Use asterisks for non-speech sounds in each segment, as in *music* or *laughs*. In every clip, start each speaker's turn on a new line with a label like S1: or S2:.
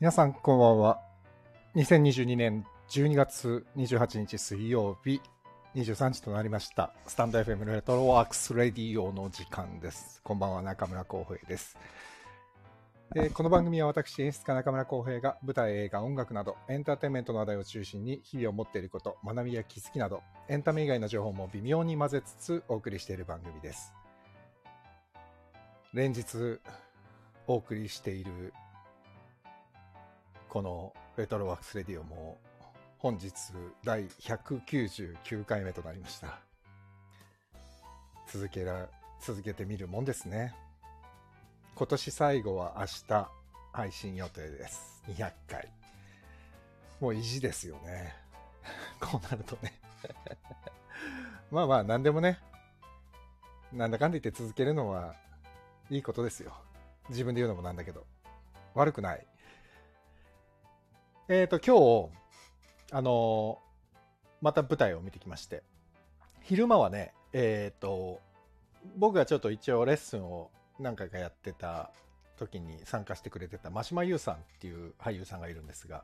S1: 皆さんこんばんは2022年12月28日水曜日23時となりましたスタンド FM のレトロワークスレディオの時間ですこんばんは中村光平ですえーこの番組は私演出家中村光平が舞台映画音楽などエンターテインメントの話題を中心に日々を持っていること学びや気づきなどエンタメ以外の情報も微妙に混ぜつつお送りしている番組です連日お送りしているこのレトロワークスレディオも本日第199回目となりました続けら続けてみるもんですね今年最後は明日配信予定です200回もう意地ですよねこうなるとねまあまあ何でもねなんだかんだ言って続けるのはいいことですよ自分で言うのもなんだけど悪くないえっ、と、今日、あのーまた舞台を見てきまして、昼間はね、えっ、と、僕がちょっと一応レッスンを何回かやってた時に参加してくれてた真島優さんっていう俳優さんがいるんですが、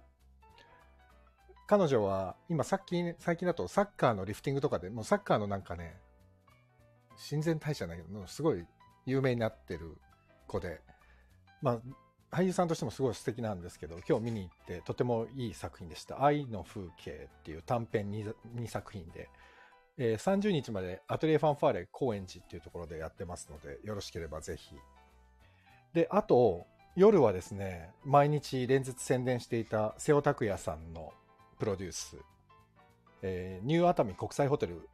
S1: 彼女は今さっき、最近だとサッカーのリフティングとかでもうサッカーのなんかね、親善大使じゃないけど、すごい有名になってる子で、まあ、俳優さんとしてもすごい素敵なんですけど今日見に行ってとてもいい作品でした「愛の風景」っていう短編 2, 作品で、えー30日までアトリエファンファーレ高円寺っていうところでやってますのでよろしければぜひであと夜はですね毎日連日宣伝していた瀬尾拓也さんのプロデュース、えーニュー熱海国際ホテル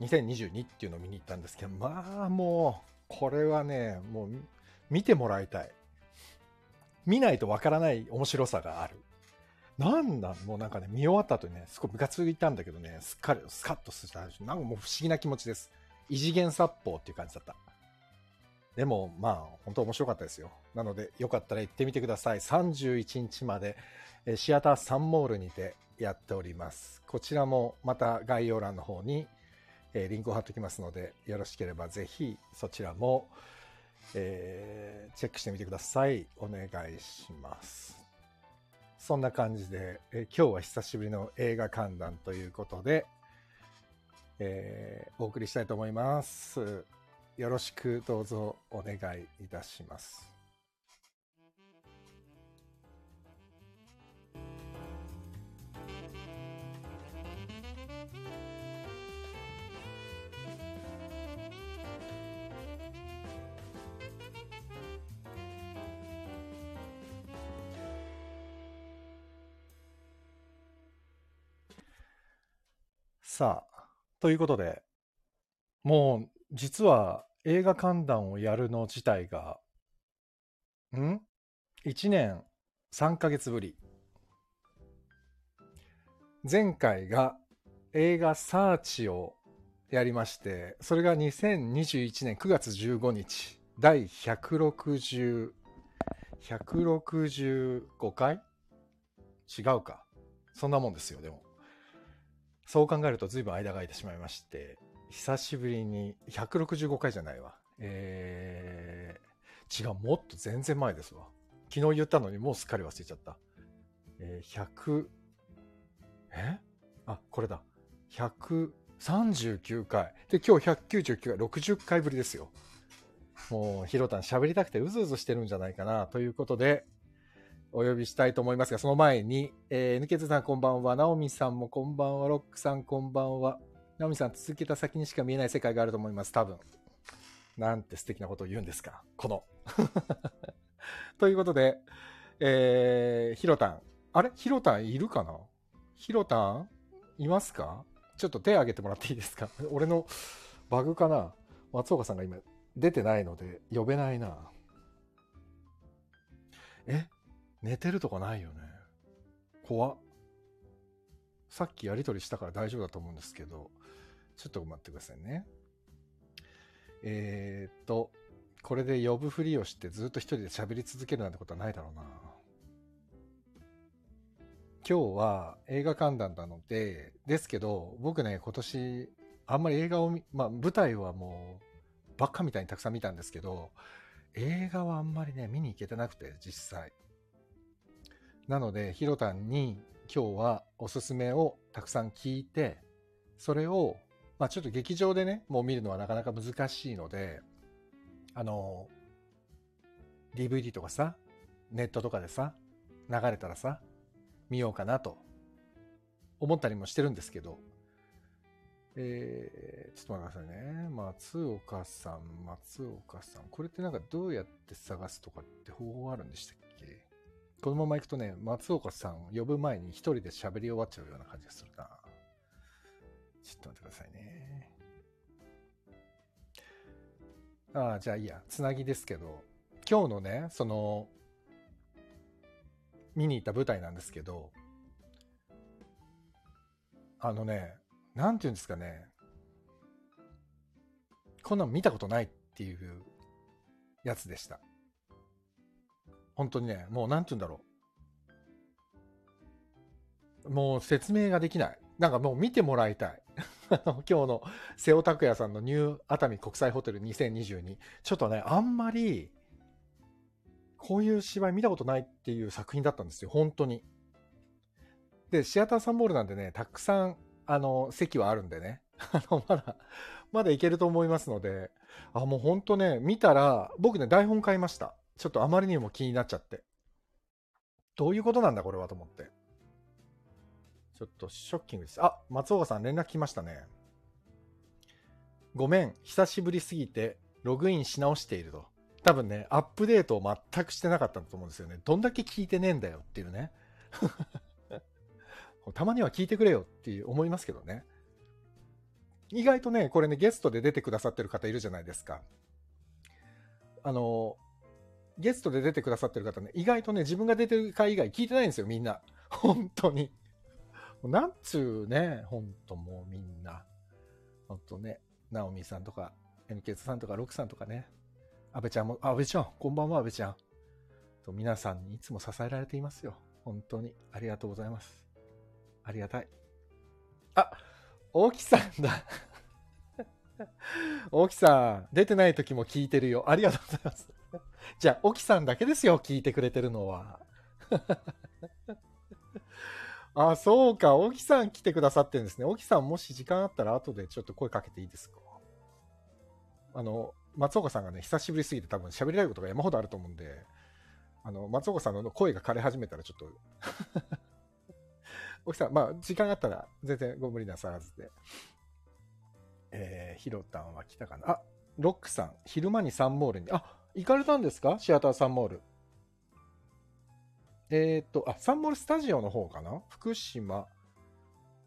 S1: 2022っていうのを見に行ったんですけどまあもうこれはねもう見てもらいたい見ないとわからない面白さがある。なんなんもうなんかね、見終わった後にね、すごいムカついたんだけどね、すっかり、スカッとした話。なんかもう不思議な気持ちです。異次元殺法っていう感じだった。でも、まあ、本当面白かったですよ。なので、よかったら行ってみてください。31日まで、えーシアターサンモールにてやっております。こちらもまた概要欄の方に、えーリンクを貼っておきますので、よろしければぜひそちらもえーチェックしてみてください。お願いします。そんな感じで、えー今日は久しぶりの映画観覧ということで、えーお送りしたいと思います。よろしくどうぞお願いいたします。さあ、ということで、もう実は映画観覧をやるの自体が、ん ?1 年3ヶ月ぶり。前回が映画サーチをやりまして、それが2021年9月15日、第160、165回違うか。そんなもんですよ、でも。そう考えると随分間が空いてしまいまして、久しぶりに、165回じゃないわ。えー、違う、もっと全然前ですわ。昨日言ったのにもうすっかり忘れちゃった。えー、100、えあ、これだ。139回。で、今日199回、60回ぶりですよ。もう、ひろたん喋りたくてうずうずしてるんじゃないかな、ということで、お呼びしたいと思いますが、その前に、えー、NK2 さんこんばんは、ナオミさんもこんばんは、ロックさんこんばんは。ナオミさん、続けた先にしか見えない世界があると思います、多分。なんて素敵なことを言うんですか、この。 *laughs* ということで、えー、ヒロタン。あれヒロタンいるかなヒロタンいますかちょっと手挙げてもらっていいですか俺のバグかな松岡さんが今出てないので呼べないな。え寝てるとかないよね怖っさっきやり取りしたから大丈夫だと思うんですけどちょっと待ってくださいねえー、っとこれで呼ぶふりをしてずっと一人で喋り続けるなんてことはないだろうな今日は映画観覧なのでですけど僕ね今年あんまり映画を見まあ舞台はもうバカみたいにたくさん見たんですけど映画はあんまりね見に行けてなくて実際なので、ひろたんに今日はおすすめをたくさん聞いて、それを、まあちょっと劇場でね、もう見るのはなかなか難しいので、あの、DVD とかさ、ネットとかでさ、流れたらさ、見ようかなと思ったりもしてるんですけど、えー、ちょっと待ってくださいね。松岡さん、松岡さん。これってなんかどうやって探すとかって方法あるんでしたっけこのまま行くとね、松岡さんを呼ぶ前に一人で喋り終わっちゃうような感じがするな。ちょっと待ってくださいね。ああ、じゃあいいや。つなぎですけど、今日のね、その、見に行った舞台なんですけど、あのね、なんていうんですかね、こんなん見たことないっていうやつでした。本当にね、もうなんていうんだろう。もう説明ができない。なんかもう見てもらいたい。 *laughs* あの今日の瀬尾拓也さんのニュー熱海国際ホテル2022。ちょっとね、あんまり、こういう芝居見たことないっていう作品だったんですよ、本当に。で、シアターサンボールなんでね、たくさん、あの、席はあるんでね。 *laughs* あの、まだ、まだいけると思いますので、あ、もう本当ね、見たら、僕ね、台本買いました。ちょっとあまりにも気になっちゃって。どういうことなんだ、これはと思って。ちょっとショッキングです。あ、松岡さん連絡来ましたね。ごめん、久しぶりすぎて、ログインし直していると。多分ね、アップデートを全くしてなかったんだと思うんですよね。どんだけ聞いてねえんだよっていうね。 *laughs* たまには聞いてくれよっていう思いますけどね。意外とね、これね、ゲストで出てくださってる方いるじゃないですか。あの、ゲストで出てくださってる方ね、意外とね、自分が出てる回以外聞いてないんですよ、みんな。 *laughs* 本当に。なんつうね、本当もうみんな。本当ね、ナオミさんとか、NK さんとか、ロクさんとかね、安倍ちゃんも、あ、安倍ちゃん、こんばんは、安倍ちゃん。と皆さんにいつも支えられていますよ。本当に。ありがとうございます。ありがたい。あ、大木さんだ。大木さん、出てない時も聞いてるよ。ありがとうございます。じゃあ、沖さんだけですよ、聞いてくれてるのは。 *laughs* あ、そうか、沖さん来てくださってるんですね。沖さん、もし時間あったら、後でちょっと声かけていいですかあの、松岡さんがね、久しぶりすぎて多分喋りたいことが山ほどあると思うんで、あの、松岡さんの声が枯れ始めたらちょっと *laughs* 奥さん、まあ、時間があったら全然ご無理なさらずで。えー、ひろたんは来たかな。あ、ロックさん、昼間にサンモールに、あ、行かれたんですかシアターサンモール。えっ、ー、と、あ、サンモールスタジオの方かな福島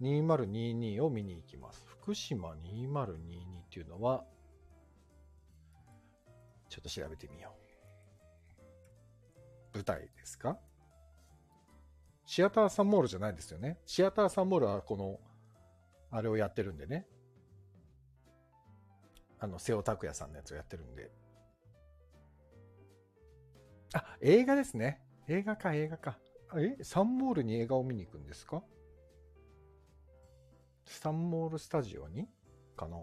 S1: 2022を見に行きます。福島2022っていうのは、ちょっと調べてみよう。舞台ですかシアターサンモールじゃないですよね。シアターサンモールはこの、あれをやってるんでね。あの、瀬尾拓也さんのやつをやってるんで。あ、映画ですね。映画か、映画か。えサンモールに映画を見に行くんですかサンモールスタジオにかな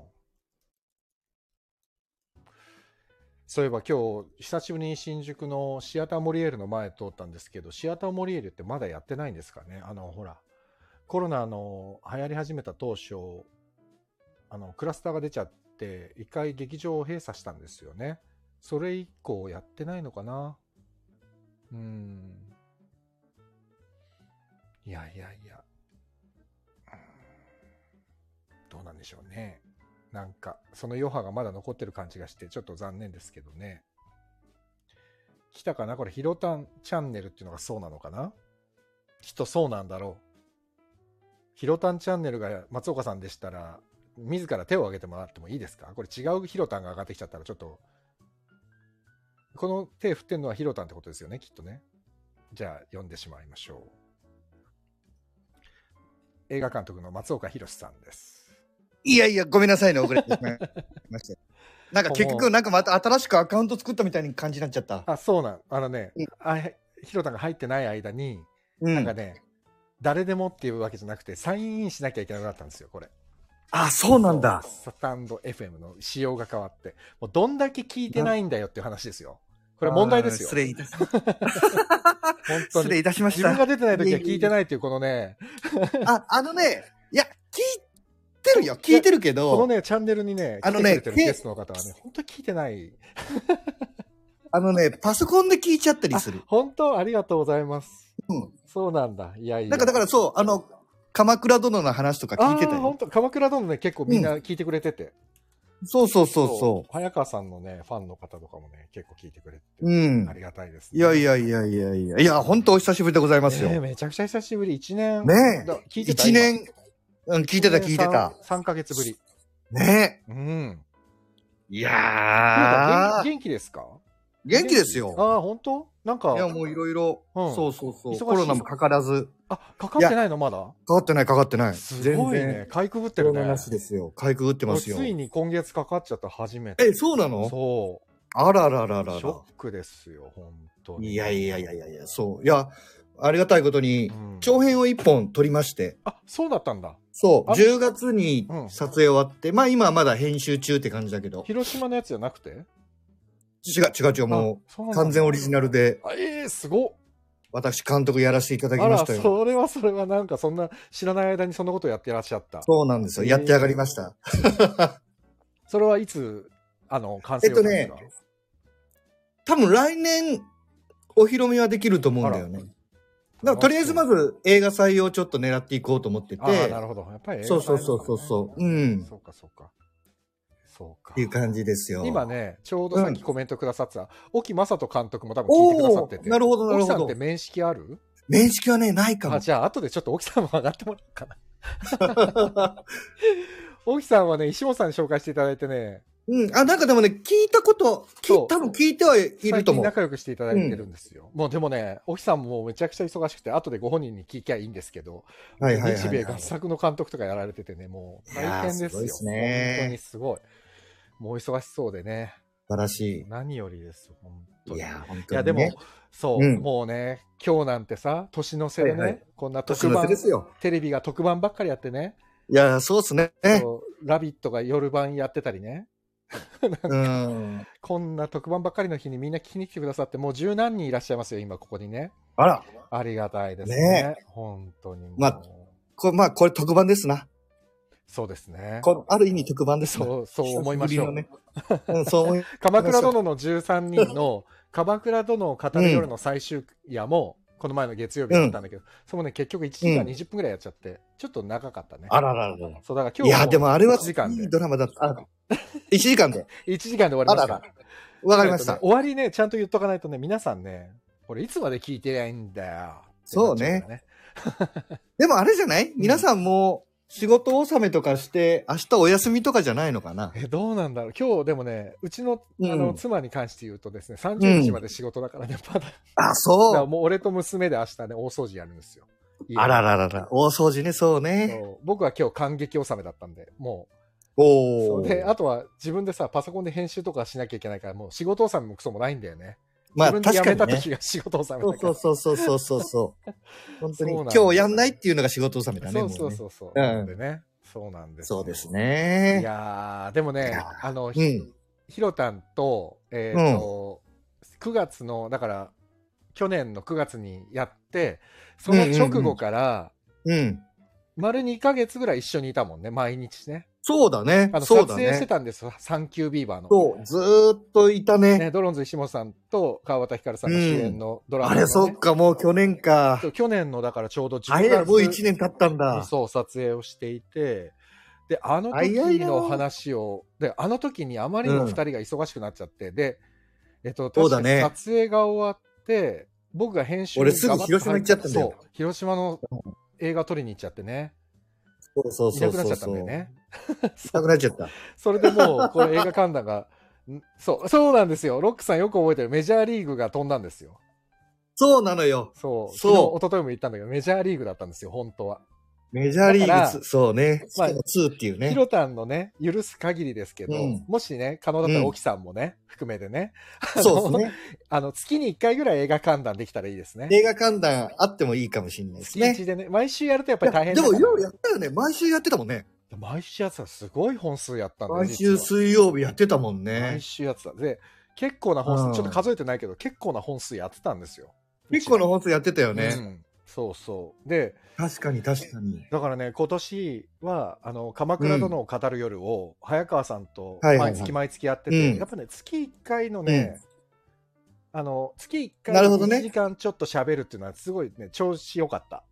S1: そういえば今日、久しぶりに新宿のシアターモリエールの前通ったんですけど、シアターモリエールってまだやってないんですかねあの、ほら、コロナの流行り始めた当初、あの、クラスターが出ちゃって、一回劇場を閉鎖したんですよね。それ以降やってないのかなうん。いやいやいや。どうなんでしょうね。なんか、その余波がまだ残ってる感じがして、ちょっと残念ですけどね。来たかなこれ、ひろたんチャンネルっていうのがそうなのかなきっとそうなんだろう。ひろたんチャンネルが松岡さんでしたら、自ら手を挙げてもらってもいいですかこれ違うひろたんが上がってきちゃったら、ちょっと、この手振ってんのはひろたんってことですよね、きっとね。じゃあ、読んでしまいましょう。映画監督の松岡弘さんです。
S2: いやいや、ごめんなさいね、遅れてしまいま
S1: *laughs*
S2: した。なんか結局、なんかまた新しくアカウント作ったみたいに感じになっちゃった。
S1: あ、そうなん。あのね、うん、あひろたんが入ってない間に、うん、なんかね、誰でもっていうわけじゃなくて、サインインしなきゃいけなくなったんですよ、これ。
S2: あ、そうなんだ。
S1: スタンド FM の仕様が変わって。もうどんだけ聞いてないんだよっていう話ですよ。これ問題ですよ。
S2: 失礼いたしま
S1: 本
S2: した。
S1: 当
S2: 失礼
S1: に。
S2: いたしまし
S1: *laughs* 自分
S2: た。
S1: が出てない時は聞いてないっていう、このね、
S2: あ、あのね、いや、聞いてるよ。聞いてるけ
S1: この
S2: ど、
S1: ね、チャンネルにね、
S2: あの
S1: 来
S2: ね
S1: てくれてるゲストの方はね、本当に聞いてない。
S2: あのね、パソコンで聞いちゃったりする。
S1: 本当ありがとうございます。
S2: うん。
S1: そうなんだ。いやいや。
S2: なんかだからそう、あの、鎌倉殿の話とか聞いてた
S1: あー本
S2: よ。
S1: 当鎌倉殿ね、結構みんな聞いてくれてて。
S2: そうそうそうそ
S1: 早川さんのね、ファンの方とかもね、結構聞いてくれてて、
S2: う。うん
S1: あ。りがたいです、
S2: いやい
S1: や、
S2: やいやいやいや。いや、本当お久しぶりでございますよ。
S1: ねえめちゃくちゃ久しぶり、1年。
S2: ねえ
S1: だ聞いてた
S2: 一年、うん、聞
S1: 聞
S2: いてた聞いてた。。
S1: 3, ヶ月ぶり。
S2: ね
S1: うん。
S2: え。いや
S1: 元気元気ですか
S2: ー、元気ですよ。
S1: ああ、本当なんか
S2: い、や、もういろいろ、
S1: うん
S2: そうそう
S1: 忙
S2: そう。
S1: しい
S2: コロナもかからず、
S1: あ、かかってないのまだ
S2: かかってないかかってない。
S1: すごいね。。かいくぐって
S2: コ
S1: る
S2: ロ
S1: ね
S2: ナ。なしですよ。かいくぐってますよ
S1: 俺。ついに今月かかっちゃった、初めて。
S2: え、そうなの
S1: そ
S2: あららら
S1: う。
S2: ら
S1: ショックですよ、本当に。
S2: いやいやいやいやいや、そう。いや、ありがたいことに、
S1: うん
S2: 長編を一本撮りまして、
S1: あ、そうだったんだ。
S2: そう、
S1: あ
S2: 10月に
S1: うん
S2: 撮影終わって、まあ今はまだ編集中って感じだけど、
S1: 広島のやつじゃなくて
S2: 違う違う違う、も
S1: あそう
S2: う
S1: なんだ
S2: 完全オリジナルで、
S1: あええすごっ
S2: 私監督やらせていただき
S1: あ
S2: まし
S1: ら、
S2: たよ。
S1: それはそれはなんかそんな知らない間にそんなことやってらっしゃった。
S2: そうなんですよ。
S1: えー
S2: やって上がりました。
S1: それはいつ、あの、完成予定ですか
S2: え多分来年、お披露目はできると思うんだよね。だからとりあえずまず映画採用をちょっと狙っていこうと思ってて、
S1: ああ、なるほど。やっぱり映画
S2: そうそうそうそうそううん
S1: そうか、そうか。そうか。
S2: っていう感じですよ。
S1: 今ね、ちょうどさっきコメントくださってた、沖正人監督も多分聞いてくださっ
S2: お
S1: て
S2: ー
S1: て。
S2: なるほどな
S1: 沖
S2: るほ
S1: さんっ
S2: ど
S1: て。面識ある
S2: 面識はね、ないかも
S1: あ、。じゃあ後でちょっと沖さんも上がってもらおうかな。
S2: *laughs*
S1: 沖さんはね、石本さんに紹介していただいてね、
S2: うん。あ、なんかでもね、聞いたこと、聞
S1: そう
S2: い多分聞いてはいる
S1: 最近
S2: と思う。
S1: 仲良くしていただいてるんですよ。もうでもね、沖さんもめちゃくちゃ忙しくて、後でご本人に聞きゃいいんですけど、
S2: はいはいはい
S1: 日
S2: は
S1: 米
S2: い、
S1: 合作の監督とかやられててね、もう
S2: いやー
S1: 大変ですよ。
S2: すごいっすね
S1: 本当にすごい。もう忙しそうでね、
S2: 素晴らし
S1: 何よりです、本
S2: い。
S1: 当
S2: い
S1: に。
S2: や、本
S1: い
S2: 当
S1: や
S2: に、ね。
S1: でも、そう、
S2: うん
S1: もうね、今日なんてさ、年の瀬でね、
S2: はいはい
S1: こんな
S2: 年
S1: 特
S2: の
S1: 番
S2: 瀬で、すよ。
S1: テレビが特番ばっかりやってね、
S2: いや、そうっすね。
S1: そうラビットが夜晩やってたりね、
S2: うん。
S1: こんな特番ばっかりの日にみんな聞きに来てくださって、もう十何人いらっしゃいますよ、今ここにね。
S2: あら、
S1: ありがたいですね。
S2: ね
S1: 本当にもう。
S2: まあこれ、まあ、これ特番ですな。
S1: そうですね。
S2: こある意味特番ですな
S1: そう、そう思いましょう。
S2: 久しぶりのね、うん、そう思い、
S1: 鎌倉殿の13人の、鎌倉殿を語る夜の最終夜も、この前の月曜日だったんだけど、それもね、結局1時間
S2: うん
S1: 20分ぐらいやっちゃって、ちょっと長かったね。
S2: あらららら。
S1: そう、だから今
S2: い
S1: 日は
S2: や、でもあれは
S1: 1時間
S2: い
S1: で
S2: い。ドラマだった。あ1時間で。
S1: 1時間で終わりました。
S2: あらわかりまし
S1: えったと。ね終わりね、ちゃんと言っとかないとね、皆さんね、これいつまで聞いてないんだよ。
S2: そうね
S1: ってなっちゃから。
S2: でもあれじゃない皆さんも仕事納めとかして、明日お休みとかじゃないのかな
S1: え、どうなんだろう。今日でもね、うちの、あ
S2: う
S1: の、
S2: ん
S1: 妻に関して言うとですね、30日まで仕事だからね、まだ、
S2: あ、
S1: だか
S2: そ
S1: ら
S2: う。
S1: もう俺と娘で明日ね、大掃除やるんですよ。家
S2: あらららら。大掃除ね、そうね。
S1: そう僕は今日感激納めだったんで、もう。
S2: お
S1: そうで、あ
S2: お。
S1: とは自分でさ、パソコンで編集とかしなきゃいけないから、もう仕事納めもクソもないんだよね。
S2: まあ、
S1: 自分で
S2: 確
S1: 辞
S2: か
S1: めた
S2: にね。
S1: 時が仕事納め
S2: そ
S1: だ
S2: う
S1: か
S2: そ
S1: ら。
S2: うそうそうそう *laughs* そうそう。本当に
S1: そうなんだ
S2: 今日やんないっていうのが仕事納めだね。
S1: そうそう
S2: も
S1: そうそう。
S2: うん
S1: なんでね。そうなん
S2: うね
S1: ですよ。
S2: そうです
S1: い
S2: ね。
S1: やー、でも
S2: い
S1: ね
S2: や、
S1: あの、
S2: う
S1: ひ
S2: ん。
S1: ひろたんと、えっと、9月の、だから、去年の9月にやって、その直後から、
S2: うん。
S1: 丸2ヶ月ぐらい一緒にいたもんね、毎日ね。
S2: そうだね
S1: あ。の、
S2: そ
S1: 撮
S2: うだ
S1: 影して
S2: ね。
S1: たんですよ、サンキュービーバーの。
S2: そう、ずーっといたね。
S1: ね、ドローンズ石本さんと川端光さんが主演のドラマ、
S2: あれ、そうか、もう去年か。
S1: 去年のだからちょうど10月
S2: あれ、もう1年経ったんだ。
S1: そう撮影をしていてであの時
S2: あいやいや
S1: の話をであの時にあまりにも2人が忙しくなっちゃって、でえっと
S2: そ
S1: 確
S2: うだ
S1: か
S2: ね
S1: 撮影が終わって僕が編集に
S2: 俺すぐ
S1: 頑張
S2: 広島行っちゃったんだよ
S1: そう広島の映画撮りに行っちゃってね
S2: そうそう
S1: い
S2: そ
S1: な
S2: う
S1: くなっち
S2: そ
S1: ゃ
S2: う
S1: ったん
S2: そ
S1: だよ
S2: う。
S1: ね
S2: なくなっちゃった。
S1: それでもう、これ映画観覧が、 *laughs* んそう、そうなんですよ。ロックさんよく覚えてる。メジャーリーグが飛んだんですよ。
S2: そうなのよ。
S1: そう。
S2: そ
S1: 昨日
S2: う
S1: 一昨日も言ったんだけど、メジャーリーグだったんですよ、本当は。
S2: メジャーリ
S1: だから
S2: ーグ、そうね。し
S1: まあ
S2: かも2っていう
S1: ヒ
S2: ね。
S1: ロタンのね、許す限りですけど、
S2: うん
S1: もしね、可能だったら
S2: うん
S1: 沖さんもね、含めてね、
S2: そうですね。
S1: あの、月に1回ぐらい映画観覧できたらいいですね。
S2: 映画観覧あってもいいかもしれないです
S1: 月
S2: ね。
S1: 1でね、毎週やるとやっぱり大変
S2: で
S1: だか
S2: も、
S1: ら
S2: いろいろやったよね。毎週やってたもんね。
S1: 毎週やってたらすごい本数やったんだよ
S2: 毎週
S1: 実は
S2: 水曜日やってたもんね
S1: 毎。週やってた。で、結構な本数、
S2: うん
S1: ちょっと数えてないけど、結構な本数やってたんですよ。
S2: 結構な
S1: 本
S2: 本数やってたよ
S1: う
S2: ね。
S1: んそうそう。で、
S2: 確かに確かに。
S1: だからね、今年は、あの、鎌倉殿を語る夜を、早川さんと
S2: はいはいはい
S1: 毎月毎月やってて、
S2: うん
S1: やっぱね、月1回のね、あの、月1回
S2: なるほどね
S1: 1時間ちょっと喋るっていうのは、すごいね、調子良かった。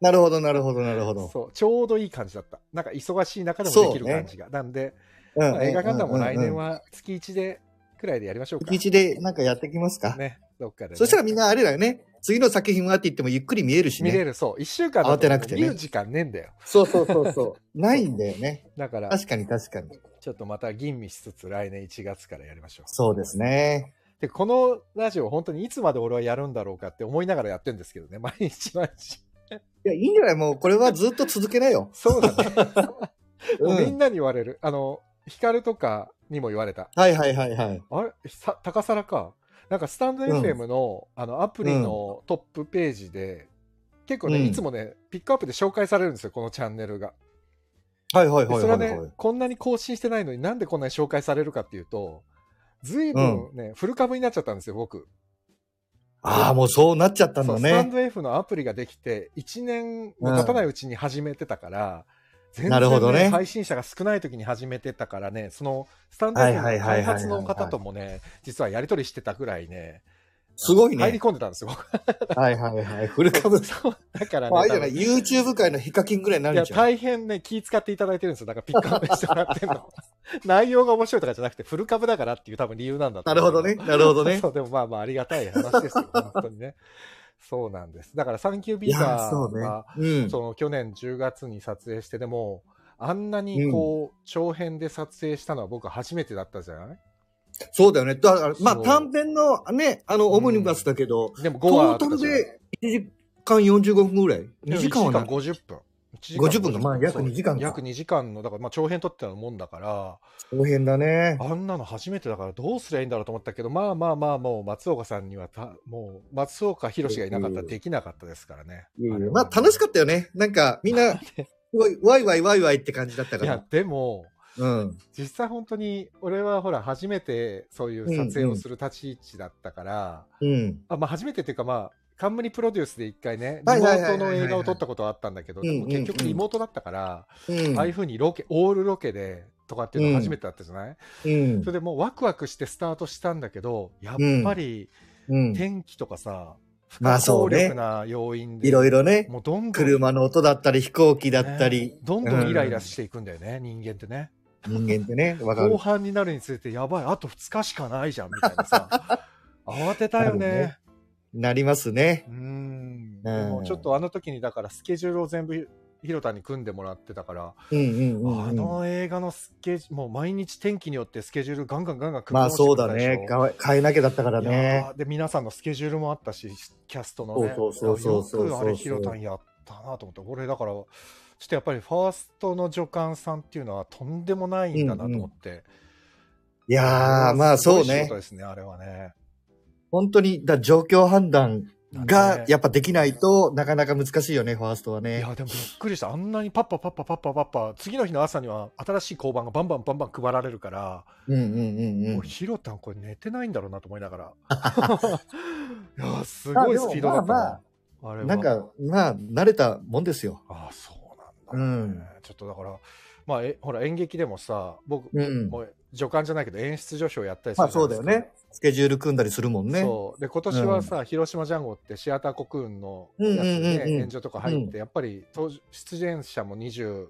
S2: なるほど、なるほど、なるほど。
S1: そう、ちょうどいい感じだった。なんか忙しい中でもできる
S2: そうね
S1: 感じが。なんで、
S2: うん
S1: まあ映画館でも来年。
S2: うんうんうん
S1: は月1で、くらいでやりましょうか。
S2: 一日でなんかやってきますか。
S1: ね、どっかでね、
S2: そしたらみんなあれだよね。次の作品はって言ってもゆっくり見えるし
S1: 見れ
S2: ね。
S1: る、そう。1週間
S2: 慌てなくてね
S1: 見る時間ねえんだよ。
S2: そうそうそうそう。ないんだよね。
S1: だから、
S2: 確かに確かに。
S1: ちょっとまた吟味しつつ、来年1月からやりましょう。
S2: そうですね。
S1: で、このラジオ、本当にいつまで俺はやるんだろうかって思いながらやってんですけど
S2: *laughs*
S1: ね、毎日毎日。。
S2: いや、いいんじゃないもうこれはずっと続けなよ
S1: そうだ *laughs* ね。
S2: う
S1: もうみん
S2: ん。
S1: なに言われる。あの、ヒカルとかにも言われた。
S2: はいはいはいはい。
S1: あれさ高皿か。なんかスタンド
S2: うん
S1: FM の,、あのアプリのトップページで、結構ね、
S2: うん
S1: いつもね、ピックアップで紹介されるんですよ、このチャンネルが。
S2: はいはい
S1: で
S2: はい
S1: それは
S2: はい、
S1: ね
S2: はい。、
S1: こんなに更新してないのになんでこんなに紹介されるかっていうと、ずいぶんね、フル株になっちゃったんですよ、僕。
S2: ああ、もうそうなっちゃったん
S1: そう
S2: だ
S1: スタン
S2: ね。
S1: ド F のアプリができて、1年も経たないうちに始めてたから、全
S2: なるほどね
S1: 配信者が少ない時に始めてたからね、そのスタンド
S2: はい
S1: F の
S2: はいはいはいは
S1: 開
S2: い
S1: 発の方ともね、実はやり取りしてたぐらいね、
S2: すごい
S1: 入り
S2: ね。
S1: 込んでたんですよ、 *laughs* 僕
S2: はいはいはい。フ
S1: *laughs*
S2: ル株。
S1: そうだからね、
S2: あれじゃ
S1: 多
S2: ない、
S1: 分
S2: YouTube 界のヒカキンぐらいにないる
S1: や
S2: んじゃん。
S1: 大変ね、気使っていただいてるんですよ。だからピックアップしてもらってん
S2: *laughs*
S1: の。内容が面白いとかじゃなくて、フル株だからっていう多分理由なんだと
S2: な
S1: 思
S2: る
S1: う
S2: ほどね。なるほどね。
S1: *laughs* そう、でもまあまあありがたい話ですよ、本当にね。そうなんです。だからサンキュービー
S2: いや、
S1: バ
S2: そ
S1: ー
S2: うね
S1: が、。
S2: うん。
S1: その去年10月に撮影してでも、あんなにこう、長編で撮影したのは僕初めてだったじゃない
S2: そうだよね。だからまあ
S1: そう
S2: 短編のね、あの、オムニバスだけど、
S1: でも
S2: ト
S1: 5話あ
S2: ー
S1: っ
S2: タ
S1: た
S2: ル
S1: じゃない
S2: で1時間45分ぐらい ?2 時間は
S1: 1
S2: な
S1: 時間50分。
S2: 50分がまあ約2時間か
S1: 約2時間の、だからまあ長編撮ってたもんだから、
S2: 大変だね。
S1: あんなの初めてだからどうすりゃいいんだろうと思ったけど、まあまあまあ、もう松岡さんにはた、もう松岡弘がいなかったらできなかったですからね。
S2: いやいやまあ楽しかったよね。なんかみ
S1: *laughs*
S2: んな、すごいワイワイワイワイって感じだった
S1: い
S2: か
S1: や
S2: ら。、
S1: でも、
S2: うん。
S1: 実際本当に、俺はほら、初めてそういう撮影をする立ち位置だったから、
S2: うん。
S1: あまあ初めてっていうかまあ、冠プロデュースで一回ね、リモ
S2: はいはいはいは
S1: ー
S2: い
S1: トの映画を撮ったことはあったんだけど、
S2: うんう
S1: で
S2: んうん
S1: も結局リモートだったから、
S2: うん
S1: ああいうふうにロケ、オールロケでとかっていうの初めてだったじゃない、
S2: うん
S1: それでもうワクワクしてスタートしたんだけど、やっぱり、
S2: うん。
S1: 天気とかさ、不
S2: ま
S1: 可
S2: あそ
S1: 抗
S2: うね
S1: 力な要因で、
S2: いろいろね、
S1: もうどんどん、
S2: 車の音だったり飛行機だった
S1: ね
S2: り、
S1: どんどんイライラしていくんだよね、人間ってね。
S2: 人間ってね、わか
S1: 後
S2: る。
S1: 半になるにつれて、やばい、あと2日しかないじゃん、みたいなさ。
S2: *laughs*
S1: 慌てたよね。
S2: なるねなりますね。
S1: うーん。
S2: うん
S1: でもちょっとあの時に、だからスケジュールを全部、ひろたんに組んでもらってたから、
S2: うんうんうん
S1: あ
S2: うん。
S1: の映画のスケジュール、もう毎日天気によってスケジュールガンガンガンガン組み
S2: ま
S1: 直
S2: あ
S1: して
S2: そう
S1: くれ
S2: だ
S1: たでしょ
S2: ね。かわ変えなきゃだったから
S1: い
S2: ね
S1: や。ーで皆さんのスケジュールもあったしキャストのね
S2: そうそうそうそうそう
S1: よくあれひろたんやったなと思って俺だからちょっとやっぱりファーストの助監さんっていうのはとんでもないんだなと思って、
S2: いやー、まあそ
S1: すごい
S2: う
S1: 仕
S2: ね
S1: 事。ですねあれはね
S2: 本当に、だ状況判断
S1: ね
S2: がやっぱできないとなかなか難しいよね、ファーストはいね。
S1: やでもびっくりしたあんなにパッパパッパパッパパッパ次の日の朝には新しい交番がバンバンバンバン配られるから、
S2: うんうんうんう
S1: も
S2: ん
S1: う。ひろたんこれ寝てないんだろうなと思いな
S2: *laughs*
S1: がらいやすごいスピードだった
S2: まあ
S1: なあれは
S2: なんか、まあ、慣れたもんですよ。
S1: ああそうなんだ、ね
S2: うん
S1: ちょっとだからまあえほら演劇でもさ僕、
S2: うん。
S1: もう助監じゃないけど演出助手をやったりす
S2: ま
S1: る
S2: あそうだよね。スケジュール組んだりするもん
S1: じゃないですか
S2: ね。
S1: そうで今年はさ、広島ジャンゴってシアターコクーンのやつで、ね
S2: うんうんうんうん
S1: 援助とか入って、やっぱり当時出演者も2030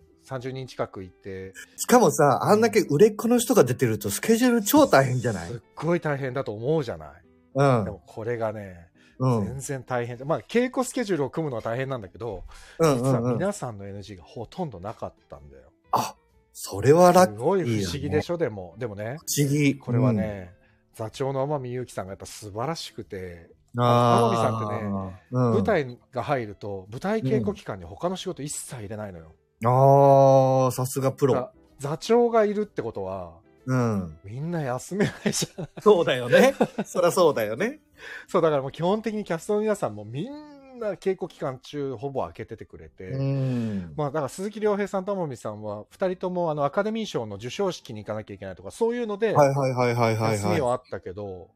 S1: 人近くいて
S2: しかもさ、あんだけ売れっ子の人が出てるとスケジュール超大変じゃない
S1: すっごい大変だと思うじゃない、
S2: うん
S1: で。もこれがね、
S2: うん。うん
S1: 全然大変まあ稽古スケジュールを組むのは大変なんだけど、
S2: うん
S1: 実は
S2: うんうん。
S1: 皆さんの NG がほとんどなかったんだよ、
S2: あ、それはラ
S1: す
S2: ッ
S1: ごい
S2: いいよね
S1: 不思議でしょ、でもでもね
S2: キー不思議。
S1: これはね、座長の天海祐希さんがやっぱ素晴らしくて、
S2: うん、
S1: あ
S2: あ
S1: 天海さん
S2: ーうん
S1: 舞台が入ると舞台稽古期間に他の仕事一切入れないのよ、
S2: あー、さすがプ
S1: だ
S2: ロ。
S1: 座長がいるってことは
S2: うん。
S1: みんな休めないじゃん *laughs*
S2: *laughs* そうだよね。そりゃそうだよね。
S1: そうだからもう基本的にキャストの皆さんもみんな稽古期間中ほぼ開けててくれて、
S2: うん
S1: まあ、だから鈴木亮平さんと天海さんは2人ともあのアカデミー賞の授賞式に行かなきゃいけないとかそういうので
S2: はいはいはいはいはい
S1: 休
S2: はい
S1: みはあったけど、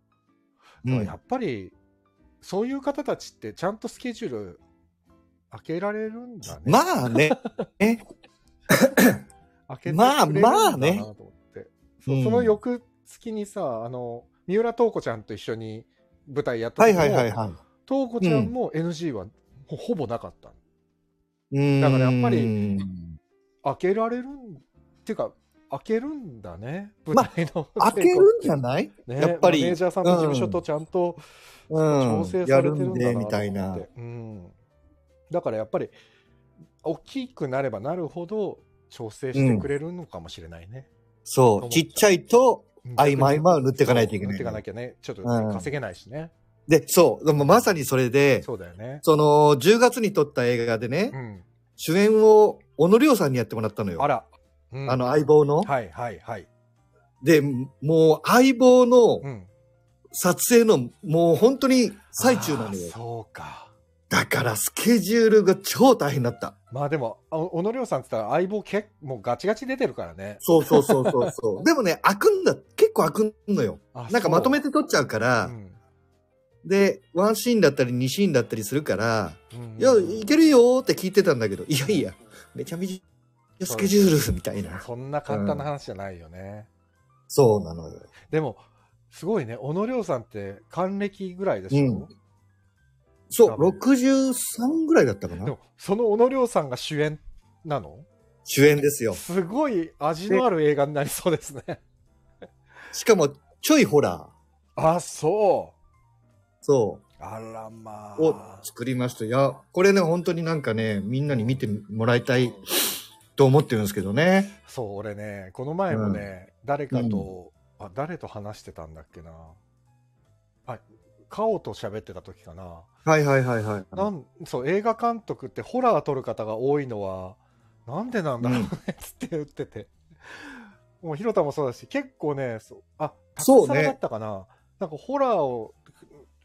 S2: う
S1: だから
S2: ん
S1: やっぱりそういう方たちってちゃんとスケジュール開けられるんだね。
S2: まあ
S1: *laughs*
S2: ね。え
S1: 開けてくれるんだ
S2: まあま
S1: な
S2: あ
S1: と
S2: ね
S1: 思って、そう
S2: うん
S1: その翌月にさあの三浦透子ちゃんと一緒に舞台やった
S2: はい
S1: 時も、
S2: はいはいは
S1: 透子ちゃんも NG はほほぼなかった
S2: い。うん
S1: だからやっぱり。開けられるんっていうか開けるんだね舞
S2: まあ
S1: 台の、
S2: 開けるんじゃない
S1: ね
S2: やっぱり
S1: マネージャーさんと事務所とちゃんと
S2: うん
S1: 調整
S2: や
S1: されて
S2: る
S1: るんだな
S2: んで、
S1: と思
S2: み
S1: って
S2: たいな。
S1: うん、だからやっぱり大きくなればなるほど調整してくれるのかもしれないね、
S2: そう。ちっちゃいと、
S1: うん
S2: 合間合間を塗っていかないといけ
S1: そう
S2: な。
S1: 塗っていかないきゃねちょっと
S2: うん
S1: 稼げないしね、
S2: で、そう。でもまさにそれで、
S1: そうだよね
S2: その、10月に撮った映画で
S1: う
S2: ね、
S1: ん
S2: 主演を、小野亮さんにやってもらったのよ。
S1: あら、うん
S2: あの、相棒の。
S1: はいはいはい、
S2: で、もう、相棒の
S1: うん、
S2: 撮影の、もう本当に最中な
S1: あ
S2: の
S1: ー
S2: よ。
S1: そうか
S2: だから、スケジュールが超大変だった。
S1: まあでもあ小野涼さんって言ったら相棒結構もうガチガチ出てるからね
S2: そうそうそ
S1: *laughs*
S2: うそうそう。でもね、開くんだ、結構開くのよ。
S1: あ
S2: なんかまとめ
S1: て
S2: て撮っちゃうから、で、ワンシーンだったり、二シーンだったりするから、いや、いけるよーって聞いてたんだけど、いやいや、めちゃめちゃスケジュールみたいな。
S1: そんな簡単な話じゃないよね、
S2: そうなのよ。
S1: でもすごいね小野涼さんって還暦ぐらいでしょ、
S2: うんそう、
S1: 多分
S2: 63ぐらいだったか
S1: で
S2: な
S1: もその小野涼さんが主演なの
S2: 主演ですよ。
S1: すごい味のある映画になりそうですね
S2: しかも、ちょいホラー、
S1: あそ
S2: そう
S1: あらま
S2: う、を
S1: あ
S2: 作りました。いや、これね、本当になんかね、みんなに見てもらいたいと思ってるんですけどね。
S1: そう俺ねこの前もね、誰かと、あ誰と話してたんだっけなあカオと喋ってた時かな
S2: はいはいはいはい。
S1: なんそう映画監督ってホラー撮る方が多いのはなんでなんだろうね、つって言っててもう広田もそうだし結構ねそうあ
S2: そう
S1: 高
S2: ね
S1: さだったかな、なんかホラーを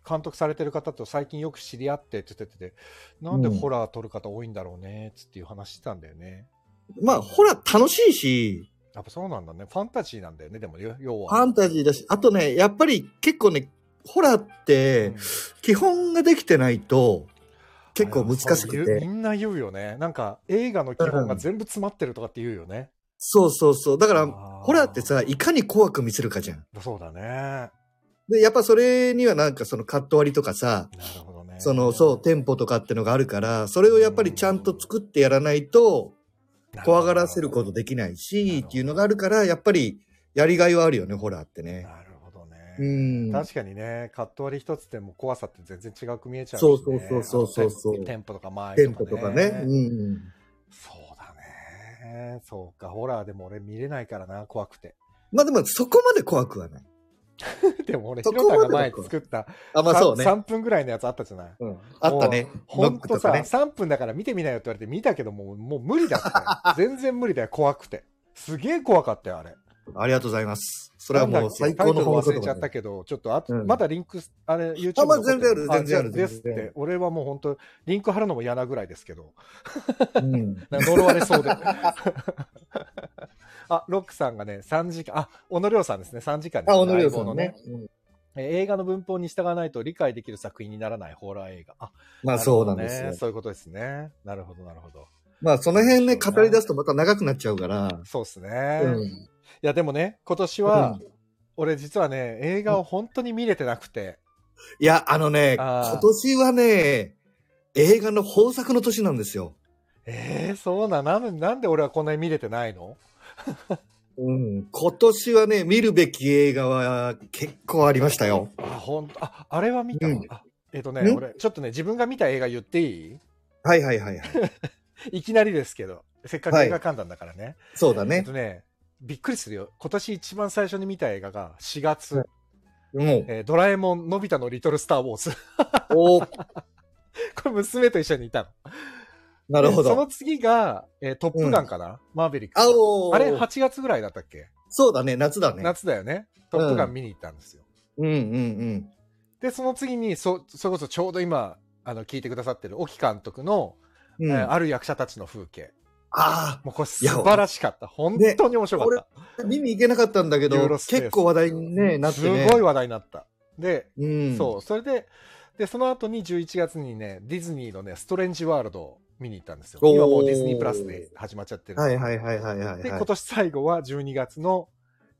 S1: 監督されてる方と最近よく知り合ってって言っててなんで
S2: うん
S1: ホラー撮る方多いんだろうねつっていう話してたんだよね、
S2: まあ、ホラー楽しいし、
S1: やっぱそうなんだねファンタジーなんだよねでもよ要
S2: フ
S1: は
S2: ァンタジーだし、あとね、やっぱり結構ね、ホラーって
S1: うん、
S2: 基本ができてないと、結構難
S1: あ
S2: し
S1: そう
S2: く
S1: 言うみ
S2: て。
S1: んな言うよねなんか映画の基本が全部詰まってるとかって言うよね、
S2: そうそうそう。だから、
S1: あー
S2: ホラーってさ、いかに怖く見せるかじゃん。
S1: そうだねな
S2: で、やっぱそれにはなんかそのカット割りとかさ、
S1: るほどね
S2: その、そう、テンポとかってのがあるから、それをやっぱりちゃんと作ってやらないと、怖がらせることできないし、っていうのがあるから、やっぱり、やりがいはあるよね、ホラーってね。
S1: なるほどね。
S2: うん
S1: 確かにね、カット割り一つでも怖さって全然違く見えちゃうし、
S2: そ
S1: ね。
S2: うそうそうそうそうそう
S1: あのテンポとか前
S2: テ
S1: と
S2: ン
S1: か、
S2: ポ
S1: ね。
S2: とかね。うん。
S1: そうだね。そうか、ホラーでも俺見れないからな、怖くて。 *laughs*
S2: まあでも、そこまで怖くはない。
S1: でも俺、
S2: そ
S1: ひ
S2: こま
S1: ろ
S2: で
S1: たが前作った、
S2: あ、まあ
S1: さ
S2: そうね。
S1: 3分ぐらいのやつあったじゃない。
S2: うん、あったね。
S1: ほ
S2: ノ
S1: ん
S2: ックと
S1: とさ、
S2: かね。
S1: 3分だから見てみなよって言われて見たけどもう、もう無理だ
S2: *laughs*
S1: ったよ。全然無理だよ、怖くて。すげえ怖かったよ、あれ。
S2: ありがとうございます。それはもう最
S1: タイト
S2: 高の
S1: ル
S2: 放
S1: 忘
S2: 送
S1: れ
S2: と
S1: ちゃ
S2: か
S1: った
S2: ね。
S1: けど、ちょっとあと、
S2: うん
S1: まだリンク、あれ、YouTube
S2: あまあ
S1: 残って
S2: 全然ある全然ある
S1: じゃですっ
S2: 全然あ
S1: て
S2: る、
S1: 俺はもう本当、リンク貼るのも嫌なぐらいですけど、
S2: うん
S1: なんか呪われそうで。 *laughs* あ、ロックさんがね、3時間、あ、小野亮さんですね、3時間です
S2: あ、小野亮さん
S1: 相棒
S2: のね。。うん
S1: えー映画の文法に従わないと理解できる作品にならないホラー映画。あ、
S2: まあ
S1: るほ
S2: そう
S1: ど
S2: なんですよ
S1: ね。。そういうことですね。なるほど、なるほど。
S2: まあその辺ね、
S1: そうね
S2: 語り出すとまた長くなっちゃうから。
S1: そうですね。
S2: う
S1: い
S2: ん
S1: や、でもね、今年は、俺実はね、映画を本当に見れてなくて、
S2: いや、あのね、
S1: あー
S2: 今年はね、映画の豊作の年なんですよ。
S1: えー、そうなんなん、なんで俺はこんなに見れてないの
S2: うん、今年はね、見るべき映画は結構ありましたよ。
S1: あ、ほんと、あ、あれは見た、
S2: うん
S1: あえっ、とね、
S2: うん
S1: 俺、ちょっとね、自分が見た映画言ってい
S2: はいはいはいはい。
S1: いいきなりですけど、せっかく
S2: はい
S1: 映画館なんだからね。
S2: そうだ
S1: えっ *laughs*
S2: ね
S1: と。ね、びっくりするよ。今年一番最初に見た映画が4月、
S2: はいもう、
S1: えードラえもん、のび太のリトルスター・ウォーズ。 *laughs*
S2: おー
S1: これ娘と一緒にいたの。
S2: なるほ
S1: でその
S2: ど。
S1: 次が、えートップガンかな、マーベリック
S2: あ
S1: ス。
S2: おー
S1: あれ、8月ぐらいだったっけ、
S2: そうだね、夏だね。
S1: 夏だよね。トップガン見に行ったんですよ。
S2: うんうんうん。
S1: で、その次に、そ、それこそちょうど今、あの聞いてくださってる沖監督の、
S2: うん、
S1: えー
S2: あ
S1: ある役者たちの風景
S2: あ
S1: もうこれ素晴らしかった本当に面白かった、
S2: ー、見に行けなかったんだけど
S1: ユーロ、スペース
S2: 結構話題に、ね、なって
S1: す
S2: ね。
S1: ごい話題になったで、
S2: うん、
S1: そうそれででその後に11月にねディズニーのねストレンジワールドを見に行ったんですよ
S2: おー
S1: 今もうディズニープラスで始まっちゃってるんで
S2: はいはいはいはいはい、はい。
S1: で、今年最後は12月の、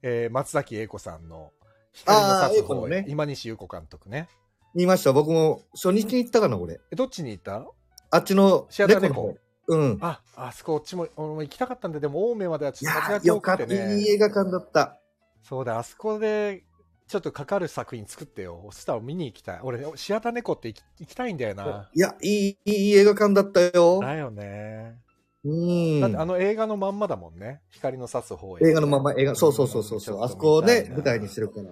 S1: えー松崎英子さんの、光の
S2: あー
S1: 殺法
S2: 英子のね
S1: 今西優子監督ね。
S2: 見ました。僕も初日に行ったかな、これ。
S1: えどっちにいた
S2: あっちの
S1: シアター猫
S2: の方うん。
S1: あ、あそこ、こっちも、俺も行きたかったんで、でも、青梅まではち
S2: い
S1: ょ
S2: や
S1: っと
S2: ー、
S1: 立ちが
S2: よ
S1: 遠
S2: かっ
S1: く
S2: た。
S1: て
S2: い
S1: ね。
S2: い映画館だった。
S1: そうだ、あそこで、ちょっとかかる作品作ってよ。そしたら見に行きたい。俺、シアター猫って行き行きたいんだよな。
S2: いや、いい、いい映画館だったよ。
S1: だよね。
S2: うん。
S1: だって、あの映画のまんまだもんね。光の刺す方
S2: 映画のまま映画、そうそうそうそうそう、あそこをね、舞台にす
S1: る
S2: るから。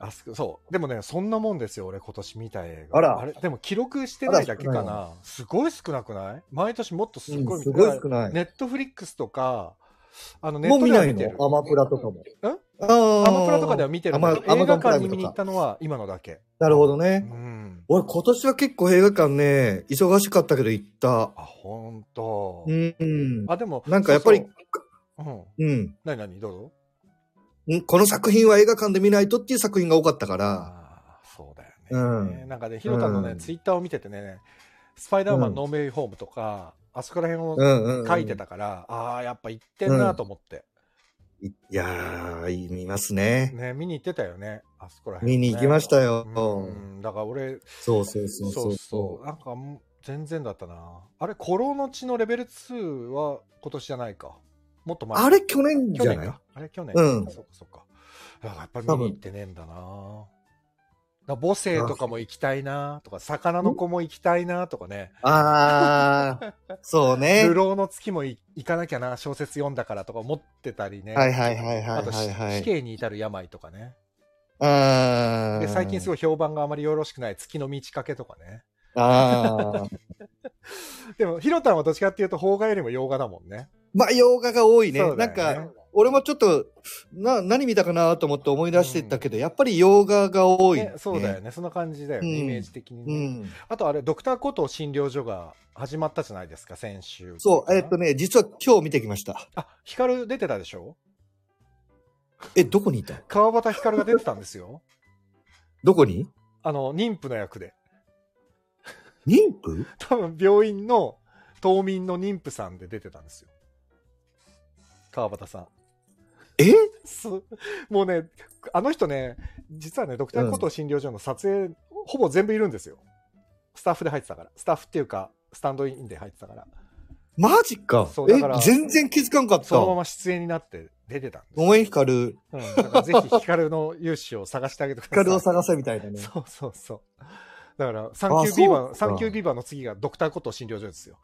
S1: あそこそう。でもね、そんなもんですよ、俺今年見た映画。
S2: あら
S1: れでも記録してないだけかな。
S2: あら少
S1: すごい少なくない毎年もっとす
S2: うん
S1: ごい
S2: すごい少ない。
S1: ネットフリックスとか、あのネ
S2: も
S1: ッ
S2: う
S1: ト
S2: 見
S1: では
S2: ない
S1: 見てる。
S2: のアマプラとかも。あ
S1: ア
S2: ー
S1: マプラとかでは見てるんだけど
S2: アマ
S1: 映画
S2: アマゾンプラ
S1: 館
S2: イ
S1: に見
S2: ムとか
S1: に行ったのは今のだけ。
S2: なるほど
S1: う
S2: ね。
S1: ん。
S2: 俺、今年は結構映画館ね、忙しかったけど行った。
S1: あ、ほんと
S2: う。ん。
S1: あ、でも、
S2: なんかやっぱり
S1: そうそう。うん。
S2: うん。
S1: なになにどうぞ。
S2: んこの作品は映画館で見ないとっていう作品が多かったから。
S1: ああ、そうだよね。
S2: う
S1: なんかね、ひろたんのね、
S2: うん
S1: ツイッターを見ててね、スパイダーマン、ノーメイホームとか、あそこら辺を
S2: うんうんうん。
S1: 書いてたから、ああやっぱ行ってんなと思って、
S2: いやー、見ますね。
S1: ね見に行ってたよねあそこら辺、
S2: 見に行きましたよ。
S1: うんだから俺
S2: そうそう
S1: そ
S2: そうう
S1: そ
S2: そうう。
S1: なんかもう全然だったなあれ「古老の地」のレベル2は今年じゃないかもっと前
S2: あれ去年
S1: 去
S2: じゃ
S1: 年
S2: ない
S1: かあれ去年
S2: うん
S1: そっかそっかだからやっぱり見に行ってねえんだなだから母性とかも行きたいなとか魚の子も行きたいなとかね
S2: あー、
S1: *laughs*
S2: そうね
S1: 流。浪の月もい行かなきゃな小説読んだからとか思ってたりね
S2: はいはいはいは
S1: あ
S2: い
S1: と、
S2: はいは
S1: 死
S2: い。
S1: 刑に至る病とかね。
S2: あー。
S1: で、最近すご
S2: い。
S1: い評判があまりよろしくない月の満ち欠けとかね。
S2: あー。
S1: でも、ひろたんはどっちかっていうと、邦画よりも洋画だもんね。
S2: まあ、洋画が多いね。
S1: そうだ
S2: な
S1: よ
S2: ん
S1: ね
S2: か、俺もちょっと、な、何見たかなと思って思い出してたけど、やっぱり洋画が多い、
S1: ねそうだよ
S2: ね。
S1: ね。そんな感じだよね、
S2: うん
S1: イメージ的に
S2: う
S1: ね、
S2: ん。
S1: あと、あれ、ドクターコトー診療所が始まったじゃないですか、先週。
S2: そう、えっと。ね、実は今日見てきました。
S1: あ、ヒカル出てたでしょ
S2: え、どこにいた
S1: 川端ヒカルが出てたんですよ。 *laughs*
S2: どこに
S1: あの、妊婦の役で。
S2: 妊婦
S1: 多分、病院の島民の妊婦さんで出てたんですよ。川端さん。
S2: え
S1: そうもうね、あの人ね、実はね、ドクターコトー診療所の撮影、ほぼ全部いるんですよ。スタッフで入ってたから。スタッフっていうか、スタンドインで入ってたから。
S2: マジか
S1: そうだ
S2: え
S1: から
S2: 全然気づかんかった。
S1: そのま
S2: ご
S1: ま出演になって出てたんです。
S2: めん、ヒカル。
S1: うん、だからぜひヒカルの勇姿を探してあげてくだ
S2: ヒ
S1: さい。
S2: カルを探せみたいなね。
S1: そうそうそう。だから、サンキュービーバー、サンキュービーバーの次がドクターコトー診療所
S2: *laughs*
S1: ですよ。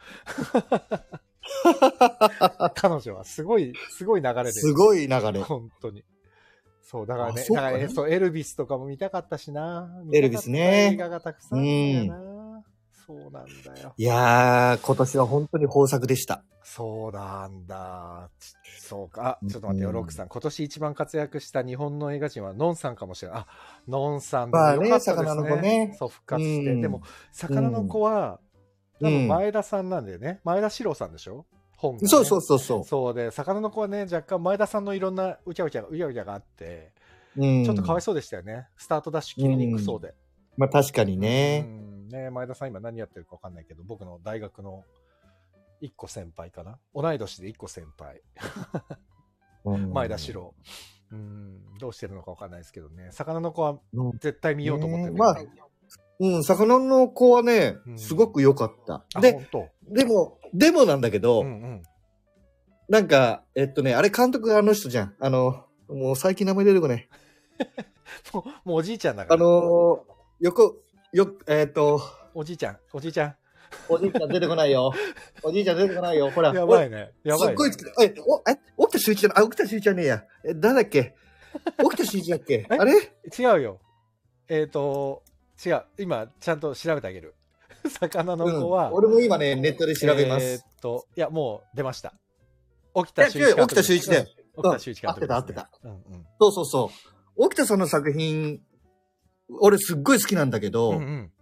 S1: 彼女はすごい、すごい流れで。
S2: すごい流れ。
S1: 本当に。そう、だからね、
S2: あそう
S1: だ
S2: か
S1: から
S2: ね
S1: えそうエルビスとかも見たかったしな。
S2: エルビスね
S1: 見たかった映画がたくさんあるんだよな。そうなんだよ。
S2: いやー、今年は本当に豊作でした。
S1: そうなんだ。ちそうか。あちょっと待ってよ、
S2: うん
S1: ロックさん。今年一番活躍した日本の映画人はノンさんかもしれない。あ、ノンさんでも
S2: まあ
S1: よ
S2: ね
S1: かったです
S2: 魚
S1: ね。
S2: の子ね
S1: そう、復活して。
S2: うん
S1: でも、魚の子は、
S2: うん
S1: 多分前田さんなんだよね。前田史郎さんでしょ本がね
S2: そうそうそうそ
S1: そうで、魚の子はね、若干前田さんのいろんなうちゃうちゃ、うやうやがあって、
S2: う。うん
S1: ちょっとかわいそうでしたよね。スタートダッシュ切りにくそうで。
S2: まあ確かにね
S1: う。んね前田さん今何やってるかわかんないけど、僕の大学の一個先輩かな。同い年で一個先輩。
S2: うん
S1: 前田四。郎。うん、どうしてるのかわかんないですけどね。魚の子は絶対見ようと思ってる、
S2: ねまあうん、魚の子はね
S1: う、ん
S2: すごく良かった。
S1: あ、
S2: で、
S1: 本当。
S2: でも、でもなんだけど、
S1: うんうん。
S2: なんか、えっとね、あれ監督があの人じゃん。あの、もう最近名前出てこない。
S1: もう、もうおじいちゃんだか
S2: あ
S1: ら。
S2: のー、横、よ、えっと、
S1: おじいちゃん、おじいちゃん。
S2: おじいちゃん出てこないよ。おじいちゃん出てこないよ。ほら。
S1: やばいね。やばい、ね。
S2: すっごい好きだ。え、お、え、沖田修一じゃない、あ、沖田修一じゃねえや。え、誰だっけ沖田修一だっけ
S1: *laughs* え
S2: あれ
S1: 違うよ。えっ、と、違う。今、ちゃんと調べてあげる。 *laughs* 魚の子は、
S2: うん俺も今ね、ネットで調べま
S1: えーっ
S2: す。
S1: と、いや、もう出ました。沖
S2: え
S1: 田修一監督。
S2: 沖田修一だよ。
S1: 沖田修一監督、
S2: 合ってた合
S1: た。うん
S2: そうそうそう。沖田さんの作品、俺すっごい好きなんだけど、
S1: うん。うんうん。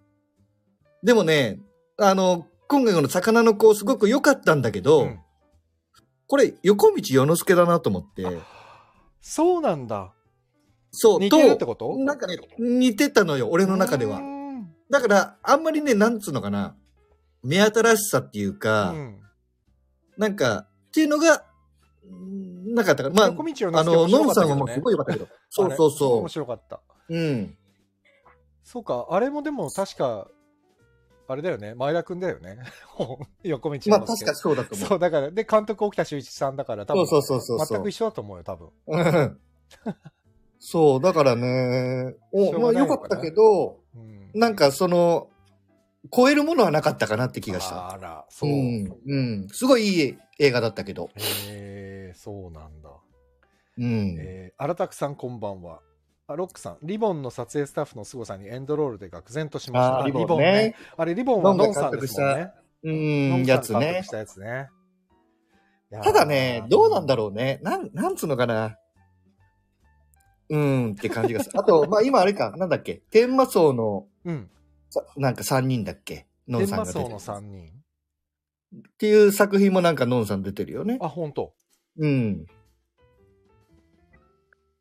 S2: でもね、あの、今回この魚の子すごく良かったんだけど、
S1: うん
S2: これ横道世之助だなと思って、
S1: そうなんだ。
S2: そう、
S1: 似てるってこと
S2: なんかね、似てたのよ、俺の中で
S1: うー
S2: は。
S1: ん
S2: だから、あんまりね、なんつうのかな、目新しさっていうか、
S1: うん
S2: なんか、っていうのが、うんなかったから。まあ、
S1: 横道を
S2: あ
S1: 乗せ
S2: の、
S1: て面
S2: ノ
S1: 白
S2: ン
S1: かった
S2: さん
S1: け
S2: は
S1: ど
S2: もう
S1: ね
S2: すごい良かったけど。
S1: あ
S2: そう
S1: れ
S2: そうそ
S1: 面白かった。
S2: う。うん。
S1: そうか、あれもでも確か、あれだよね、前田君だよね。 *laughs* 横道
S2: ま
S1: の
S2: あ、確かそうだと思う。
S1: そう、だから、で、監督沖田修一さんだから、多分
S2: そうそうそうそうそう
S1: 全く一緒だと思うよ、多分。
S2: うんそう、だからね、
S1: しょ
S2: お、ま
S1: うが
S2: あ
S1: ないの
S2: 良
S1: かな
S2: かったけど、
S1: うん
S2: なんかその、超えるものはなかったかなって気がした。
S1: あら、そうう。
S2: ん、うん。すごいいい映画だったけど。
S1: えー、そうなんだ。
S2: うん。
S1: えー、荒拓さん、こんばんは。あロックさん、リボンの撮影スタッフの凄さにエンドロールで愕然としました。
S2: あー
S1: リボンね。あれ、リボンはノンさんですもんね。
S2: う
S1: ノ
S2: ん、
S1: ン
S2: や
S1: さ
S2: つ
S1: ん監
S2: ね
S1: 督し。たやつね。いやー
S2: ただね、どうなんだろうね。なん、なんつうのかな。うーんって感じがする。
S1: *laughs*
S2: あと、まあ今あれか、なんだっけ、天魔層の、
S1: うん。
S2: さなんか3人だっけ、の
S1: 天
S2: んさん
S1: 馬
S2: が出て
S1: 荘
S2: る。
S1: の
S2: っ
S1: 3人。
S2: ていう作品もなんかのんさん出てるよね。
S1: あ、本当。
S2: うん。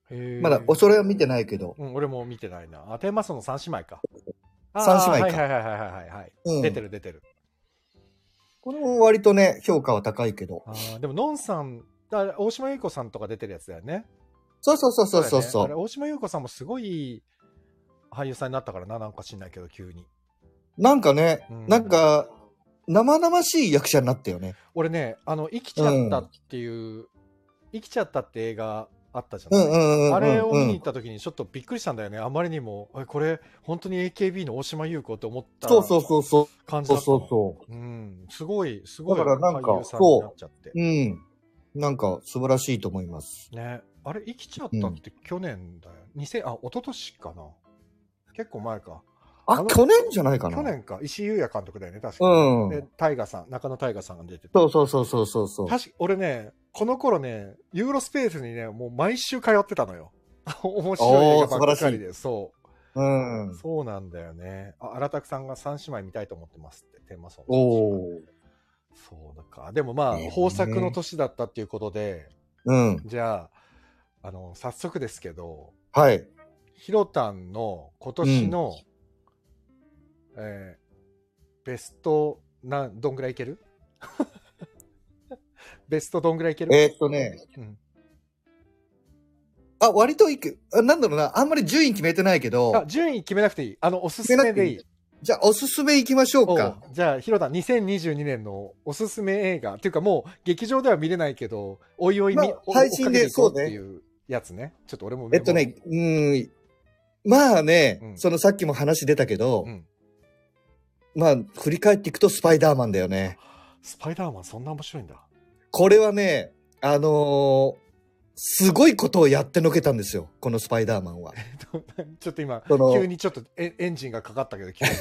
S1: へー
S2: まだ、おそれは見てないけど。
S1: うん、俺も見てないな。あ、天馬荘の3姉妹か。
S2: 三姉妹か
S1: あーはいはいはいはいはい、はい
S2: うん
S1: 出てる出てる。
S2: これも割とね、評価は高いけど。
S1: あーでも、のんさん、あ大島優子さんとか出てるやつだよね。
S2: そうそうそうそうそう
S1: だ
S2: そ
S1: よねあれ
S2: う。
S1: 大島優子さんもすごい俳優さんになったからな、なんか知んないけど、急に。
S2: なんかね、
S1: うん
S2: なんか、生々しい役者になったよね。
S1: 俺ね、あの、生きちゃったっていう、生きちゃったって映画あったじゃ
S2: う
S1: ない、
S2: んうんうんうんうん。
S1: あれを見に行った時にちょっとびっくりしたんだよね。あまりにも、えこれ、本当に AKB の大島優子って思った
S2: そうそうそうそ
S1: 感
S2: う。
S1: じだ
S2: そう
S1: った
S2: そう
S1: の。
S2: そう。
S1: うん、すごい、すごい
S2: だからなんか
S1: 俳優さんになっちゃって。
S2: うん。なんか素晴らしいと思います。
S1: ね、あれ、生きちゃったって去年だよ。2000、あ、一昨年かな。結構前か。
S2: あ、
S1: あの
S2: 去年じゃないかな。
S1: 去年か。石井優也監督だよね、確か
S2: うん。
S1: で、タイガさん、中野タイガさんが出てて。
S2: そうそうそうそうそうそう。
S1: 確か俺ね、この頃ね、ユーロスペースにね、もう毎週通ってたのよ。 *laughs* 面白い映画ばっかりで、そうう、
S2: ん。
S1: そうなんだよね。あ、荒拓さんが三姉妹見たいと思ってますって、テーマソング。
S2: おお。
S1: そうだか。でもまあ、
S2: ねえ
S1: 豊作の年だったっていうことで、
S2: うん。
S1: じゃあ、あの、早速ですけど、
S2: はい。
S1: ひろたんの今年の、えーベスト、なん、どんぐらいいける *laughs* ベストどんぐらいいける
S2: えーっとね。
S1: うん
S2: あ、割といく。あなんだろうな。あんまり順位決めてないけ
S1: あ
S2: ど、
S1: 順位決めなくていい。あの、おすすめでいい。
S2: じゃあおすすめいきましょうか。
S1: おうじゃあ、ヒロタン、2022年のおすすめ映画。っていうか、もう、劇場では見れないけど、おいおい見、
S2: まあ
S1: お
S2: 配信
S1: 追っかけ
S2: で
S1: ていこうっていうやつね。ちょっと俺もメモ
S2: えっとね、うん。まあね、
S1: うん
S2: そのさっきも話出たけど、
S1: うん
S2: まあ、振り返っていくとスパイダーマンだよね。
S1: スパイダーマン、そんな面白いんだ。 *laughs*
S2: これはね、あのーすごいことをやってのけたんですよ。このスパイダーマンは。
S1: ちょっと今、
S2: その
S1: *laughs* 急にちょっとエエンジンがかかったけど、
S2: *laughs*
S1: 急に。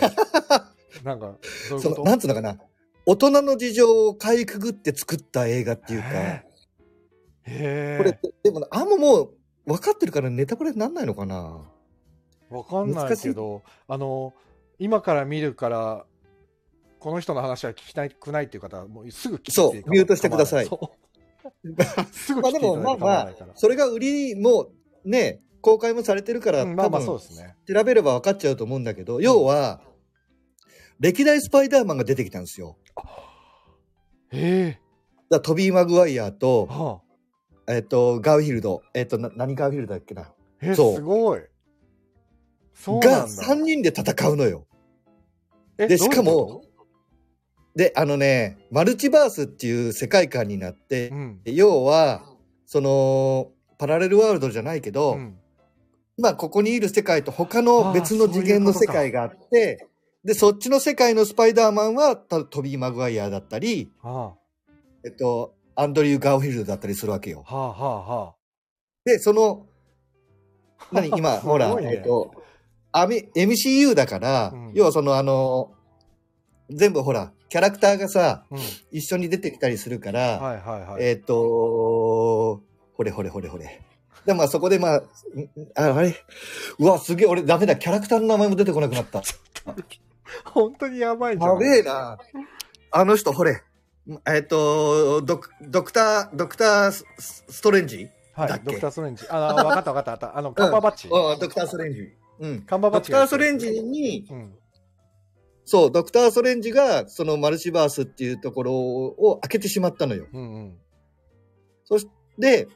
S1: なんか、どういう
S2: そ
S1: こと
S2: の、なんつうのかな。大人の事情をかいくぐって作った映画っていうか
S1: へ、え
S2: これ、でも、あんまもう、分かってるからネタバレになんないのかな
S1: わかんないけど、あの、今から見るから、この人の話は聞きたくないっていう方は、もうすぐ聞いて
S2: そう
S1: 構わない
S2: ミュートしてください
S1: そう
S2: *laughs*
S1: すぐ
S2: ま
S1: 聞
S2: あ
S1: いて
S2: で
S1: いた
S2: も、
S1: だい
S2: まあ
S1: て構
S2: ま
S1: わな
S2: あ
S1: いから、。
S2: それが売り、もう、ね、公開もされてるから、
S1: うんまあまあ
S2: 多
S1: そう
S2: 分
S1: ですね。
S2: 調べれば分かっちゃうと思うんだけど、要は、歴代スパイダーマンが出てきたんですよ。
S1: え
S2: だからトビー・マグワイア
S1: え
S2: と、
S1: はあ、
S2: えっと、ガウヒルド。えっと、な何ガウヒルドだっけな。
S1: え
S2: そう
S1: すごい。そうな
S2: が、
S1: んだ。
S2: 3人で戦うのよ。
S1: え
S2: でしかも、
S1: どういうこ
S2: で、あのね、マルチバースっていう世界観になって、
S1: とうん。
S2: 要は、その、パラレルワールドじゃないけど、
S1: うん
S2: まあ、ここにいる世界と他の別の次元の世界があって、で、そっちの世界のスパイダーマンは、たトビー・マグワイアだったり、
S1: は
S2: えっと、アンドリュー・ガーフィールドだったりするわけよ
S1: あ、は。あ、はあ、はあ。
S2: で、その、何
S1: *laughs*
S2: 今、
S1: すご
S2: ほ
S1: いね
S2: ら、えっと、アミ MCU だから、
S1: うん
S2: 要はその、あの、全部ほら、キャラクターがさ、
S1: うん。
S2: 一緒に出てきたりするから、
S1: はいはいはい。
S2: えっ、とほれほれほれほれ。で、まあそこでまあ、んああれうわ、すげえ、俺ダメだ、キャラクターの名前も出てこなくなった。
S1: 本当にやばいじゃん。
S2: *laughs* やべえな。あの人、ほれ。えっ、と、ドク、ドクター、ドクタースストレンジ
S1: は
S2: だっ
S1: い、
S2: け
S1: ドクター・ストレンジ。あ、
S2: *laughs*
S1: 分かった分かった分かった。あの、カンバーバッチ。
S2: ああドクターストレンジ。うん。
S1: カンバーバ
S2: ド
S1: ッ
S2: ク
S1: チ
S2: タ
S1: がや
S2: ー
S1: っ
S2: ス
S1: て
S2: ト
S1: る
S2: レンジに、
S1: うん。
S2: そう、ドクターストレンジが、そのマルチバースっていうところを開けてしまったのよ。
S1: うんうん。
S2: で、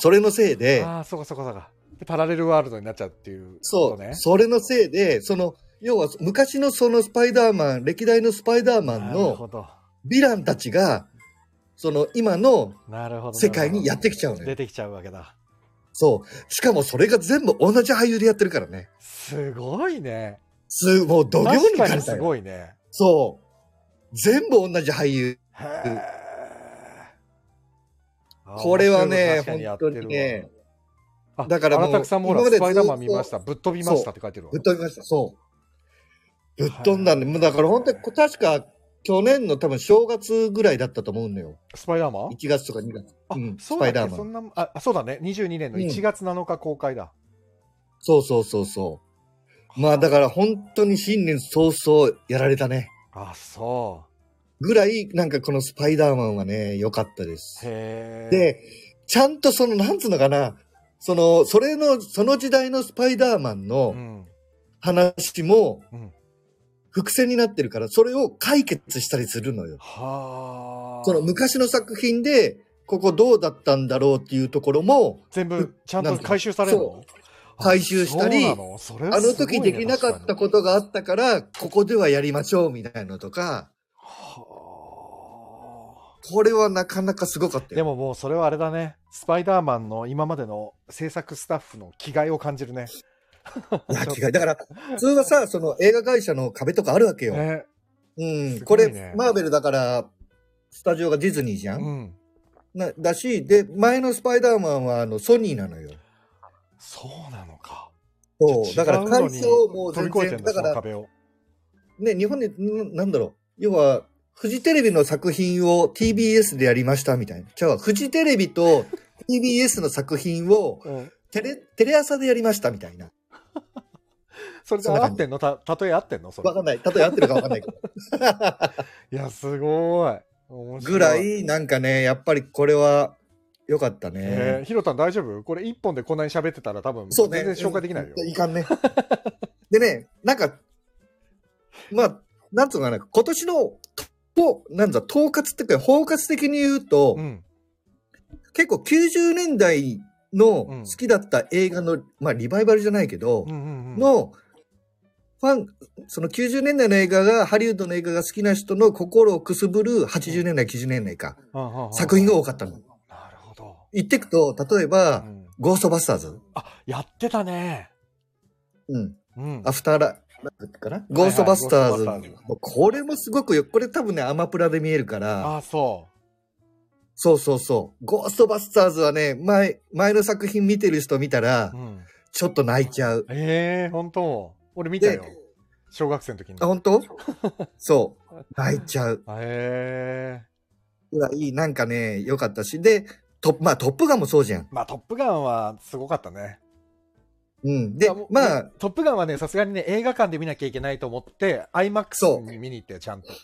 S2: それのせいで、
S1: ああ、そうかそうかそうか。でパラレルワールドになっちゃうっていう
S2: そ
S1: こ
S2: う、
S1: とね。
S2: それのせいで、その、要は昔のそのスパイダーマン、歴代のスパイダーマン
S1: なるほ
S2: の
S1: ど。
S2: ヴィランたちが、その今の
S1: なるほど。
S2: 世界にやってきちゃうの
S1: 出
S2: よ。
S1: てきちゃうわけだ。
S2: そう。しかもそれが全部同じ俳優でやってるからね。
S1: すごいね。
S2: す、もう度量
S1: 確
S2: に
S1: か
S2: か
S1: に
S2: れた
S1: す
S2: よ。
S1: ごいね。
S2: そう。全部同じ俳優。
S1: へーあー
S2: これはね
S1: 面白いこと確かやってるわ
S2: 本当にね
S1: あ
S2: だからもう
S1: 荒拓さんもほら、
S2: 今まで
S1: ス
S2: ずっ
S1: パ
S2: と
S1: イダーマン見ました。ぶっ飛びましたって書いてるわ
S2: ぶっ。飛びました。そう。ぶっ飛んだんで、もうだから本当に、確か去年の多分正月ぐらいだったと思うのよ。
S1: スパイダーマン
S2: 1月とか2月。
S1: あ、
S2: うん
S1: そうだ
S2: スパイ
S1: っ
S2: ダー
S1: け
S2: マン
S1: そんなあ、あそうだね。22年の1月7日公開だ。
S2: そうそうそうそう。まあだから本当に新年早々やられたね。
S1: あ、そ
S2: ぐらい、なんかこのスパイダーマンはね、良かったで
S1: う。
S2: す。
S1: へえ。
S2: で、ちゃんとその、なんつうのかな、その、それの、その時代のスパイダーマン
S1: う
S2: の
S1: ん、
S2: 話も
S1: うん、
S2: 伏線になってるから、それを解決したりするのよ。
S1: はあ。
S2: その昔の作品で、ここどうだったんだろうっていうところも、
S1: 全部ちゃん
S2: な
S1: と
S2: んていうの
S1: 回収される
S2: そ
S1: のあ
S2: 回収したり
S1: そうなのそれ
S2: あ
S1: はす
S2: の
S1: ごいね
S2: 時できなかったことがあったから、ここではやりましょうみたいなのと
S1: 確かに
S2: か、
S1: はあ
S2: これはなかなかすごかった
S1: で
S2: よ。
S1: ももうそれはあれだね。スパイダーマンの今までの制作スタッフの気概を感じるね。
S2: いや、違う。だから、普通はさ、その映画会社の壁とかあるわけよ。
S1: ね、
S2: うん。
S1: すご
S2: こ
S1: いね
S2: れ、マーベルだから、スタジオがディズニーじゃん、
S1: うん。
S2: なだし、で、前のスパイダーマンはあのソニーなのよ。
S1: そうなのか。
S2: そう。
S1: じゃ
S2: だ
S1: あ
S2: から、
S1: 違うの
S2: 干
S1: に
S2: 渉もう
S1: 飛び
S2: 全
S1: 越えてん
S2: 然、
S1: だ、
S2: だ
S1: そ
S2: か
S1: の
S2: ら、
S1: 壁を。
S2: ね、日本で、んなんだろう。要は、フジテレビの作品を TBS でやりましたみたいな。じゃあ、フジテレビと TBS の作品を
S1: うん
S2: テレ、テレ朝でやりましたみたいな。
S1: それで
S2: そんな
S1: 合
S2: 感じ
S1: ってんのた、たえ合ってんのそれ
S2: わ。かんない。例え合ってるかわかんないけど。
S1: いや、すごい。面白
S2: ぐら
S1: へ
S2: い、なんかね、やっぱりこれは良かった
S1: え
S2: ね。
S1: ひろたん大丈夫これ一本でこんなに喋ってたら多分、
S2: そう
S1: 全
S2: ね。
S1: 然紹介できないよ。
S2: いかんね。 *laughs* でね、なんか、まあ、なんつうのかな、今年の、となんだ、統括っていうか、包括的に言うと、
S1: うん。
S2: 結構90年代の
S1: うん
S2: 好きだった映画の、まあ、リバイバルじゃないけど、
S1: うんうんうん。
S2: の、ファン、その90年代の映画が、ハリウッドの映画が好きな人の心をくすぶる80年代、90年代か、
S1: うんうんうん
S2: 作品が多かったの。
S1: なるほど。
S2: 言ってくと、例え
S1: う
S2: ば、
S1: ん
S2: ゴーストバスターズ、
S1: あ、やってたね。
S2: うん、
S1: うん
S2: ア。フターライブかな、ゴーストバスターズ
S1: ゴーストバスターズ
S2: もうこれもすごくよ。これ多分ね、アマプラで見えるから。
S1: あ、そ
S2: そうそうそう。ゴーストバスターズはね、前、前の作品見てる人見たら
S1: う。う、ん。
S2: ちょっと泣いちゃう。
S1: ええ本当。俺見た
S2: で
S1: よ。、小学生の時に
S2: あ、。
S1: *laughs*
S2: 本当そう。泣いちゃう。
S1: へえ
S2: ぐらい、なんかね、良かったし。で、トップ、まあトップガンもそうじゃん。
S1: まあ、トップガンはすごかったね。
S2: うん。で
S1: あも、う
S2: まあ
S1: ね、トップガンはね、さすがにね、映画館で見なきゃいけないと思って、IMAX
S2: そう
S1: に見に行って、ちゃんと。
S2: い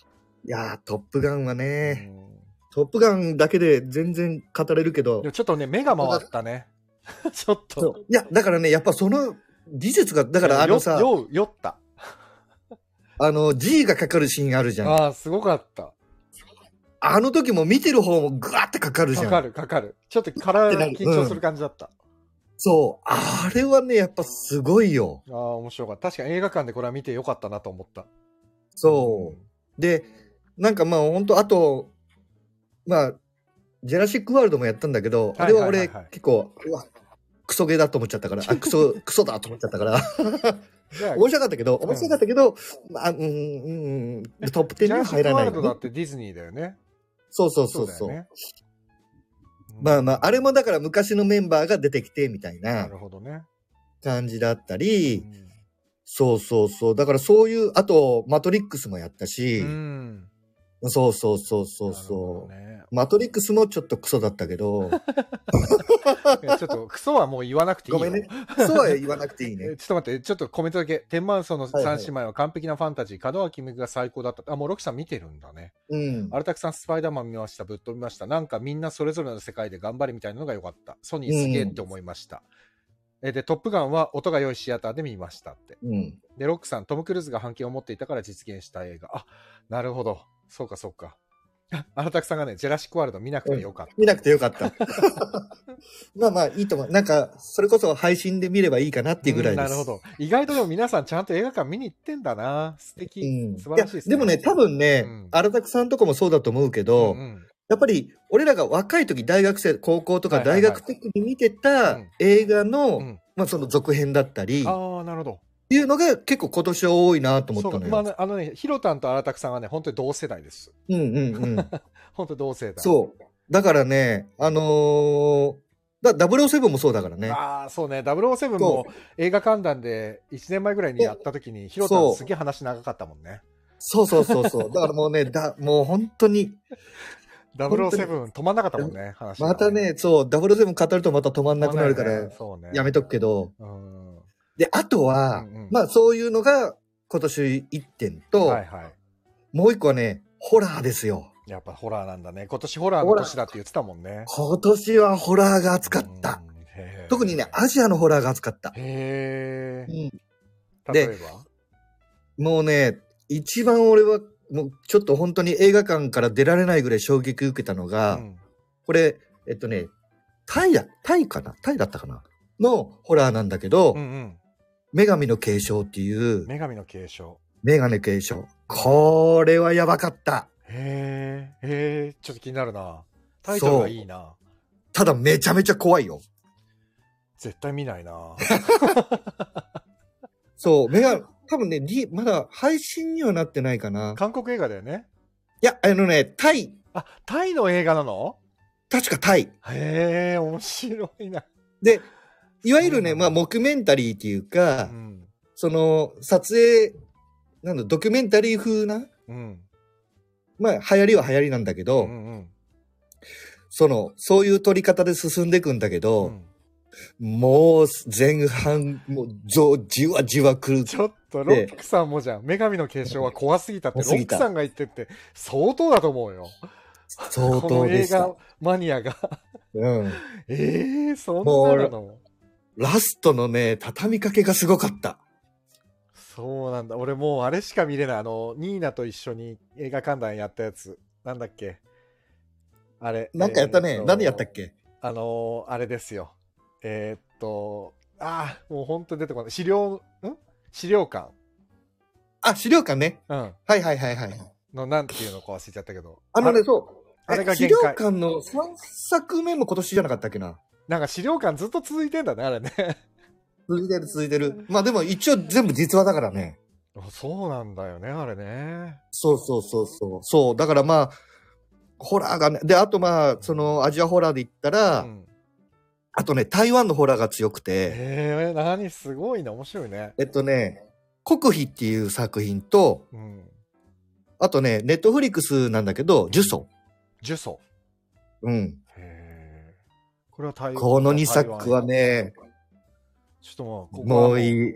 S2: やー、トップガンはね、
S1: うん
S2: トップガンだけで全然語れるけど
S1: でも、ちょっとね、目が回ったね。 *laughs* ちょっ
S2: そ
S1: と。
S2: う。いや、だからね、やっぱその技術が、だからあのさ、
S1: 酔う、酔った。
S2: あの、G がかかるシーンあるじゃん。あ
S1: ああ、すごかった。
S2: の時も見てる方もグワーってかかるじゃ
S1: か
S2: ん。
S1: かる、かかる。ちょっと体が緊張する感じだった。
S2: そう。あれはね、やっぱすごいよ。
S1: ああ、面白かった。確かに映画館でこれは見てよかったなと思った。
S2: そう。で、なんかまあ本当あと、まあ、ジェラシックワールドもやったんだけど、あれは
S1: はい
S2: 俺
S1: はいはいはい
S2: 結構、うわ、クソゲーだと思っち
S1: *laughs*
S2: ゃったから、あ、クソ、クソだと思っちゃったから、
S1: じゃ
S2: *laughs*
S1: あ
S2: 面白かったけど、面白かったけど、まあ、うん、うん、うんトップ10
S1: ジ
S2: に
S1: ャ
S2: は
S1: ンシッ
S2: 入
S1: ク
S2: ら
S1: ワ
S2: な
S1: ー
S2: い
S1: ル
S2: の
S1: ド
S2: ね、
S1: だってディズニーだよね。
S2: そうそうそうそう。
S1: だよね。
S2: まあ
S1: うん
S2: まあ、あれもだから昔のメンバーが出てきてみたい
S1: な
S2: な
S1: るほどね。
S2: 感じだった
S1: う
S2: り、
S1: ん
S2: そうそうそう。だからそういう、あと、マトリックスもやったし、
S1: うん。
S2: そうそうそうそう
S1: なるほ
S2: そ
S1: どね
S2: マトリックスもちょっとクソだったけ
S1: *laughs*
S2: ど、
S1: ちょっとクソはもう言わなくていい
S2: ご
S1: よ
S2: めんね。そうは言わなくていいね
S1: *laughs* え。ちょっと待って、ちょっとコメントだけ。天満荘の
S2: はいはい
S1: 三姉妹は完璧なファンタジー、門脇麦が最高だった。あ、もうロキさん見てるんだね。
S2: うん。
S1: アルタクさん、スパイダーマン見ました、ぶっ飛びました。なんかみんなそれぞれの世界で頑張れみたいなのが良かった。ソニーすげえって思いました。えで、トップガンは音が良いシアターで見ましたって。
S2: うん。
S1: で、ロックさん、トム・クルーズが反響を持っていたから実現した映画。あ、なるほど。そうか、そうか。 *laughs* アルタクさんがね、ジェラシック・ワールド見なくてよかった。
S2: 見なくてよかった。 *laughs* まあまあいいと思う。なんか、それこそ配信で見ればいいかなっていうぐらいです。
S1: うんなるほど。意外とでも皆さんちゃんと映画館見に行ってんだな。素敵。
S2: うん。
S1: 素晴らしい
S2: い
S1: で
S2: や
S1: すね。
S2: でもね、多分ね
S1: うん、
S2: 荒拓さんとかもそうだと思うけ
S1: う
S2: ど、
S1: んうん
S2: やっぱり俺らが若い時大学生高校とか
S1: はいはい
S2: 大
S1: はい
S2: 学的に見てた映画の、
S1: うん
S2: まあ、その続編だったりっ
S1: ああ、なるほど。
S2: ていうのが結構今年は多いなと思
S1: そう
S2: った
S1: か
S2: の
S1: まあ
S2: よ。
S1: ね、あのね、ヒロタンとアラタクさんはね、本当に同世代です。
S2: うんうん
S1: *laughs*
S2: うん、
S1: 本当に同世代。
S2: そうだからねあのー、だ007もそうだからね。
S1: ああ、そうね。007も
S2: そ
S1: 映画観覧で1年前ぐらいにやった時に、ヒロタ
S2: そ
S1: ン
S2: う
S1: すげえ話長かったもんね。
S2: そうそうそう
S1: *laughs*
S2: そう。だからもうね、だもう本当に、当に
S1: 007止まんなかったもんね、話が。
S2: またね、そう、007語るとまた止まんなくなるか
S1: 止まんよ
S2: ら
S1: ね、そうね。
S2: やめとくけど。
S1: うん。
S2: で、あとは、
S1: うんうん
S2: まあそういうのが今年1点と、
S1: はいはい。
S2: もう1個はね、ホラーですよ。
S1: やっぱホラーなんだね。今年ホラーの年だって言ってたもんね。
S2: 今年はホラーが熱かった。
S1: うん。へー
S2: 特にね、アジアのホラーが熱かった。
S1: へえ。
S2: うん
S1: 例え
S2: で
S1: ば
S2: もうね、一番俺は、もうちょっと本当に映画館から出られないぐらい衝撃受けたのが、
S1: うん
S2: これ、えっとね、タイだ、タイかなタイだったかなのホラーなんだけど、
S1: うんうん。
S2: 女神の継承っていう、
S1: 女神の継承。
S2: 女神の継承。これはやばかった。
S1: へえ、へえ、ちょっと気になるな。タイトルがいいな。
S2: ただめちゃめちゃ怖いよ。
S1: 絶対見ないな。
S2: そう、女神、多分ね、リまだ配信にはなってないかな。
S1: 韓国映画だよね。
S2: いや、あのね、タイ、
S1: あ、タイの映画なの
S2: 確かタイ。
S1: へえ、面白いな。
S2: で、いわゆるね、
S1: そう
S2: ま
S1: な
S2: あ、
S1: ん
S2: モクメンタリーっていうか、
S1: うん。
S2: その、撮影、なんだ、ドキュメンタリー風な、
S1: うん。
S2: まあ、流行りは流行りなんだけ
S1: う
S2: ど、
S1: んうん。
S2: その、そういう撮り方で進んでいくんだけ
S1: う
S2: ど、
S1: ん
S2: もう、前半、もう、じょじわじわ来る。
S1: ちょっとロックさんもじゃん。女神の継承は怖すぎたって、ロ
S2: 怖す
S1: ッ
S2: ぎ
S1: ク
S2: た
S1: さんが言ってって相当だと思うよ。
S2: 相
S1: この
S2: 当で
S1: 映
S2: した
S1: 画。マニアが。 *laughs*
S2: うん。
S1: ええ、そんななの
S2: ラストのね、畳みかけがすごかった。
S1: そうなんだ。俺もうあれしか見れない。あの、ニーナと一緒に映画観覧やったやつ。なんだっけあれ。
S2: なんかやった
S1: えー
S2: ね。
S1: と
S2: 何やったっけ
S1: あのーあれですよ。えーっと、ああ、もう本当に出てこない。資料、ん資料館。
S2: あ、資料館ね。
S1: うん。
S2: はいはいはいはい。
S1: の、なんていうのか忘れちゃったけど。
S2: あのね、そう。
S1: あれが
S2: え資
S1: 限
S2: 料
S1: 界。
S2: 館の3作目も今年じゃなかったっけな。
S1: なんか資料館ずっと続いてんだね、あれね。 *laughs*
S2: 続いてる続いてる。まあでも一応全部実話だからね。
S1: そうなんだよね、あれね。
S2: そうそうそうそう。そう。だからまあ、ホラーがね。で、あとまあ、そのアジアホラーで言ったら、
S1: うん、
S2: あとね、台湾のホラーが強くて、
S1: えー、何すごいね、面白いね。
S2: えっとね、国費っていう作品と、
S1: うん。
S2: あとね、ネットフリックスなんだけど、呪詛。
S1: 呪詛。
S2: うん。
S1: へーこれは台湾
S2: この2作は、ね、
S1: ちょっともう、ここは
S2: もういい。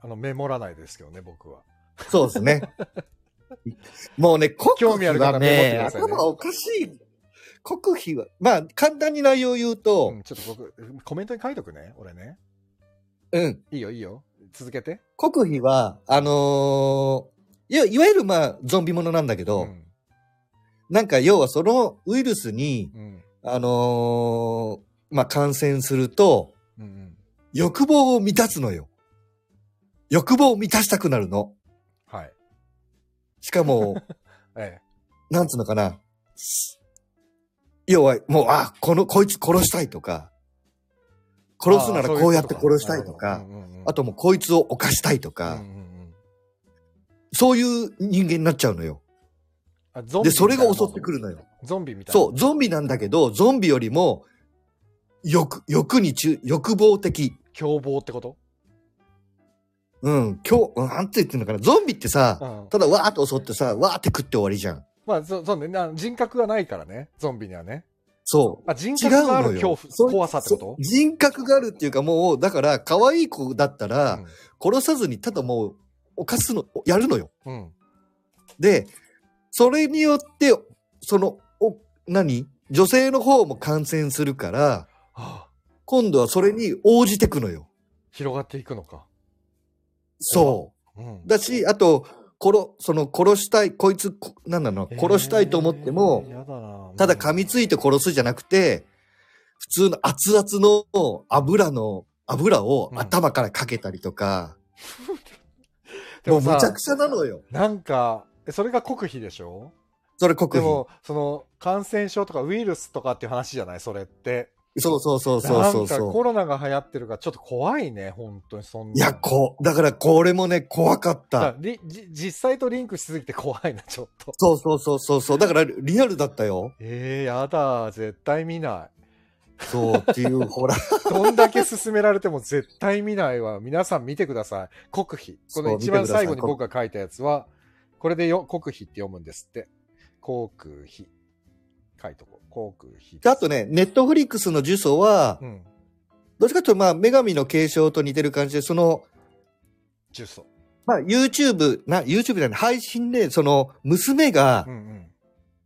S1: あの、メモらないですけどね、僕は。
S2: そうで
S1: *laughs*
S2: すね。もうね、国
S1: 興味ある
S2: 費
S1: 方
S2: はね、
S1: メモってくださいね
S2: 頭がおかしい。国費は、まあ、簡単に内容を言うと、
S1: うん、ちょっと僕、コメントに書いとくね、俺ね。
S2: うん。
S1: いいよ、いいよ。続けて。
S2: 国費は、あのーいわいわゆるまあ、ゾンビものなんだけど、
S1: うん。
S2: なんか要はそのウイルスに、
S1: うん。
S2: あのーまあ、感染すると、
S1: うんうん。
S2: 欲望を満たすのよ。欲望を満たしたくなるの。
S1: はい。
S2: しか
S1: *laughs*
S2: も、
S1: ええ。
S2: なんつうのかな。要は、もう、あ、この、こいつ殺したいとか、殺すなら
S1: ああ
S2: こうやって殺したいと
S1: そ
S2: か
S1: う、うことうんうんうん
S2: あともうこいつを犯したいと
S1: うん
S2: か、
S1: うんうん
S2: そういう人間になっちゃうのよ。
S1: あゾンビ
S2: で、
S1: みた
S2: そ
S1: い
S2: れ
S1: な
S2: が
S1: もん
S2: 襲ってくるのよ。
S1: ゾンビみたいな。
S2: そう、ゾンビなんだけど、ゾンビよりも、欲、欲に中、欲望的。
S1: 凶暴ってこと
S2: うん、今日、うんなんて言ってんのかな。ゾンビってさ、
S1: うん。
S2: ただわーって襲ってさ、わーって食って終わりじゃん。
S1: まあ、そそうね、な人格がないからね、ゾンビにはね。
S2: そう。
S1: あ、人
S2: 違う
S1: 格がある
S2: の
S1: 恐
S2: よ
S1: 怖、。
S2: そ
S1: 怖さってこと
S2: そ人格があるっていうかもう、だから、可愛い子だったら、殺さずに、ただもう、犯すの、やるのよ。
S1: うん。うん
S2: で、それによって、その、お、何女性の方も感染するから、
S1: はあ
S2: 今度はそれに応じてくのよ。
S1: 広がっていくのか。
S2: そう。
S1: うん。
S2: だし、あと、殺、その殺したい、こいつ、こなんなの、殺したいと思って
S1: え
S2: も
S1: ー、やだな
S2: ただ噛みついて殺すじゃなくて、普通の熱々の油の、油を
S1: うん
S2: 頭からかけたりとか、
S1: で
S2: もう
S1: も
S2: む
S1: さ
S2: ちゃくちゃなのよ。
S1: なんか、えそれが国費でしょ
S2: それ国
S1: で
S2: 費。
S1: も、その、感染症とかウイルスとかっていう話じゃないそれって。
S2: そうそうそうそうそう
S1: なんか
S2: そ
S1: コロナが流行ってるから、ちょっと怖いね、本当にそんな
S2: う。
S1: の。
S2: いや、こ、だからこれもね、怖かっ
S1: だか
S2: た
S1: ら。りじ実際とリンクしすぎて怖いな、ちょっと。
S2: そうそうそうそうそう。だからリアルだったよ。
S1: えー、やだ、絶対見ない。
S2: そうってい
S1: *laughs*
S2: う、ほら。
S1: どんだけ勧められても絶対見ないわ。皆さん見てください。国費。この
S2: そう
S1: 一番
S2: 見てくださ
S1: 最
S2: い
S1: 後に僕が書いたやつは、これでよ国費って読むんですって。航空費。書いとこう。国費です。
S2: あとね、ネットフリックスの呪詛は
S1: う、ん。
S2: どっちかというと、まあ、女神の継承と似てる感じで、その、
S1: 重曹。
S2: まあ、YouTube、な、YouTube じゃない、配信で、その、娘が
S1: うんうん。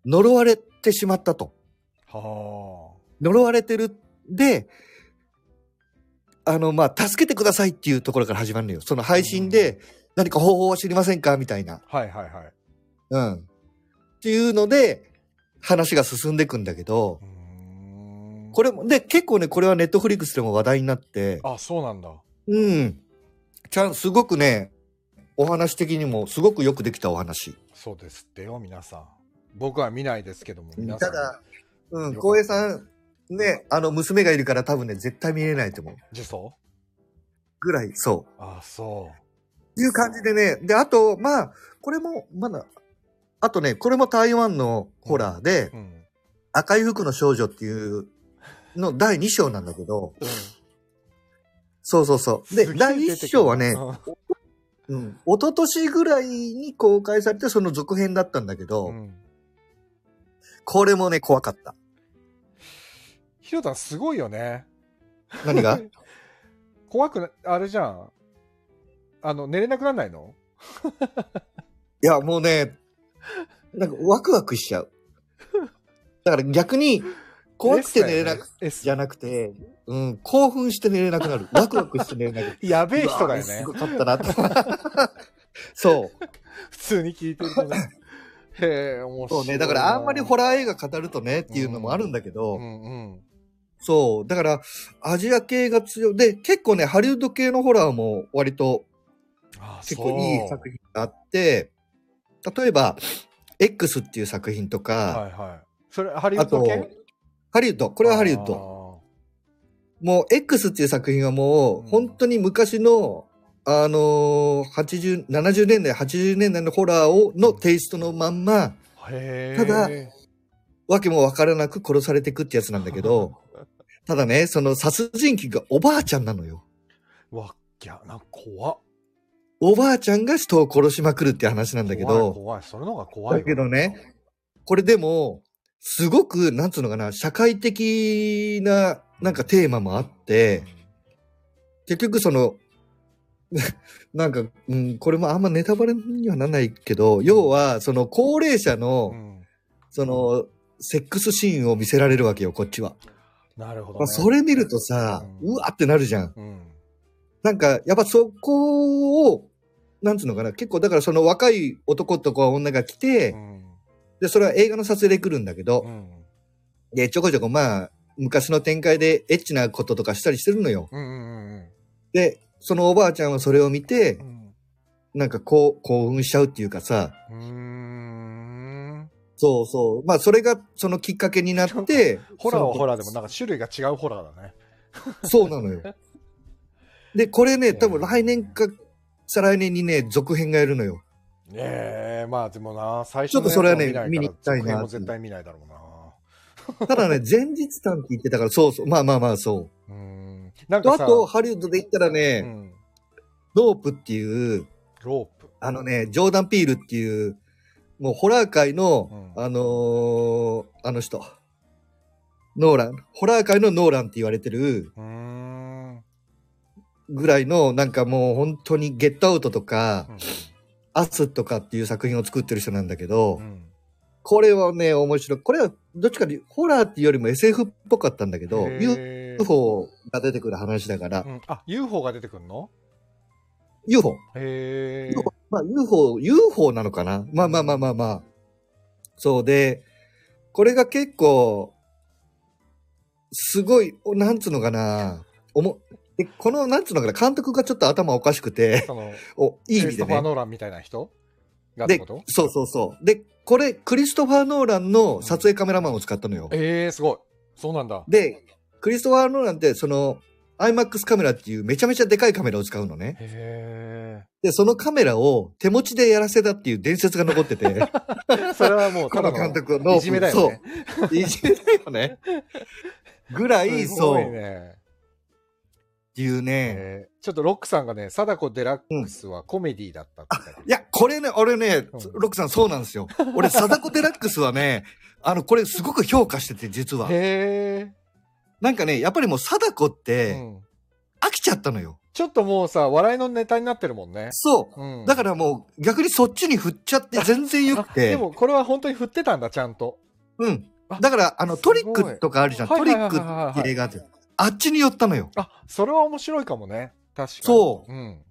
S2: 呪われてしまったと。
S1: は
S2: 呪われてる。で、あの、まあ、助けてくださいっていうところから始まるのよ。その配信で、何か方法は知りませんかみたいな。
S1: あ。はいはいはい。
S2: うん。っていうので、話が進んでいくんだけど
S1: う、ーん
S2: これも、で、結構ね、これはネットフリックスでも話題になって、
S1: あ、そうなんだ。
S2: うん。ちゃん、すごくね、お話的にもすごくよくできたお話。
S1: そうですってよ、皆さん。僕は見ないですけども、皆さん。
S2: ただ、う
S1: よか
S2: ん、
S1: った
S2: 浩平さん、ね、あの、娘がいるから多分ね、絶対見れないと思う。
S1: 重曹
S2: ぐらい、そ。
S1: あ、そう
S2: いう感じでね、で、あと、まあ、これも、まだ、あとね、これも台湾のホラーで、
S1: う。うん。
S2: 赤い服の少女っていうの第2章なんだけど、そうそうそう。で、
S1: すげえ
S2: 第
S1: 出てく
S2: 1
S1: る
S2: 章はね、
S1: う
S2: うん、一昨年ぐらいに公開されて、その続編だったんだけど、
S1: んうん。
S2: これもね、怖かった。
S1: ひろたんすごいよね。
S2: 何が
S1: 怖くな、あれじゃん。あの、寝れなくなんないの
S2: いや、もうね、なんかワクワクしちゃう。だから逆に、怖くて寝れなく、
S1: S
S2: じゃなくて、うん、興奮して寝れなくなる。ワクワクして寝
S1: *laughs*
S2: れなくなる。
S1: やべえ人だ
S2: うわ
S1: よ
S2: す
S1: ね
S2: ご。かったなと。そう。
S1: 普通に聞いてると
S2: *laughs*
S1: ね。へえ、面白
S2: そう
S1: い。
S2: ね。だからあんまりホラー映画語るとねっていうのもあるんだけど、
S1: うんうん。
S2: そう。だからアジア系が強い。で、結構ね、ハリウッド系のホラーも割と
S1: あ
S2: 結構いい作品があって、例えば、X っていう作品と
S1: そ
S2: か、
S1: うはいはい。それ、ハリウッ
S2: あ
S1: ド
S2: と
S1: 系、
S2: ハリウッド、こ
S1: こ
S2: れはハリウッド。。もう X っていう作品はも
S1: うん
S2: う本当に昔の、あのー、80、70年代、80年代のホラーを、のテイストのまんま、
S1: へえ。
S2: ただわけもわからなく殺されていくってやつなんだけど、ただね、その殺人鬼がおばあちゃんなのよ。
S1: わっきゃ、なんか怖っ。
S2: おばあちゃんが人を殺しまくるって話なんだけ
S1: 怖い
S2: ど、
S1: 怖い。それの方が怖いよ。
S2: だけどねこれでも、すごく、なんつうのかな、社会的な、なんかテーマもあ
S1: う
S2: っ
S1: ん。
S2: て、結局その、 *laughs* なんか、うん、これもあんまネタバレにはならないけど、要は、その高齢者
S1: う
S2: の、
S1: ん
S2: その、セックスシーンを見せられるわけよ、こっちは。
S1: なるほど、ね。
S2: まあ、それ見るとさ、
S1: うん
S2: うわってなるじゃん。
S1: うん。
S2: なんか、やっぱそこを、なんつうのかな、結構だからその若い男とか女が来て、
S1: うん。
S2: で、それは映画の撮影で来るんだけど
S1: う、ん。
S2: で、ちょこちょこまあ、昔の展開でエッチなこととかしたりしてるのよ。
S1: うんうん
S2: で、そのおばあちゃんはそれを見て
S1: うんう、ん。
S2: なんかこう、興奮しちゃうっていうかさ、
S1: うーん。
S2: そうそう。まあ、それがそのきっかけになって、
S1: *laughs* ホラーは
S2: その
S1: ホラーでもなんか種類が違うホラーだね。
S2: そうなのよ。で、これね、多分
S1: うん
S2: 来年か、再来年にね、続編がやるのよ。
S1: ねえ、まあでもな、最初
S2: ちょっとそれはね
S1: やつ
S2: 見に行きたいな
S1: 続編も絶対見ないだろう *laughs*
S2: ただね、前日談って言ってたから、そうそう。まあまあまあ、そ
S1: な。うーん。なん
S2: う。
S1: か
S2: あ
S1: さ、
S2: と、ハリウッドで言ったら
S1: う
S2: ね、
S1: ん、
S2: ロープっていう、
S1: ロープ。
S2: あのね、ジョーダン・ピールっていう、もうホラー界の、
S1: うん
S2: あのーあの人、ノーラン、ホラー界のノーランって言われてる
S1: うーん。うん
S2: ぐらいの、なんかもう本当にゲットアウトとか、アスとかっていう作品を作ってる人なんだけど、
S1: うん
S2: これはね、面白い。これはどっちかでホラーっていうよりも SF っぽかったんだけど、
S1: へー
S2: UFO が出てくる話だから、
S1: うんあ、UFO が出てくるの
S2: UFO。
S1: へえ。
S2: UFO まあ UFO、UFO なのかなまあまあまあまあまあ。そうで、これが結構、すごい、おなんつうのかな、おも、でこの、なんつうのかな、監督がちょっと頭おかしくて、 *laughs*
S1: その、
S2: お、いい
S1: ク
S2: 意
S1: リ
S2: 味
S1: スト
S2: で
S1: ファー・
S2: ね。
S1: ノーランみたいな人がって
S2: で
S1: こと、
S2: そうそうそう。で、これ、クリストファー・ノーランの撮影カメラマンを使ったのよ。
S1: えー、すごい。そうなんだ。
S2: で、クリストファー・ノーランって、その、IMAX カメラっていうめちゃめちゃでかいカメラを使うのね。
S1: へ
S2: で、そのカメラを手持ちでやらせたっていう伝説が残っ
S1: *laughs*
S2: てて、
S1: え。それはもう、た
S2: こ
S1: だ
S2: の
S1: の
S2: 監督の、
S1: いじめだよね。
S2: そう。いじめだよね。ぐらい、
S1: す
S2: そ
S1: ご
S2: う。
S1: い
S2: っ
S1: ね。
S2: ていうね。
S1: えーちょっとロックさんがね、貞子デラックスはコメディだったって言ってたけど
S2: いや、これね、俺ね、
S1: うん
S2: ロックさんそうなんですよ。俺、貞子デラックス
S1: *laughs*
S2: はね、あの、これすごく評価してて、実は。
S1: へ
S2: なんかね、やっぱりもう貞子っ
S1: え、
S2: て
S1: うん
S2: 飽きちゃったのよ。
S1: ちょっともうさ、笑いのネタになってるもんね。
S2: そう。
S1: うん、
S2: だからもう逆にそっちに振っちゃって全然よく
S1: あで *laughs*
S2: て。
S1: もこれは本当に振ってたんだ、ちゃんと。
S2: うん
S1: あ。
S2: だから、あの、
S1: すご
S2: ト
S1: い
S2: リックとかあるじゃん。
S1: はいは
S2: ト
S1: い
S2: リ
S1: はいは
S2: ッ
S1: い
S2: クっていう映画って。あっちに寄ったのよ。
S1: あ、それは面白いかもね。確かに。。
S2: そ
S1: う
S2: う
S1: ん。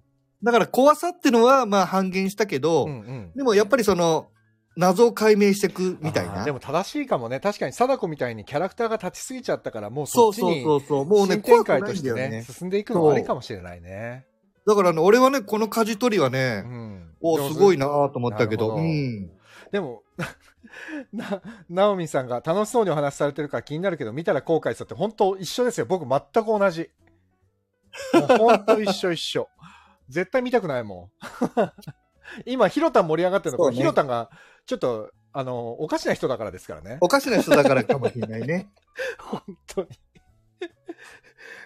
S2: だから怖さってのは、まあ半減したけど、
S1: うんうん
S2: でもやっぱりその、謎を解明していくみたい
S1: あー
S2: な
S1: で。も正しいかもね。確かに貞子みたいにキャラクターが立ちすぎちゃったから、もうそっ
S2: そう
S1: ち
S2: そう
S1: に
S2: そうそう。もうね、
S1: 新展
S2: 怖く
S1: 開
S2: な
S1: と
S2: い
S1: し
S2: んだ
S1: て
S2: よね。
S1: ね、進んでいくのはありかもしれないね。
S2: だからね、俺はね、この舵取りはね、
S1: うん
S2: おすごいなぁと思ったけど、
S1: なるほ
S2: う
S1: ど
S2: ん。
S1: でも、 *laughs* な、なおみさんが楽しそうにお話しされてるから気になるけど、見たら後悔したって、本当一緒ですよ。僕全く同じ。もう本当一緒一緒。 *laughs* 絶対見たくないもん。 *laughs* 今、ヒロタン盛り上がってるの、
S2: そう
S1: こ
S2: ね
S1: れヒロタンが、ちょっと、あの、おかしな人だからですからね。
S2: おかしな人だからかもし
S1: *laughs*
S2: れないね。
S1: 本当に。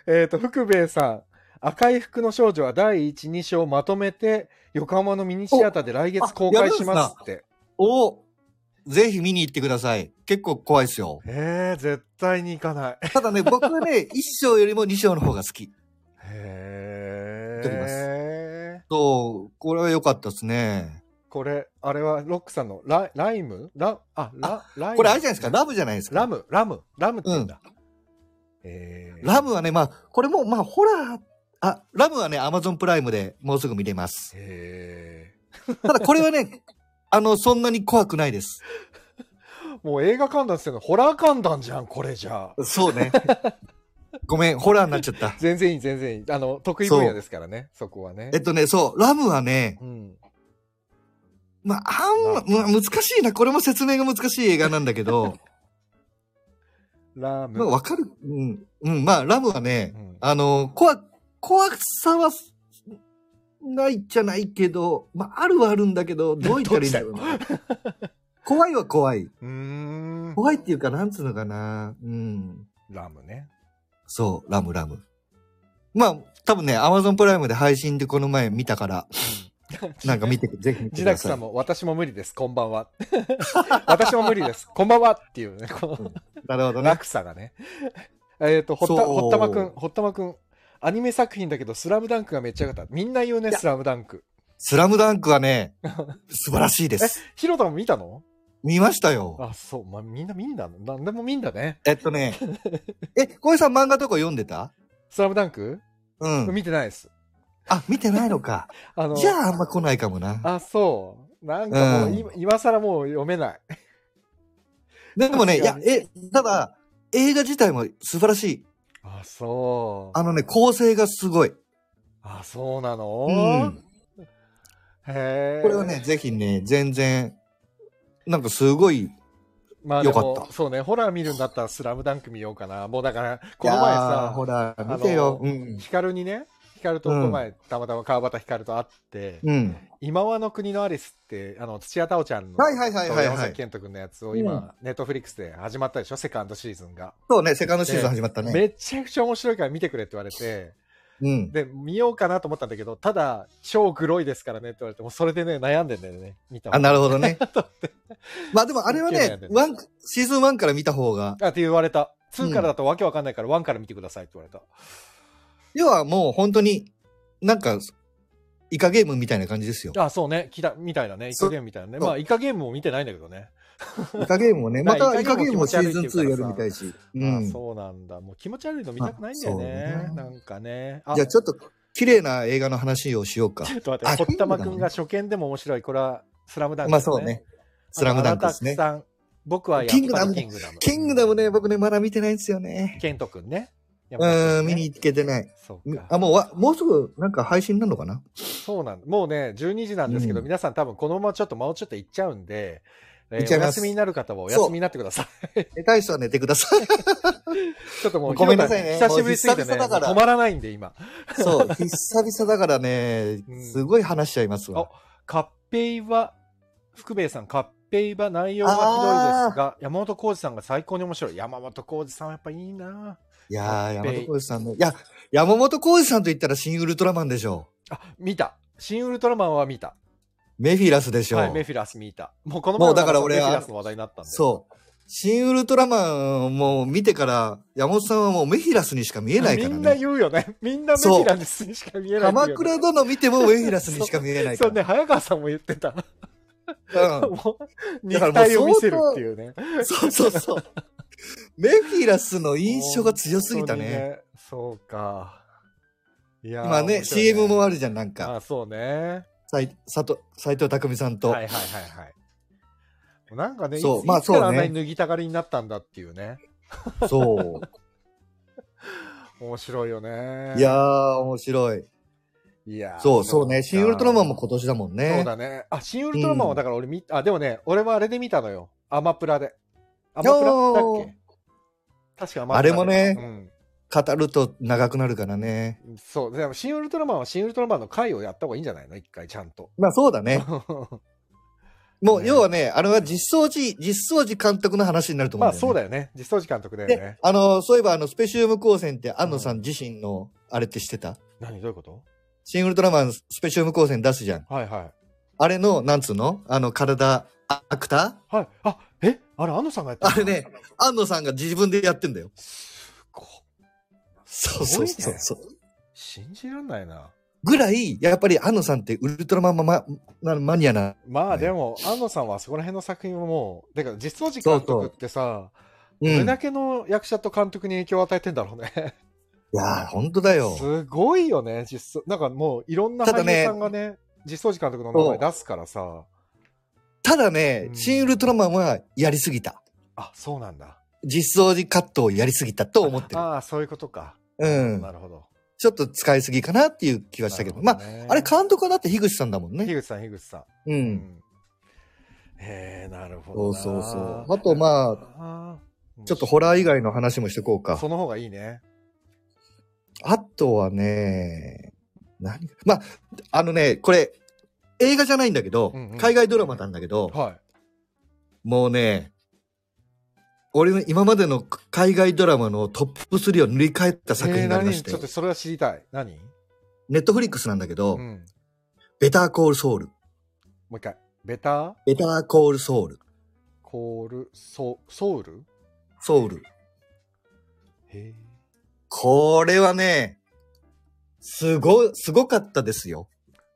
S1: えっと、福兵衛さん。赤い服の少女は第1、2章をまとめて、横浜のミニシアターで来月公開しますって。
S2: おぜひ見に行ってください。結構怖いですよ。
S1: えー、絶対に行かない。
S2: ただね、僕はね、1章 *laughs* よりも2章の方が好き。
S1: へ
S2: 撮ります
S1: え。
S2: そう、これは良かったですね。
S1: これ、あれはロックさんのラライムラ、あ、ラ、ライム。
S2: これあれじゃないですか、ラブじゃないですか。
S1: ラム、ラム、ラムって言うんだ。えー
S2: ラムはね、まあ、これも、まあ、ホラー、あ、ラムはね、アマゾンプライムでもうすぐ見れます。
S1: へ
S2: ただこれはね、 *laughs* あの、そんなに怖くないです。
S1: ーもう映画観覧してるのホラー観覧じゃん、これじゃあ。
S2: そうね。 *laughs* ごめん、ホラーになっちゃ *laughs* った。
S1: 全然いい、全然いい。あの、得意分野ですからね、そこはね
S2: え。っとね、そう、ラムはね、
S1: うん。
S2: まあ、あんま、まあ難しいな。これも説明が難しい映画なんだけ *laughs* ど、
S1: ラ
S2: まあ、
S1: ム。
S2: わかる。うん、うん、まあ、ラムはね、
S1: うん
S2: あの、怖、怖さは、ないじゃないけど、まあ、あるはあるんだけど、どう言ったらいいんだろうな。怖いは怖い。
S1: うーん。
S2: 怖いっていうか、なんつうのかな。うん。
S1: ラムね。
S2: そう、ラムラム。まあ、多分ね、アマゾンプライムで配信でこの前見たから、なんか見て、ぜひ見て
S1: ジ
S2: く
S1: ダ
S2: だ
S1: クさ
S2: さい
S1: ん。も、私も無理です、こんばんは。 *laughs* 私も無理です、こんばんはっていうね、この
S2: なるほどね。
S1: 落差がね。えっと、ほった、
S2: そう
S1: ほったまくん、ほったまくん。アニメ作品だけど、スラムダンクがめっちゃ良かった。みんな言うね、
S2: いや
S1: スラムダンク。
S2: スラムダンクはね、素晴らしいです。
S1: ヒロタも見たの
S2: 見ましたよ。
S1: あ、そう。まあ、みんな見んだの。なんでも見んだね。
S2: えっとね、え、小江さん漫画とか読んでた
S1: スラムダンク、
S2: うん。
S1: 見てないです。
S2: あ、見てないのか。
S1: あの、
S2: じゃああんま来ないかもな。
S1: あ、そう。なんかもう、
S2: うん
S1: 今今更もう読めない。
S2: でもね、いや
S1: 確、
S2: え、ただ、映画自体も素晴らしい。
S1: あ、そう。
S2: あのね、構成がすごい。
S1: あ、そうな
S2: う
S1: の、
S2: ん。
S1: へえ。
S2: これはね、、ぜひね、全然、なんかすごい、
S1: まあでも
S2: よかっ
S1: そうね、ホラー見るんだったらスラムダンク見ようかな。もうだから、こ
S2: いや
S1: の
S2: ー
S1: 前さ、
S2: ほら、見てよ。
S1: あ
S2: う
S1: の
S2: ん。
S1: ヒカルにね、ヒカルとこの前、たまたま川端ヒカルと会って、
S2: うん。
S1: 今和の国のアリスって、あの、土屋太鳳ちゃんの、
S2: はいはいはいはいはい
S1: と山崎賢人君のやつを今、ネットフリックスで始まったでしょ、セカンドシーズンが。
S2: そうね、セカンドシーズン始まったね。
S1: めちゃくちゃ面白いから見てくれって言われて、
S2: うん。
S1: で、見ようかなと思ったんだけど、ただ、超グロいですからねって言われて、もうそれでね、悩んでんだよね、見た
S2: あ、な
S1: る
S2: るほ
S1: *laughs*
S2: どね。まあでもあれは
S1: 一見悩
S2: ね
S1: んで、る
S2: ワン、シーズン1から見た方が、
S1: あ、って言われた。2からだとわけわかんないから、1から見てくださいって言われた。
S2: 要はもう本当に、なんか、イカゲームみたいな感
S1: *laughs*
S2: じですよ。
S1: あ、そうね、きた、みたいなね、イカゲームみたいなね。
S2: そう
S1: まあ、イカゲームも見てないんだけどね。
S2: イカゲームもね、また
S1: イ
S2: イ
S1: カ
S2: カ
S1: ゲ
S2: ゲ
S1: ーム
S2: ーム
S1: も
S2: も
S1: 気持ち
S2: シ
S1: 悪い
S2: ー
S1: ってい
S2: ズン
S1: うからさ
S2: 2やるみたいし。う
S1: あ
S2: ん。
S1: そうなんだ。もう気持ち悪いの見たくないんだよ
S2: あ
S1: ね。
S2: そうね
S1: なんかね。あ
S2: じゃあちょっと、綺麗な映画の話をしよう *laughs* か。
S1: ちょっと待っ
S2: あ
S1: て、
S2: キ
S1: 堀
S2: ングダム
S1: 玉くんが初見でも面白い。これは、スラムダンク、
S2: まあそうね。。スラムダンクです
S1: あ
S2: ね
S1: の。荒拓さん僕はやっぱり
S2: キングダム
S1: キングダム。
S2: キングダムね、僕ね、まだ見てないんですよね。
S1: ケントくんね。う
S2: うん、見に行けてない。
S1: そうか。
S2: あ、もうわ、もうすぐ、なんか配信なのかな
S1: そうなんだ。もうね、12時なんですけど、
S2: うん
S1: 皆さん多分このままちょっと間をちょっと行っちゃうんで、えー
S2: 行っちゃい
S1: お
S2: ます
S1: 休みになる方はお休みになってください。 *laughs*
S2: 寝たい人は寝てください。
S1: ちょっともう、
S2: ごめんなさいね
S1: ひろた久しぶりすぎて
S2: もう
S1: ね、
S2: 久々だから
S1: 止まらないんで今。
S2: そう、久々だからね
S1: うん、
S2: すごい話しちゃいますわ。
S1: カッペイは、福兵衛さん、カッペイは内容がひどいですが、山本浩二さんが最高に面白い。山本浩二さんはやっぱいいない
S2: やー、
S1: やっ
S2: 山
S1: べ
S2: 本浩二さんの、いや、山本浩二さんと言ったら新ウルトラマンでしょ
S1: あ、見た。新ウルトラマンは見た。
S2: メフィラスでしょ、
S1: はい、メフィラス見た。もうこの
S2: も
S1: 前
S2: うだから俺
S1: メ
S2: は
S1: フィラスの話題になったんで。
S2: そう。新ウルトラマンも見てから、山本さんはもうメフィラスにしか見えない
S1: み
S2: から
S1: んな
S2: ね。
S1: 言うよね。みんなメフィラスにしか見えないっていうよね。
S2: 鎌倉殿見てもメフィラスにしか見えないか
S1: そうね、
S2: ら。
S1: 早川さんも言ってた。
S2: そ
S1: もう
S2: だから
S1: 肉体
S2: もう
S1: を見せるっていうね。
S2: うん、そうそうそう。メフィラスの印象が強すぎたね。
S1: 本当にね。そうか。いやー
S2: 今ね、
S1: 面白い
S2: CM もあるじゃん、なんか。
S1: あ、そうね。
S2: 斎佐藤斎藤工さんと。
S1: はいはいはいはい。なんかね、
S2: そう
S1: いつ
S2: まあ
S1: いつから
S2: そう
S1: あん
S2: ね
S1: なに脱ぎたがりになったんだっていうね。
S2: そう。
S1: *laughs* 面白いよね。
S2: いやー、面白い。
S1: いやー
S2: そうそうね。
S1: か
S2: 新ウルトラマンも今年だもん
S1: そ
S2: ね
S1: う。だね。あ、新ウルトラマンはだから俺見、あ、でもね、俺はあれで見たのよ。アマプラで。アマプラだっけ確かアマプラで
S2: あれもね
S1: うん。
S2: 語ると長くなるからね。
S1: そう、でも、新ウルトラマンは新ウルトラマンの回をやった方がいいんじゃないの一回ちゃんと。
S2: まあそう
S1: *laughs*
S2: だね。もう、要はね、あれは実装時、実装時監督の話になると思
S1: ま
S2: うん
S1: あ、
S2: だ
S1: そ
S2: よ、ね。
S1: うだよね。実装時監督だよ
S2: で
S1: ね。、
S2: あの、そういえばあの、スペシウム光線って安野さん自身の、あれって知ってた
S1: 何どういうこと
S2: 新ウルトラマンスペシウム光線出すじゃん。
S1: はいはい。
S2: あれの、なんつうのあの、体、あアクタ
S1: はい。あ、えあれ、安野さんがやって
S2: ー
S1: る
S2: あれね。、安野さんが自分でやってんだよ。
S1: こ
S2: そうそうそうそう。
S1: 信じらんないな。
S2: ぐらい、やっぱり安野さんってウルトラマンママなマニアな。
S1: まあ
S2: ね
S1: でも、安野さんはそこら辺の作品はもう、だから実装時監督ってさ、
S2: うん。
S1: どれ
S2: い
S1: だけの役者と監督に影響を与えてんだろうね。
S2: やー、ほんとだ
S1: *laughs*
S2: よ。
S1: すごいよね、実装。なんかもういろんな
S2: た
S1: 俳
S2: だね
S1: 優さんがね、実装時監督の名前出すからさ。
S2: ただね
S1: う、ん
S2: 新ウルトラマンはやりすぎた。
S1: あ、そうなんだ。
S2: 実装時カットをやりすぎたと思ってる。
S1: ああ、そういうことか。
S2: うん。
S1: なるほど。
S2: ちょっと使いすぎかなっていう気はしたけど。まあ、あれ監督はだって樋口さんだもんね。
S1: 樋口さん、樋口さん。
S2: う。。
S1: うんへえ、なるほ
S2: そ
S1: ど
S2: う
S1: な。
S2: そうそう。あとまあ、
S1: あー、
S2: ちょっとホラー以外の話もしてこうか
S1: そ。の方がいいね。
S2: あとはね、何まあ、あのね、これ、映画じゃないんだけど
S1: うんうん、
S2: 海外ドラマなんだけど、
S1: は
S2: もうね、俺の今までの海外ドラマのトップ3を塗り替えた
S1: い。
S2: 作品
S1: えー
S2: になりまし
S1: 何
S2: て
S1: ちょっ、とそれは知りたい。何
S2: ネットフリックスなんだけ
S1: う
S2: ど、
S1: ん。
S2: ベターコールソウル。
S1: もう一回。ベター
S2: ベターコールソウル。
S1: コールソソウル
S2: ソウル。
S1: へえ。
S2: これはね、すごい、すごかったですよ。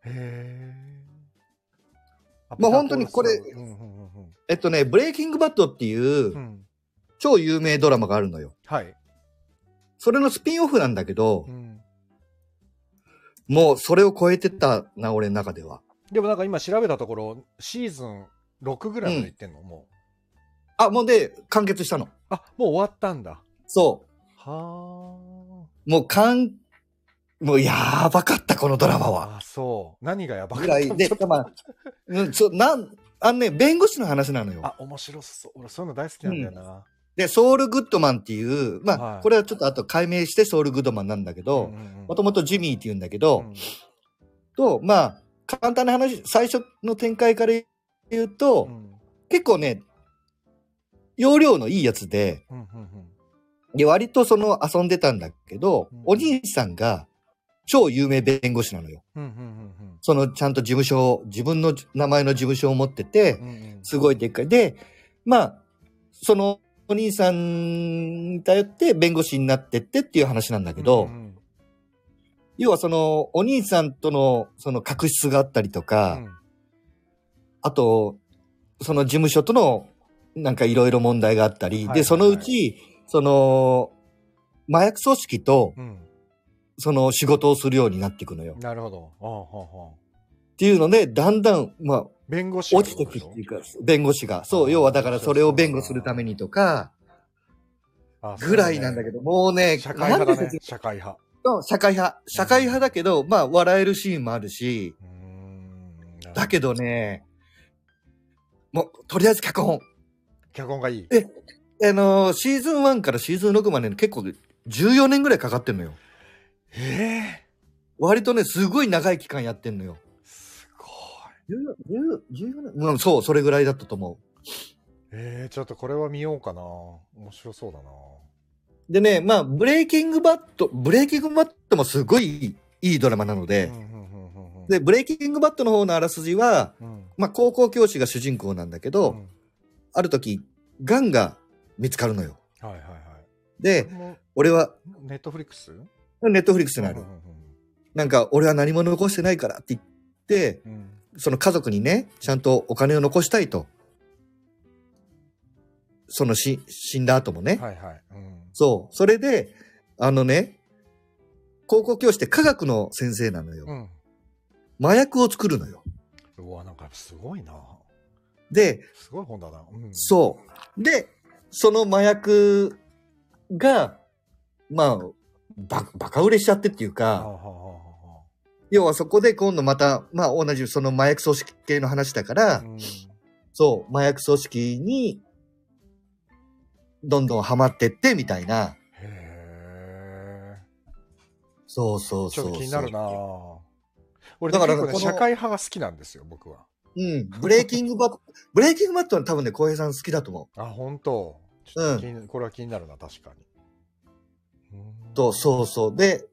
S1: へえ。
S2: まあ本当にこれ
S1: ベターコールソウルうんうんうん。
S2: えっとね、ブレイキングバッドっていううん
S1: うん。
S2: 超有名ドラマがあるのよ。
S1: はい。
S2: それのスピンオフなんだけど
S1: う、ん。
S2: もうそれを超えてたな、俺の中では。
S1: でもなんか今調べたところ、シーズン6ぐらいまでいってんの、もう。
S2: あ、もうで、完結したの。
S1: あ、もう終わったんだ。
S2: そ
S1: は
S2: う。もう完、もうやばかった、このドラマ
S1: あ。
S2: は。
S1: あ、そう。何がやばか
S2: ぐ
S1: った
S2: らい
S1: *laughs*
S2: で、まあ、うん、そう、なん、あのね、弁護士の話なのよ。
S1: あ、面白そう。俺そういうの大好きなんだよな。
S2: で、ソウル・グッドマンっていう、まあ、
S1: はい
S2: これはちょっと後解明してソウル・グッドマンなんだけど、もともとジミーって言うんだけど、
S1: うん
S2: と、まあ、簡単な話、最初の展開から言うと、
S1: うん
S2: 結構ね、容量のいいやつで、
S1: うんうんうん
S2: で、割とその遊んでたんだけど、
S1: うん
S2: お兄さんが超有名弁護士なのよ。
S1: うんうん
S2: そのちゃんと事務所を、自分の名前の事務所を持ってて
S1: うんう、んうん
S2: すごいでっかい。で、まあ、そのお兄さんに頼って弁護士になってってっていう話なんだけど、
S1: うんうん
S2: 要はそのお兄さんとのその確執があったりと
S1: う
S2: か、
S1: ん
S2: あと、その事務所との、なんかいろいろ問題があったり、
S1: はいはいは
S2: で、
S1: い
S2: そのうち、その、麻薬組織と、
S1: うん
S2: その仕事をするようになっていくのよ。
S1: なるほどああはあはあ
S2: っていうので、だんだん、まあ、
S1: 弁護士
S2: 落ちてくっていうか、弁護士が。そ
S1: あ
S2: う、
S1: ー
S2: 要はだからそれを弁護するためにとか、
S1: あそうね
S2: ぐらいなんだけど、もうね、
S1: 社会派
S2: なん
S1: だ
S2: で
S1: ね社会派
S2: そう社会派。社会派だけど、まあ、笑えるシーンもあるし、
S1: うーん
S2: だけどね、もう、とりあえず脚本。
S1: 脚本がいい
S2: あのーシーズン1からシーズン6まで結構14年ぐらいかかってんのよ。
S1: ええ
S2: 割とね、すごい長い期間やってんのよ。
S1: すごい
S2: 14年うん、そう、それぐらいだったと思
S1: ええちょっとこれは見ようかな面白そうだな
S2: う。でね、まあ、ブレイキングバット、ブレイキングバットもすごいいいいいドラマなので、
S1: うんうんうんうんうん
S2: で、ブレイキングバットの方のあらすじは、
S1: うん
S2: まあ、高校教師が主人公なんだけど、
S1: うん
S2: ある時、ガンが見つかるのよ。
S1: はいはいはい
S2: で、
S1: も
S2: 俺は、
S1: うネットフリックス
S2: ネットフリックスにある
S1: うん。う
S2: なんか、俺は何も残してないからって言って、
S1: んうんうん
S2: その家族にね、ちゃんとお金を残したいと。そのし、死んだ後もね。
S1: はいはいうん
S2: そう。それで、あのね、高校教師って科学の先生なのよ。
S1: うん
S2: 麻薬を作るのよ。
S1: うわなんかすごいな
S2: で、
S1: すごい本だなうん
S2: そう。で、その麻薬が、まあ、ば、バカ売れしちゃってっていう
S1: はあ
S2: か、
S1: はあはあは
S2: 要はそこで今度また、まあ同じその麻薬組織系の話だから、
S1: あうん
S2: そう、麻薬組織に、どんどんハマってって、みたいな。
S1: へえ
S2: そうそう
S1: ち
S2: そう
S1: ょっ
S2: そう。
S1: と気になるな俺
S2: だ
S1: だ
S2: か
S1: からら、結構
S2: こ
S1: ね、
S2: の
S1: 社会派が好きなんですよ僕は
S2: うん。ブレイキングバット、 *laughs* ブレイキングバットは多分ね、浩平さん好きだと思
S1: あ本当ちょっと気に、これは気になるな確かにう
S2: う。
S1: ん
S2: と、そうそう。で、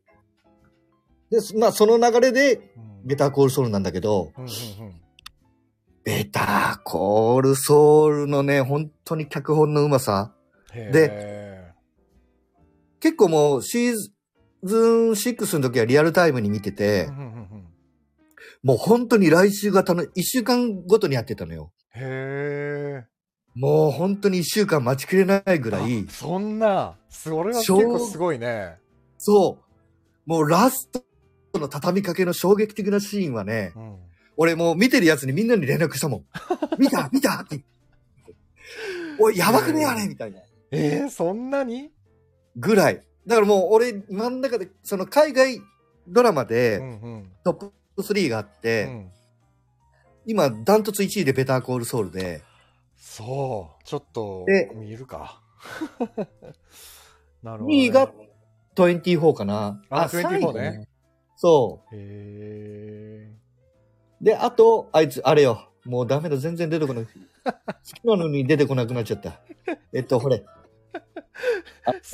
S2: で、そまあその流れで、
S1: うん
S2: ベターコールソウルなんだけど、
S1: うんうんうん
S2: ベターコールソウルのね、本当に脚本のうまさ。
S1: へえ
S2: 結構もうシーズン6の時はリアルタイムに見てて、
S1: うんうんうんうん
S2: もう本当に来週が楽、一週間ごとにやってたのよ。
S1: へえ
S2: もう本当に一週間待ちきれないぐらい
S1: あ、そんなそれは結構すごいね
S2: そう、もうラストの畳みかけの衝撃的なシーンはね、
S1: うん
S2: 俺もう見てるやつにみんなに連絡したも
S1: *laughs*
S2: ん。見た見たって。おい、やばくねあれみたいな。
S1: えー、そんなに、
S2: ぐらい。だからもう俺、真ん中で、その海外ドラマ
S1: う
S2: で
S1: んうん
S2: トップ3があっ
S1: う
S2: て、
S1: ん、
S2: 今ダントツ1位でベターコールソウルで、
S1: そうちょっと
S2: で
S1: 見るか *laughs* なるほど、ね、
S2: 2位が24かな。
S1: あ24
S2: 最後
S1: ね。
S2: そう。
S1: へえ
S2: で、あと、あいつ、あれよ。もうダメだ、全然出てこない。好きなのに出てこなくなっちゃった。えっ
S1: *laughs*
S2: と、ほれ。あれ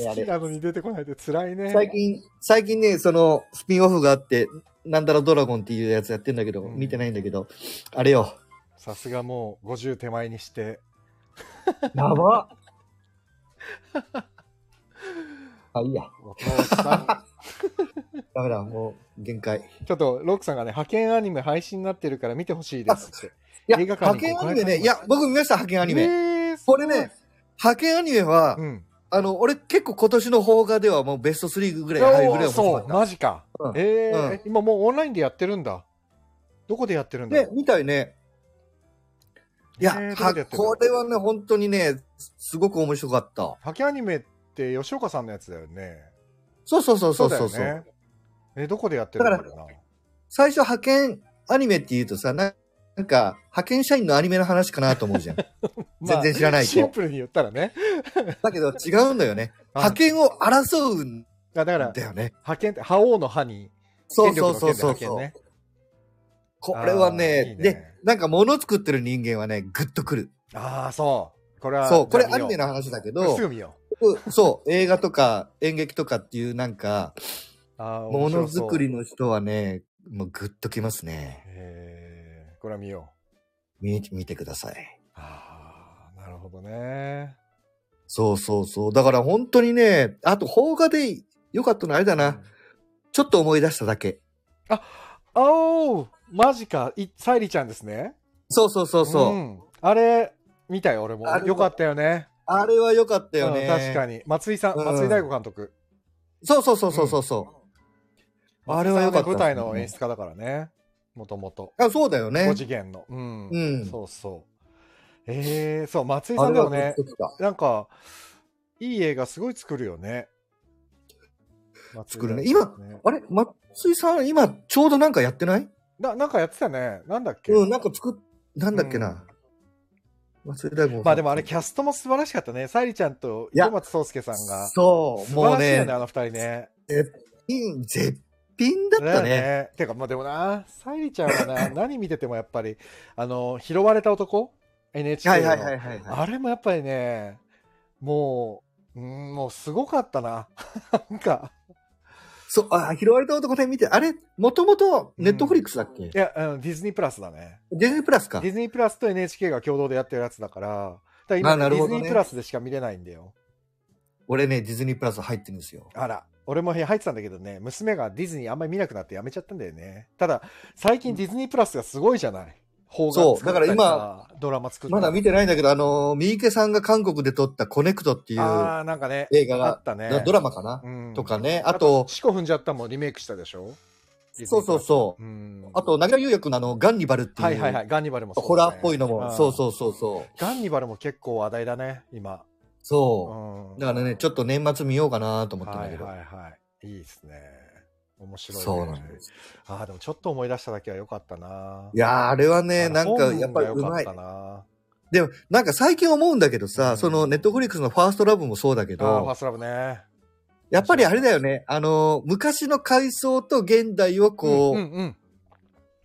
S1: 好
S2: あ
S1: き
S2: れ。
S1: なのに出てこないって辛いね
S2: 最近、最近ね、その、スピンオフがあって、なんだらドラゴンっていうやつやってんだけど、
S1: うん
S2: 見てないんだけど、あれよ。
S1: さすがもう50手前にして
S2: や
S1: *laughs*
S2: ばっあ、いいや。
S1: お父
S2: *laughs*
S1: さ
S2: ダメだ、もう、限界。
S1: んちょっとロックさんがね派遣アニメ配信になってるから見てほしいですって
S2: いや、
S1: 映画館
S2: 派
S1: に
S2: 遣
S1: 公
S2: ア
S1: 開
S2: ニ
S1: されまし
S2: メね、
S1: た
S2: いや、僕見ました、派遣アニメ。
S1: えーす
S2: こ
S1: ご
S2: れ
S1: い
S2: ね、派遣アニメは、
S1: うん
S2: あの、俺結構今年の邦画ではもうベスト3ぐらい入るぐらい面白
S1: そ
S2: かっ
S1: う
S2: た。
S1: マジか、
S2: うん
S1: えー
S2: うん
S1: 今もうオンラインでやってるんだどこでやってるんだろ
S2: ね
S1: う、
S2: みたいね。いや、
S1: えーどこ
S2: は
S1: でやってる
S2: これはね、本当にね、すごく面白かった。
S1: ハケアニメって吉岡さんのやつだよね。
S2: そうそうそうそうそう
S1: だよね。え、どこでやってるんだろうな。
S2: 最初派遣アニメって言うとさ、ななんか、派遣社員のアニメの話かなと思うじゃん。
S1: *laughs* まあ
S2: 全然知らない
S1: シン
S2: と。
S1: プルに言ったらね。
S2: だけど違うんだよね。
S1: うん
S2: 派遣を争うん
S1: あだから、
S2: だよね。
S1: 派遣って、覇王の覇に、
S2: そ
S1: 権
S2: う
S1: 力
S2: そ
S1: の
S2: うそう
S1: 権で
S2: そ
S1: 派遣
S2: うそう
S1: ね。。
S2: これは
S1: あーい
S2: ね
S1: いね
S2: で、なんか物作ってる人間はね、ぐっとくる。
S1: ああ、そう。これは、
S2: そう、これ
S1: じゃあ
S2: アニ
S1: 見
S2: メ
S1: よ
S2: の
S1: う
S2: 話だけ
S1: す
S2: ど
S1: ぐ、見よ
S2: そう、映画とか演劇とかっていうなんか、
S1: う。あー
S2: ものづくり。
S1: 面白そう
S2: の人はね、もうグッときますね。
S1: へーこれは見よう。
S2: 見見てください。
S1: ああ、なるほどね。
S2: そうそうそう。だから本当にね、あと邦画で良かったのあれだな。ちょっと思い出しただけ。
S1: おーマジか。いサイリちゃんですね。
S2: そうそうそうそう。
S1: んあれ、見たよ、俺も
S2: あ。れ
S1: よかったよね。
S2: あれは良かったよね。
S1: うん確かに。松井さん、
S2: うん
S1: 松井大吾監督。
S2: そうそうそうそうそうそう。あれは良かった、
S1: 松井さんね舞台の演出家だからね。もともと。
S2: あ、そうだよね
S1: 5。次元の。うん。
S2: うん
S1: そうそう。えー、そう、松井
S2: あ
S1: さん
S2: れ
S1: でも
S2: は
S1: ね
S2: ね、。
S1: なんか、いい映画すごい作るよね。
S2: 作るね
S1: 松井大吾ね
S2: あれ松井さん、今、ちょうどなんかやってない
S1: な、なんかやってたね。なんだっけ。
S2: うん、なんか作っ、なんだっけ
S1: うん
S2: な。松井大悟さん
S1: まあでもあれ、キャストも素晴らしかったね。沙莉ちゃんと
S2: いや
S1: 池松壮亮さんが。
S2: そう、
S1: 素
S2: も
S1: 晴
S2: う
S1: らしいよ
S2: ね
S1: ね、、あの二人ね。
S2: いい絶品だっ
S1: だよ
S2: たね。
S1: ね。てか、まあでもな、沙莉ちゃんは
S2: *laughs*
S1: な、何見ててもやっぱり、あの、拾われた男 ?NHK の、
S2: はいはいはいはいはい。
S1: あれもやっぱりね、もう、うん、もうすごかったな。 *laughs* なんか、
S2: そう、あ、拾われた男ね、見て、あれ、もともと、ネットフリックスだっけ
S1: いや、あのディズニープラスだね。
S2: ディズニープラスか
S1: デ。ィズニープラスと NHK が共同でやってるやつだから、だから今、
S2: あな
S1: デ
S2: る
S1: ィ
S2: ほ
S1: ズ
S2: どね
S1: ニープラスでしか見れないんだよ。
S2: 俺ね、ディズニープラス入ってるんですよ。
S1: あら、俺も部屋入ってたんだけどね、娘がディズニーあんまり見なくなってやめちゃったんだよね。ただ、最近ディズニープラスがすごいじゃない。邦画作ったりさ
S2: そうだから今、
S1: ドラマ作った
S2: ま
S1: り
S2: だ見てないんだけど、あのー、三池さんが韓国で撮ったコネクトっていう
S1: ああ、なんかね、
S2: 映画
S1: あ
S2: が
S1: っ、たね。
S2: ドラマかな、
S1: うん
S2: とかね。あと、
S1: 四股踏んじゃったもリメイクしたでしょ
S2: そうそうそう。
S1: う。うん、
S2: あと、なぎらゆうやくんのあの、ガンニバルっていう、
S1: はいはいはい、ガンニバルもそうだね
S2: ホラーっぽいのも、そう
S1: う
S2: そ
S1: ん。
S2: うそうそう。
S1: ガンニバルも結構話題だね、今。
S2: そうう。
S1: ん
S2: だからね、ちょっと年末見ようかなと思ってん
S1: は
S2: だ
S1: い
S2: けど。
S1: はいはい。いいですね。面白い、ね。
S2: そうなんです。
S1: ああ、でもちょっと思い出しただけは良かったな。
S2: いやー、あれはね、
S1: あの
S2: なんか、やっぱりう
S1: 本が
S2: ま
S1: 良
S2: い
S1: かっ。たな。
S2: でも、なんか最近思うんだけどさ、
S1: うん
S2: その、ネットフリックスのファーストラブもそうだけ
S1: ああ、ファー
S2: ど、
S1: ストラブね。
S2: やっぱりあれだよね、あのー、昔の階層と現代をこう、
S1: うんうん。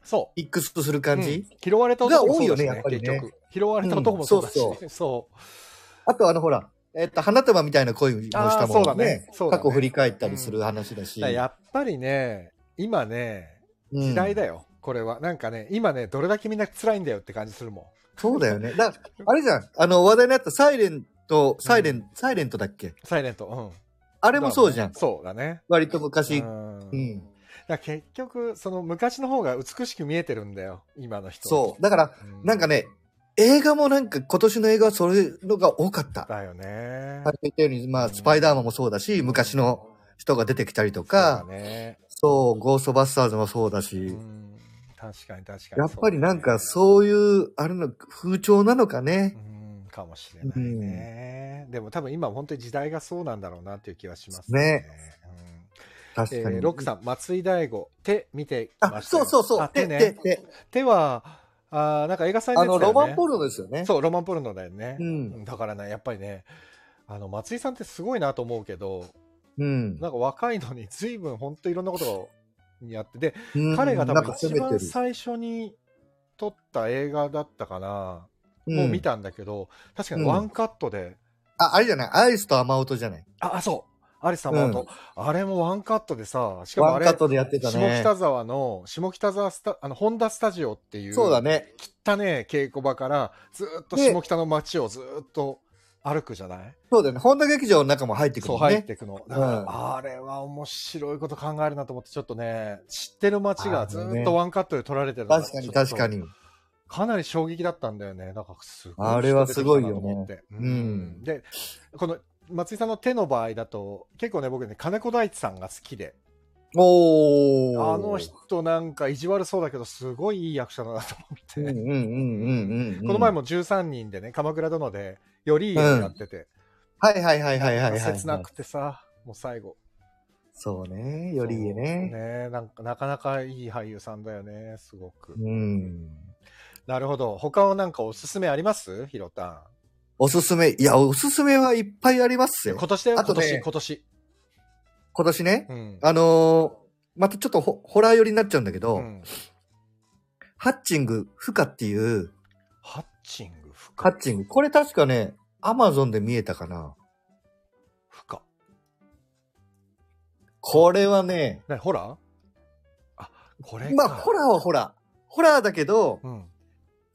S1: そ
S2: ミックスする
S1: う。
S2: 感じ、
S1: うん拾われた男もそうだし
S2: が多いよねやっぱりね
S1: 結局。拾われた男もそうだし
S2: うんそう
S1: ね。そう。
S2: あとあの、ほら、えっと、花束みたいな恋もしたもん
S1: あーそうだねそうだね
S2: 過去振り返ったりする話だし。
S1: だからやっぱりね、今ね、
S2: うん
S1: 時代だよ。これは。なんかね、今ね、どれだけみんな辛いんだよって感じするもん。
S2: そうだよね。だあれじゃん、あの、話題になったサイレント、サイレン、サイレントだっけ
S1: サイレント。うん。
S2: あ
S1: あ
S2: れもそうじゃん。
S1: そうだね。
S2: 割と昔。
S1: うん
S2: うん
S1: だから結局、その昔の方が美しく見えてるんだよ。今の人。
S2: そう。だから、
S1: う
S2: なんか。ね、映画もなんか今年の映画はそれのが多かった。
S1: だよね。
S2: さっき言ったように、まあ、スパイダーマンもそうだし、昔の人が出てきたりと
S1: そうだ
S2: か、
S1: ね。
S2: そう、ゴーストバスターズもそうだ
S1: う
S2: し、
S1: ん。確かに確かに。
S2: やっぱりなんか
S1: そうだね
S2: そういう、あれの風潮なのかね。
S1: うんかもしれないね、でも多分今本当に時代がそうなんだろうなっていう気はしますね。
S2: ね
S1: うん
S2: 確か
S1: え
S2: に。
S1: ーロックさん、松井大吾、手見てきま
S2: あ、
S1: したよ
S2: そうそうそう
S1: あ。手
S2: で、
S1: ね。
S2: で、で、
S1: 手は、あーなんか映画祭の
S2: あ
S1: やつだ
S2: の、
S1: よね。
S2: ロマンポルノですよね。
S1: そう、ロマンポルノだよね。
S2: うん
S1: だからね、やっぱりね、あの、松井さんってすごいなと思うけど、
S2: うん。
S1: なんか若いのに随分本当いろんなことにやって、で、
S2: うん
S1: 彼が多
S2: なん
S1: 分
S2: か
S1: 一
S2: 攻め
S1: 番
S2: てる。
S1: 最初に撮った映画だったかな。
S2: うん
S1: もう見たんだけど、確かにワンカットで、
S2: あ、あれじゃないアイスとアマオトじゃない
S1: あ、あそう。アリス様と、あれもワンカットでさ、しかも
S2: ワ
S1: あ
S2: ン
S1: れ、
S2: カットでやってた
S1: 下
S2: ね。
S1: 北沢の、下北沢スタ、あの、ホンダスタジオっていう、
S2: そうだね。
S1: 汚ね稽古場から、ずーっと
S2: ね
S1: 下北の街をずーっと歩くじゃない
S2: そうだよね。本田劇場の中も入ってくる
S1: そう、
S2: もん
S1: 入っ
S2: ね。
S1: てくの。だ
S2: ん
S1: からあれは面白いこと考えるなと思って、ちょっとね、知ってる街がずーっとワンカットで撮られてるのが
S2: 確かに確か。
S1: ちょっ
S2: に。
S1: とかなり衝撃だったんだよね。だから、すごい。
S2: あれはすごいよね
S1: 人出てきたなと思って
S2: うん
S1: で、この、松井さんの手の場合だと、結構ね、僕ね、金子大地さんが好きで、
S2: おー。
S1: あの人なんか意地悪そうだけど、すごいいい役者だなと
S2: う
S1: 思
S2: ん
S1: っ
S2: う
S1: て。
S2: んうんうんうん。
S1: この前。も13人でね、鎌倉殿で、よりいい役やってて、
S2: はいはいはいはいはいはい。
S1: 切なくてさ、もう最後。
S2: そうね。よりいい
S1: そう
S2: ね。
S1: ねなんか、なかなかいい俳優さんだよね、すごく。
S2: うん。
S1: なるほど。他をなんかおすすめありますひろた
S2: おすすめ。いや、おすすめはいっぱいあります
S1: ん。
S2: よ
S1: 今。年だよ、
S2: あ
S1: 今
S2: とね
S1: 年、今年。
S2: 今年ね
S1: う。ん。
S2: あのー、またちょっとホホラー寄りになっちゃうんだけ
S1: う
S2: ど、
S1: ん
S2: ハッチング、フカっていう、
S1: ハッチング、不
S2: ハ
S1: 可
S2: ッ。チング。これ確かね、アマゾンで見えたかな。
S1: 不可。
S2: これはね、
S1: なホラーあこれか
S2: まあ、ホラーはホラー。ホラーだけど、
S1: うん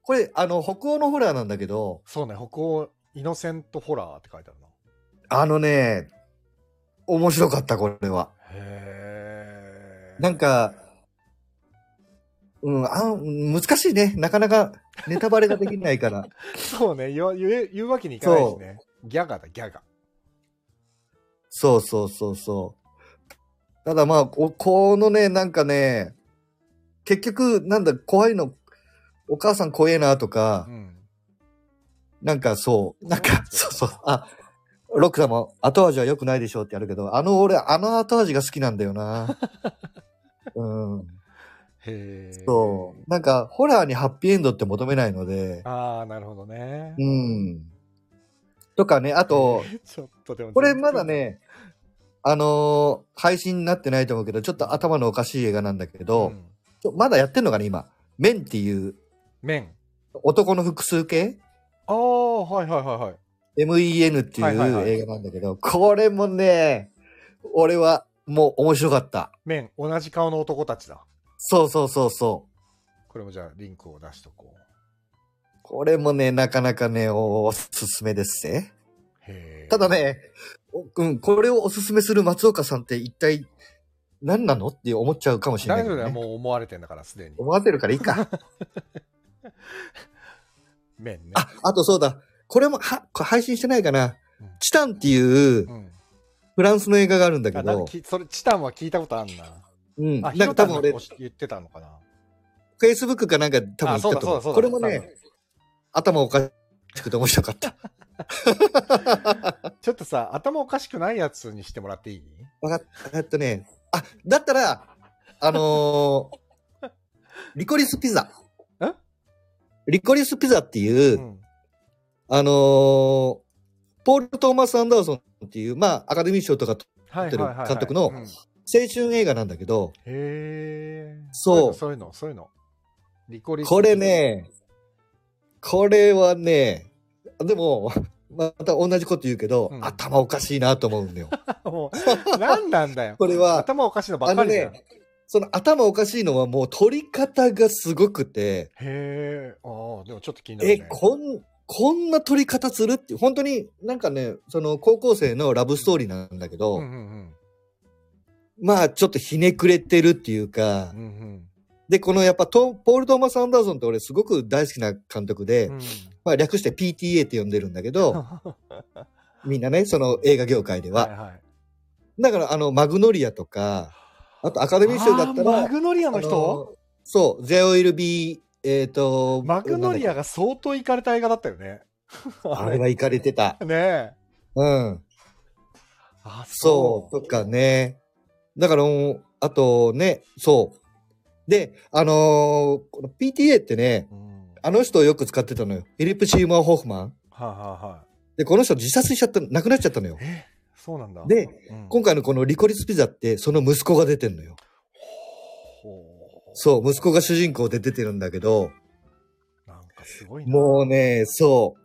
S2: これ、あの、北欧のホラーなんだけど、
S1: そうね北欧イノセントホラーって書いてあるな
S2: あのね、面白かった、これは。
S1: へえ
S2: なんか、うん、あ難しいね。なかなかネタバレができない
S1: *laughs*
S2: から。
S1: そうね言わ言え言うわけにいかないしねギャガだギャガ
S2: そうそうそうそう。ただまあ、おこのね、なんかね、結局、なんだ、怖いの、お母さん怖えなとか
S1: う、ん
S2: なんかそう、なん
S1: そうなん
S2: か、
S1: です
S2: そ
S1: よ
S2: うそう、あ、ロック様、後味は良くないでしょうってやるけど、あの俺、あの後味が好きなんだ
S1: *laughs*
S2: よな。うん。
S1: へえ
S2: そう。なんか、ホラーにハッピーエンドって求めないので、
S1: ああなるほどね
S2: うん。とかね、あと、
S1: *laughs* ちょっとでも
S2: これまだね、あのー配信になってないと思うけど、ちょっと頭のおかしい映画なんだけ
S1: う
S2: ど、
S1: ん
S2: ちょまだやってんのかな、今。メンっていう
S1: 麺
S2: 男の複数形
S1: ああはいはいはいはい
S2: ?MEN ってい
S1: はいはいは
S2: う
S1: い
S2: 映画なんだけど、これもね、俺はもう面白かった。
S1: 麺同じ顔の男たちだ
S2: そうそうそうそう。
S1: これもじゃあリンクを出しとこう
S2: これもね、なかなかね、おおすすめですね。
S1: へえ
S2: ただね、おうん、これをおすすめする松岡さんって一体何なのって思っちゃうかもしれな
S1: 大
S2: いけ
S1: 丈
S2: ど
S1: 夫
S2: ね、
S1: だよもう思われてんだからすでに
S2: 思わせるからい
S1: *laughs*
S2: いか。
S1: 麺ね
S2: あ、あとそうだ。これも、は、これ配信してないかな
S1: うん。
S2: チタンっていう
S1: うん
S2: フランスの映画があるんだけ
S1: あなん
S2: ど
S1: か、きそれチタンは聞いたことあんな
S2: うん。な
S1: あ
S2: んか多分俺、
S1: ヒロタンが言ってたのかな
S2: Facebook かなんかで多分
S1: あ
S2: 言
S1: そう
S2: っ
S1: だ
S2: た
S1: そうだ
S2: と
S1: そ
S2: 思
S1: う
S2: う。
S1: だ
S2: これもね、頭おかしくて面白かった。
S1: ちょっとさ頭おかしくないやつにしてもらっていい
S2: わかった。えっとね、あ、だったら、あのーリコリスピザ。
S1: ん
S2: リコリスピザっていう、
S1: うん
S2: あのーポール・トーマス・アンダーソンっていう、まあ、アカデミー賞とか
S1: はいはいはいはい
S2: 監督の
S1: うんへ
S2: 青春映画なんだけど、
S1: え
S2: そう
S1: そういうのそういうのリコリス
S2: これね、これはね、でも、また同じこと言うけど、
S1: うん
S2: 頭おかしいなと思うんだよ。
S1: *laughs* もう何なんだよ
S2: これは、
S1: 頭おかしいのば
S2: あ
S1: っか
S2: の
S1: りだよ
S2: ね、その頭おかしいのはもう取り方がすごくて、
S1: へえああでもちょっと気になる
S2: え、
S1: ね
S2: こん、こんな取り方するって、本当になんかね、その高校生のラブストーリーなんだけど、
S1: うんうん
S2: まあちょっとひねくれてるっていうか
S1: うんう、ん
S2: で、このやっぱトポール・トーマス・アンダーソンって俺すごく大好きな監督で、
S1: うんうん
S2: まあ略して PTA って呼んでるんだけど、みんなね、その映画業界では。
S1: はいはい
S2: だから、あの、マグノリアとか、あとアカデミー賞だったら、
S1: あーマグノリアの人
S2: あのそう、ゼオイルビー、えっ、と、
S1: マグノリア
S2: が。
S1: が相当行かれた映画だったよ *laughs* ね。
S2: あれは行かれてた。
S1: ねえ。
S2: うん。
S1: あ、
S2: そう、とかね。だからもう、あとね、そう。で、あのーこの PTA ってね、
S1: う。うん、は
S2: あの人をよく使ってたのよ。フィリップ・シーモア・ホフマン。
S1: あ、はあはあ、
S2: で、この人自殺しちゃった、亡くなっちゃったのよ。
S1: え、そうなんだ。
S2: で、
S1: うん、
S2: 今回のこのリコリスピザって、その息子が出てんのよ。
S1: ほう
S2: そう、息子が主人公で出てるんだけど、
S1: なんかすごいな。
S2: もうね、そ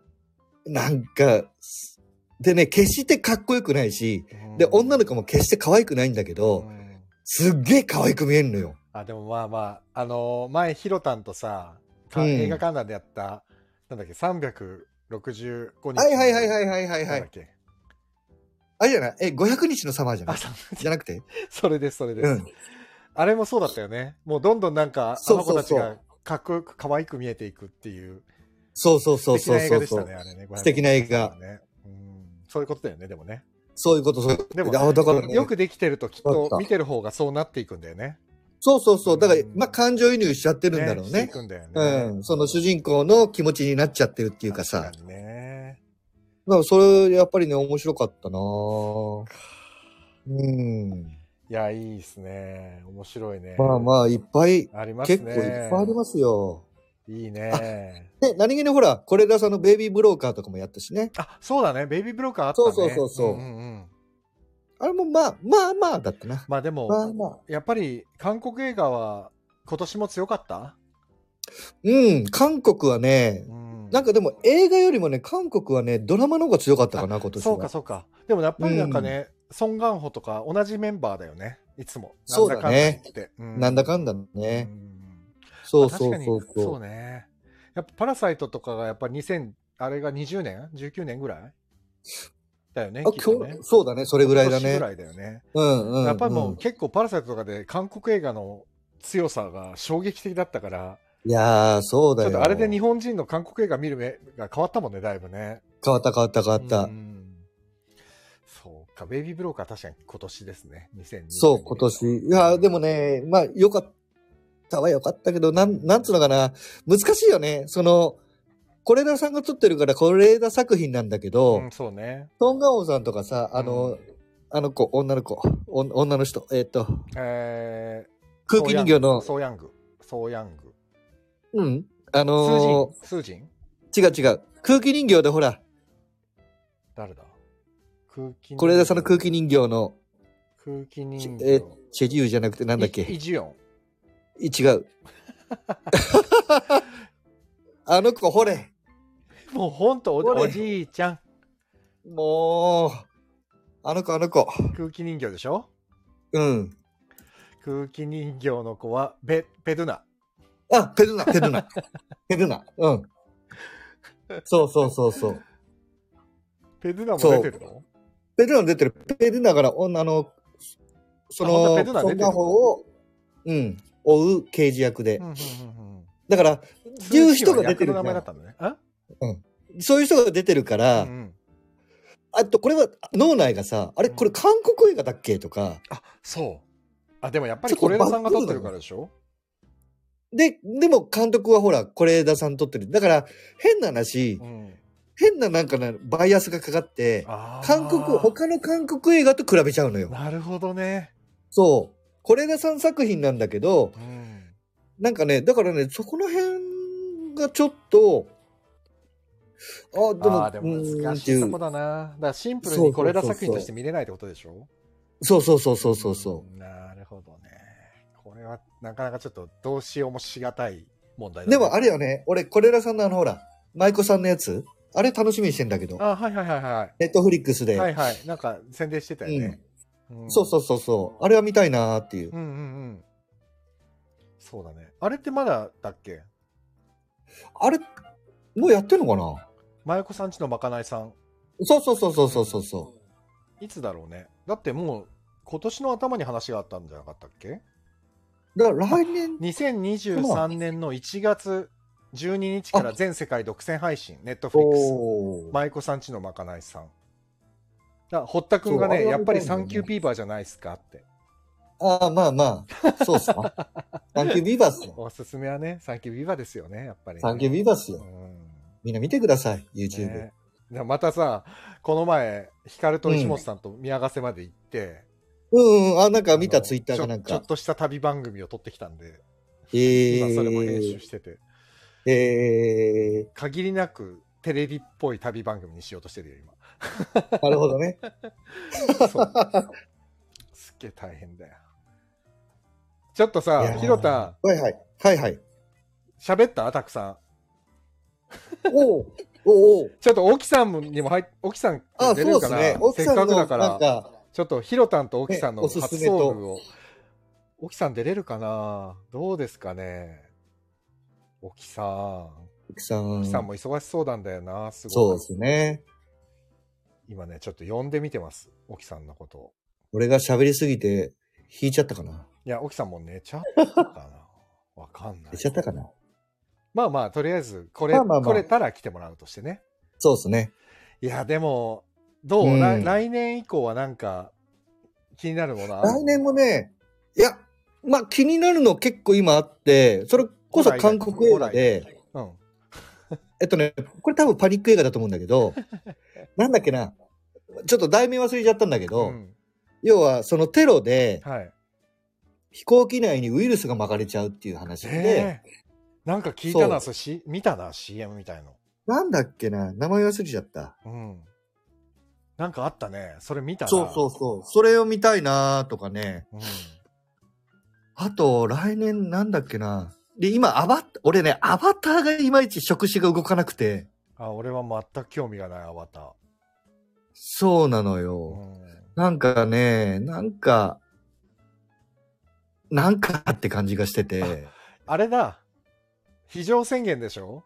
S2: う。なんか、すでね、決してかっこよくないし、
S1: うん
S2: で、女の子も決して可愛くないんだけ
S1: う
S2: ど、
S1: ん
S2: すっげえ可愛く見えるのよ。
S1: あ、でもまあまあ、あのー前、ヒロタンとさ、か
S2: うん
S1: 映画観覧でやった、なんだっけ、365日。
S2: はいはいはい
S1: い。
S2: はいはいはいは
S1: なんだっ
S2: い。
S1: け
S2: あれじゃないえ、500日のサマーじゃな
S1: あ
S2: い
S1: そ
S2: じゃなくて
S1: それです、それです、
S2: うん
S1: あれもそうだったよね。もうどんどんなんか、あ
S2: そ
S1: の
S2: う
S1: 子
S2: そう
S1: たち
S2: そう
S1: がかっこよく可愛く見えていくっていう。
S2: そうそうそう
S1: 素敵
S2: そう
S1: な映画
S2: そう
S1: でし
S2: そ
S1: た
S2: う
S1: ね、。あれね。
S2: 素敵な映画
S1: ね。うんそういうことだよね、でもね。
S2: そういうこと、そういうこと。
S1: でも
S2: あだからね、
S1: よくできてるときっ
S2: そう
S1: と
S2: か
S1: 見てる方がそうなっていくんだよね。
S2: そうそうそう。だから
S1: うん、
S2: まあ、感情移入しちゃってるんだろう
S1: してい
S2: ね。
S1: くんだよね。
S2: うん。その主人公の気持ちになっちゃってるっていうかさ。
S1: 確かにね。
S2: だからそれ、やっぱりね、面白かったなぁうん。
S1: いや、いいですね。面白いね。
S2: まあまあ、いっぱい、
S1: あ。りますね。
S2: 結構いっぱいありますよ。
S1: いいね。
S2: で、何気にほら、これがそのベイビーブローカーとかもやったしね。
S1: あ、そうだね。ベイビーブローカーあったね。
S2: そうそうそうそうん
S1: んん
S2: あれもまあ、まあまあだったな。
S1: まあで
S2: まあ
S1: も、
S2: まあ。
S1: やっぱり韓国映画は今年も強かった
S2: うん、韓国はね、
S1: な
S2: なんかでも映画よりもね、韓国はね、ドラマの方が強かったかな、今年は。
S1: そうかそうか。でもやっぱりなんかね、ソン・ガンホとか同じメンバーだよねいつも
S2: そうだね
S1: なんだかんだ言って、う
S2: なんだかんだね。
S1: うん
S2: そう
S1: まあ
S2: そうそう
S1: 確かに
S2: そう。
S1: ね。やっぱパラサイトとかがやっぱ2000、あれが20年 ?19 年ぐらいだよね。
S2: あ
S1: きっと
S2: 今
S1: ね
S2: 日、そうだね、それぐらいだ
S1: 今年
S2: ね
S1: ぐ。らいだよね。
S2: うんうん、うん。
S1: やっぱりもう結構パラサイトとかで韓国映画の強さが衝撃的だったから、
S2: いやー、そう
S1: ち
S2: だ
S1: ょ
S2: よ。
S1: っとあれで日本人の韓国映画見る目が変わったもんね、だいぶね。
S2: 変わった変わった変わった。
S1: うんそうか、ベイビーブローカー確かに今年ですね。2020年。
S2: そう、今年。いやー、でもね、まあ、よかったはよかったけど、なん、なんつうのかな。難しいよね。その、是枝さんが撮ってるから、是枝作品なんだけど、
S1: うん、そうね。
S2: トンガオさんとかさ、あの、
S1: うん
S2: あの子、女の子、お女の人、えーっと、
S1: えー、
S2: 空気人形の、
S1: ソーヤング。ソーヤング。
S2: うん、あ
S1: スー
S2: の
S1: ジンスージン
S2: ー違う違う。空気人形でほら、
S1: 誰だ空気人形
S2: 是枝さんの空気人形の、
S1: 空気人形
S2: え、チェジューじゃなくてなんだっ
S1: イイ
S2: け
S1: ジオン
S2: い違う。 *laughs* あの子、ほれ。
S1: もうほんとお
S2: これ
S1: おじいちゃん
S2: もう、あの子、あの子。
S1: 空気人形でしょ
S2: うん。
S1: 空気人形の子はベペドゥナ
S2: あ、ペルナ、ペルナ。ペルナ。うん。そうそうそうそう。
S1: ペドゥナも
S2: そう
S1: 出てるの
S2: ペルナ出てる。ペルナから女の、そ
S1: あほんと
S2: の、
S1: ペルナ出てる
S2: 女方を、うん、追う刑事役で。
S1: うんうんうんうん
S2: だから、言う人が出てる
S1: 通知の役の名
S2: か
S1: 前だった
S2: ら、
S1: のねあ
S2: そういう人が出てるから、
S1: うんうん
S2: あと、これは脳内がさ、あれ、これ韓国映画だっけとか、
S1: あそうあでもやっぱり
S2: ちょ
S1: 是
S2: っと
S1: 枝さんが撮ってるからでしょ
S2: で、でも監督はほら、是枝さん撮ってる。だから、変な話、
S1: うん
S2: 変ななんかな、バイアスがかかって、
S1: あー
S2: 韓国、他の韓国映画と比べちゃうのよ。
S1: なるほどね
S2: そう。是枝さん作品なんだけど、
S1: うん
S2: なんかね、だからね、そこの辺がちょっと、あ、でも、
S1: あーでも
S2: うーん
S1: 難
S2: っ
S1: してい
S2: い
S1: とこ
S2: う。
S1: だなだからシンプル
S2: そう
S1: に
S2: そ
S1: こ
S2: うそうそう
S1: れら作品として見れないってことでしょ
S2: そうそうそうそうそうそう。
S1: んなるほどねこれはなかなかちょっとどうしようもしがたい問題だ、
S2: でもあれよね、俺、是枝さんのあの、ほら、舞妓さんのやつ、あれ楽しみにしてんだけど、
S1: あはいはいはいは
S2: ネットフリックス
S1: い
S2: で。
S1: はいはいなんか宣伝してたよね、ん
S2: そうそうそうそう。あれは見たいなーっていう。
S1: うんうんうんそうだねあれってまだだっけ
S2: あれ、もうやってんのかな
S1: 真由子さんちのまかないさん
S2: そうそうそうそうそうそうそう。
S1: いつだろうねだってもう今年の頭に話があったんじゃなかったっけ
S2: だから来年、
S1: 2023年の1月12日から全世界独占配信ネットフリックス
S2: おー
S1: 舞妓さんちのまかないさん。だから堀田君が
S2: そうあ
S1: ね、
S2: れは
S1: やっぱり
S2: 見たい
S1: サ
S2: んだよね
S1: ンキュービーバーじゃないですかって。
S2: ああ、まあまあ、そうっすな。サンキュービーバーっすよ。
S1: おすすめはね、サンキュービーバーですよね、やっぱりね、
S2: サンキュービーバーっすよ。
S1: うん
S2: みんな見てください、YouTube。
S1: ねだからまたさ、この前、ヒカルと石本さんと宮ヶ瀬まで行って、
S2: うんうん、あ、なんか見
S1: あ
S2: た
S1: の
S2: ツイッターかなん
S1: ちょ。ちょ
S2: か
S1: っ。とした旅番組を撮ってきたんで、
S2: えー、
S1: 今それも編集してて、
S2: え
S1: 限りなくテレビっぽい旅番組にしようとしてるよ、
S2: ー、なるほど
S1: *laughs*
S2: ね。
S1: 今。そうすっげえ大変だよ。ちょっと
S2: い
S1: さ
S2: や、ー
S1: ひろた、
S2: はいはい。はいはい。
S1: 喋ったたくさん。
S2: おうおうおう
S1: ちょっと沖さんにも入っ、沖さん
S2: あ、
S1: 出
S2: そう
S1: る
S2: で
S1: か
S2: す
S1: ら、
S2: ね。奥
S1: せ
S2: さ
S1: っ
S2: んの、
S1: かく
S2: な
S1: だ
S2: ん
S1: から、
S2: か、
S1: ちょっとヒロタンと沖さんの
S2: ねおす
S1: 初
S2: すめ
S1: 遭
S2: と
S1: 遇を、沖さん出れるかなどうですかね沖さん。
S2: 奥さん
S1: 沖さんも忙しそうなんだよな、す
S2: そう
S1: ご
S2: で
S1: い。
S2: すね。
S1: 今ね、ちょっと呼んでみてます。沖さんのことを。
S2: 俺が喋りすぎて、引いちゃったかな。
S1: いや、沖さんも寝ちゃったか
S2: *laughs*
S1: なわかんない。
S2: 出ちゃったかな。
S1: まあまあ、とりあえず、これ、
S2: まあまあまあ
S1: これたら来てもらうとしてね。
S2: そうですね。
S1: いや、でも、どう、
S2: うん
S1: 来来年以降はなんか、気になるものある
S2: 来年もね、いや、まあ気になるの結構今あって、それこそ韓国映画で、
S1: うん。
S2: えっとね、これ多分パニック映画だと思うんだ
S1: *laughs*
S2: けど、なんだっけな、ちょっと題名忘れちゃったんだけど、
S1: うん
S2: 要はそのテロで
S1: はい。
S2: 飛行機内にウイルスが巻かれちゃうっていう話で、
S1: えーなんか聞いたな、
S2: そ
S1: それし見たな、CM みたいの。
S2: なんだっけな、名前忘れちゃった。
S1: うん。なんかあったね。それ見たな。
S2: そうそうそう。それを見たいなーとかね。
S1: うん。
S2: あと、来年なんだっけな。で、今、アバタ、俺ね、アバターがいまいち触手が動かなくて。
S1: あ、俺は全く興味がない、アバター。
S2: そうなのよ。
S1: うん
S2: なんかね、なんか、なんかって感じがしてて。
S1: あれだ。非常宣言でしょ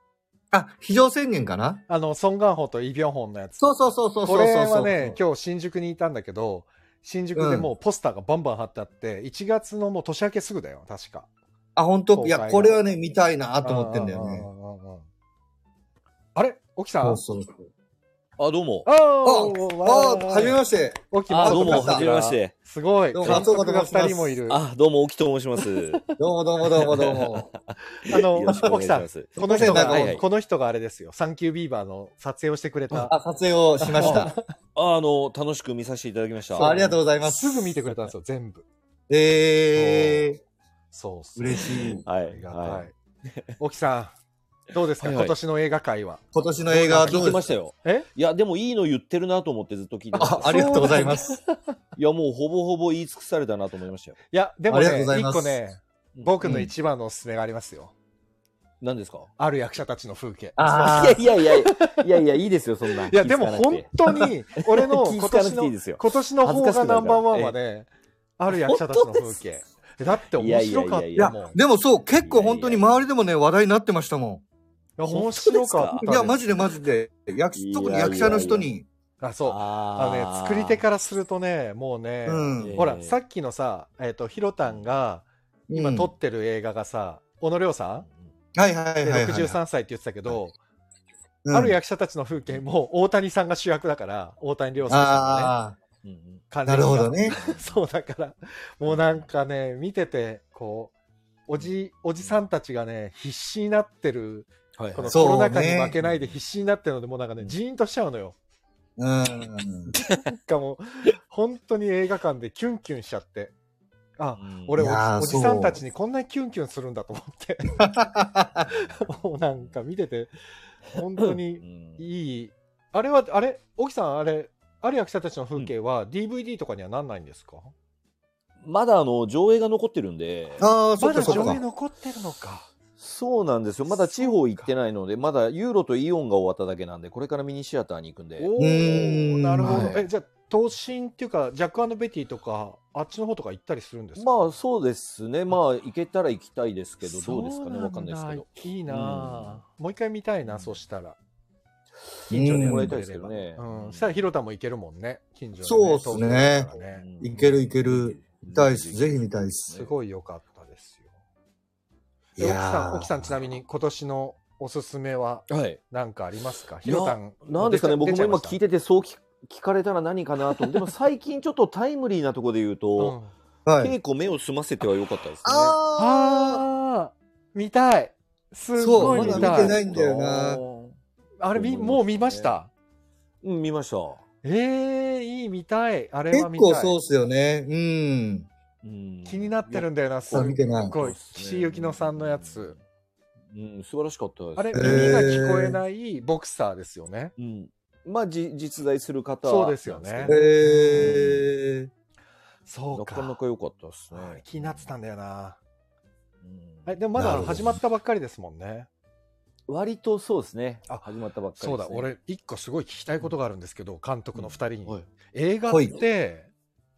S2: あ、非常宣言かな
S1: あの、ソン・ガンホとイ・ビョンホンのやつ。
S2: そうそうそうそうそう
S1: こ
S2: そう
S1: れ
S2: そ
S1: は
S2: う。
S1: ね、今日新宿にいたんだけど、新宿でもうポスターがバンバン貼ってあって、1月のもう年明けすぐだよ、確か。
S2: あ、本当い
S1: 公開
S2: や、
S1: が
S2: これはね、見たいなと思ってんだよ
S1: う
S2: ね。
S1: んうんうんうん。あれ沖さん
S2: そうそうそう。
S3: あ、どうも。
S1: あ
S2: あ
S1: あ
S2: あ、はじめまして。
S1: 沖
S3: あ、どう
S2: あ
S3: も、
S2: そうか
S3: はじめまし。て。
S1: すごい。
S2: どうも
S1: 監督が2人もいる。あ
S3: あ、どうも、沖と申し
S1: *laughs*
S3: ます。
S2: どうもどうもどうもどうも。
S1: の
S3: よろしく、お願
S1: 沖
S3: いし
S1: さ
S3: ま
S1: ん、
S3: す。
S1: この人
S2: すいません
S1: が、
S2: はい
S3: はい
S1: この人があれですよ、サンキュービーバーの撮影をしてくれた。
S2: あ、撮影をしました。
S3: あ、あの、楽しく見させていただきまし
S2: あ
S3: た。
S2: ありがとうございます。
S1: すぐ見てくれたんですよ、全部。
S2: ええ
S1: そうそう。
S2: 嬉しい。
S3: は
S1: あ
S3: い。
S1: りが
S3: は
S1: た
S3: い。
S1: い。沖さん、どうですか、
S3: はいはい
S1: 今年の映画界は。
S2: 今年の映画はど
S3: 聞いうて
S2: で
S3: ますしたよ。
S1: え
S3: いや、でもいいの言ってるなと思ってずっと聞いてまし
S2: あ
S3: た。
S2: ありがとうございます。
S3: いや、もうほぼほぼ言い尽くされたなと思いましたよ。
S1: いや、でも
S2: ありがと
S1: ね、
S2: うございま
S1: 一
S2: す
S1: 個ね、
S3: うん
S1: 僕の一番のおすすめがありますよ。
S3: 何ですか
S1: ある役者たちの風景。
S2: あ
S3: *laughs* いやいやいや、いやいや、いいですよ、そんな。
S1: いや、でも本当
S3: *laughs*
S1: に、俺の
S3: 気
S1: 今
S3: 使わな
S1: 年
S3: くていいで
S1: の
S3: すよ、
S1: 今年の
S3: 恥
S1: 方
S3: ずかしくな
S1: が
S3: るから
S1: ナンバーワンはね、ある役者たちの風景。えだって面白かったもん。
S3: い
S2: いや、でもそう、結構本当に周りでもね、話題になってましたも
S1: いや面白かった
S2: ん。
S1: で
S2: い
S1: す。
S2: や、マジでマジで。役
S3: いやいやいや
S2: 特に役者の人に。
S1: あ、そう。あのね、
S3: あー
S1: 作り手からするとね、もうね、
S2: うん。
S1: ほ
S3: え
S1: ら、
S3: ー
S1: さっきのさ、えっ、と、ひろたんが今
S2: うん
S1: 撮ってる映画がさ、小野亮さ
S2: はいはい
S1: ん
S2: はいはい。
S1: で ?63 歳って言ってたけど、
S2: うん
S1: ある役者たちの風景も大谷さんが主役だから、大谷亮さ
S2: あ
S3: うんうん
S1: んのね、
S2: あ、なるほど
S1: ね
S2: ね。
S1: そうだから、もうなんかね、見てて、こう、おじ、おじさんたちがね、必死になってる、
S3: はい
S1: こ
S3: は
S1: の
S3: い。
S1: コロナ禍
S2: そう
S1: に
S2: ね
S1: 負けないで必死になってるので、もうなんかね、ジーンとしちゃうのよ。
S2: うん。
S1: なんかもう、本当に映画館でキュンキュンしちゃって。あ、
S3: うん
S1: 俺
S2: い
S1: おじ、
S2: やー
S1: おじさんたちにこんなにキュンキュンするんだと思っ
S3: *laughs*
S1: て。もうなんか見てて、本当
S3: う
S1: に
S3: ん
S1: いい。あれは、あれ、沖さん、あれ、ある役者たちの風景は DVD とかにはなんないんですか、
S3: まだあの、上映が残ってるんで、
S2: ああ、そ
S1: ま
S2: っ
S1: だ
S2: かそっ
S1: 上映
S2: か。
S1: 残ってるのか。
S3: そうなんですよ。まだ地方行ってないので、まだユーロとイオンが終わっただけなんで、これからミニシアターに行くんで。
S1: お
S2: う
S1: ー
S2: ーん
S1: なるほど。
S3: はい
S1: え、じゃあ、東進っていうか、ジャックベティとか、あっちの方とか行ったりするんですか
S3: まあそうですね。まあ行けたら行きたいですけど、どうですか
S1: そ
S3: ね。
S1: な
S3: わ
S1: ん
S3: かんないですけど。
S1: だ。いいなあもう一回見たいな、そしたら。
S3: 近所で
S2: うん
S3: もらいたいですけどね。
S1: うん。したら、広田も行けるもんね。近所
S2: そうっす
S1: 東京だ
S2: ね
S1: からね
S2: いけるいける。見たいっす。ぜひ見たいっ
S1: す
S2: す。
S1: ごい良かったですよ。
S2: い
S1: で奥さ
S2: や
S1: ん、
S2: ー
S1: 奥さんちなみに今年のおすすめは
S3: はい。
S1: 何かありますかひろたん。
S3: なんですかね。僕も今聞い
S1: て、
S3: ててそう聞聞かれたら何かなと。でも最近ちょっとタイムリーなところで言う
S1: う
S3: と、
S1: ん
S2: はい。
S3: 稽古目を澄ませては良かったですね。
S2: あ
S1: ああ見たいす
S2: そ
S1: ご
S2: う、
S1: い
S2: ま
S1: 見
S2: だ
S1: た
S2: 見て
S1: い。
S2: ないんだよな。
S1: あれ、みもう見ました
S3: うん、見ました。
S1: ええいい、見たい。あれ
S2: 結
S1: は見たい。
S2: 構そうっすよね。うん。
S3: うん
S1: 気になってるんだよな、す
S2: そう見てない
S1: っごい。岸由紀乃さんのやつ。。
S3: うん、素晴らしかったです。
S1: あれ、
S2: ー
S1: 耳が聞こえないボクサーですよね。
S3: うん。まあ、じ実在する方
S1: そうですよね
S2: へえ。
S1: そう
S3: な
S1: か。
S3: かなか良かったですね
S1: あれ。気になってたんだよな。
S3: うん
S1: えでもま
S2: な
S1: だ
S2: るほど
S1: 始まったばっかりですもんね。
S3: 割とそうですね。
S1: あ
S3: 始まったばっかりです、ね。
S1: そうだ、。俺、一個すごい聞きたいことがあるんですけど、監督の二人
S3: は
S1: に
S3: い。
S1: 映画って、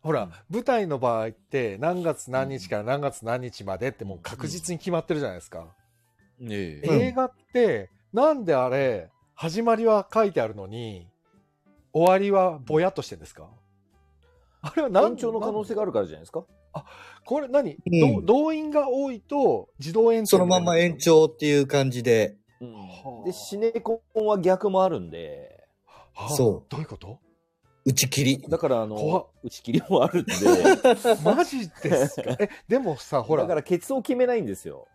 S1: ほら、舞台の場合って、何月何日から何月何日までってもう確実に決まってるじゃないですか。
S3: え
S2: うん
S1: 映画って、なんであれ、始まりは書いてあるのに、終わりはぼやっとしてんですかあれは何
S3: 延長の可能性があるからじゃないですか。
S1: これ何、
S2: う
S1: ど
S2: ん
S1: 動員が多いと自動延長
S2: そのまんま延長っていう感じで。
S3: うん
S1: はあ
S3: で、シネコンは逆もあるんで、
S2: そう
S1: どういうこと
S2: 打ち切り。
S3: だから、あ
S1: 怖っ
S3: の、打ち切りもあるんで、
S1: マジですかえでもさほら
S3: だから、ケツを決めないんですよ。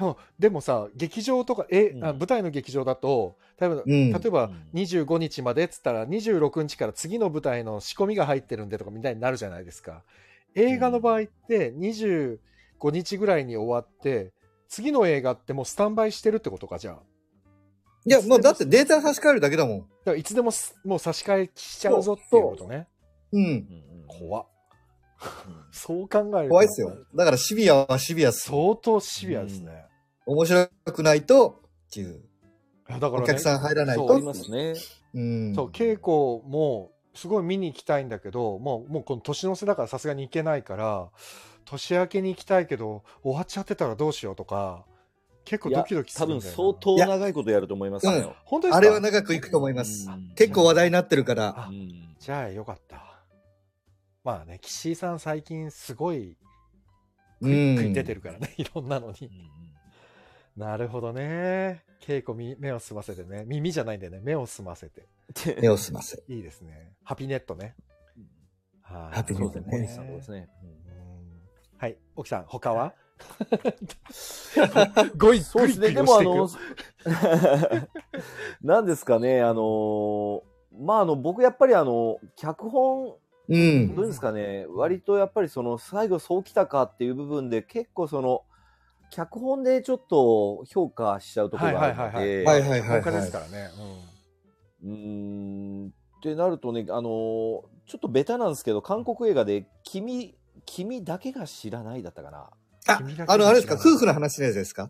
S1: うんでもさ劇場とかえ、
S3: うん
S1: あ舞台の劇場だと例えば,、
S2: うん
S1: 例えば
S3: うん
S1: 25日までっつったら26日から次の舞台の仕込みが入ってるんでとかみたいになるじゃないですか映画の場合って25日ぐらいに終わって次の映画ってもうスタンバイしてるってことかじゃあ
S2: いや、もうだってデータ差し替えるだけだもん。
S1: だからいつでもすもう差し替えしちゃうぞっていうことね
S2: うん。
S3: うん
S1: 怖っ
S3: うん
S1: そう考えると
S2: 怖いっすよ。だからシビアはシビアっす。
S1: 相当シビアですね、
S2: 面白くないと、っていう。
S1: いやだから、ね、
S2: お客さん入らない
S1: そう
S3: あ
S2: と
S3: り。ますね。
S2: うん。
S1: そう稽古もすごい見に行きたいんだけどもうもうこの年の瀬だからさすがに行けないから年明けに行きたいけど終わっちゃってたらどうしようとか結構ドキドキす
S3: 多
S1: るんだよ
S3: 分
S1: な
S3: 相当長いことやると思います
S2: い
S3: ね
S2: やうん。
S1: 本当ですか
S2: あれは長くいくと思います。
S3: うん
S2: 結構話題になってるから。
S1: あ
S3: うん
S1: じゃあよかったまあね岸井さん最近すごい
S2: うん。
S1: 食い出てるからね、 *laughs* いろんなのになるほどね稽古み目を澄ませてね耳じゃないんだよね目を澄ませて
S2: 目を澄ませ。
S1: いいですねハピネットねはい
S2: ハピネ
S3: そ
S2: ッ
S3: うで
S2: ト
S3: すね、
S2: ね
S3: 小西さんとですね。
S1: うんはい奥さん他はごい
S3: そう
S1: グ
S3: で
S1: リ
S3: す
S1: グ
S3: ね、
S1: リ
S3: で
S1: 押
S3: も
S1: し
S3: あ
S1: ていくよ
S3: の、 *laughs* なんですかね、あの、まああの、僕やっぱりあの、脚本、
S2: う
S3: ど
S2: ん。
S3: うですかね、割とやっぱりその、最後そうきたかっていう部分で、結構その、脚本でちょっと評価しちゃうところがあるので、
S2: はいはいはい
S1: 他で
S2: は
S1: す
S2: い
S1: か。らね、
S3: うーんってなるとね、あのーちょっとベタなんですけど、韓国映画で、君、君だけが知らないだったかな。
S2: あ
S1: 君だけが知らない
S2: あの、あれですか夫婦の話のやつですか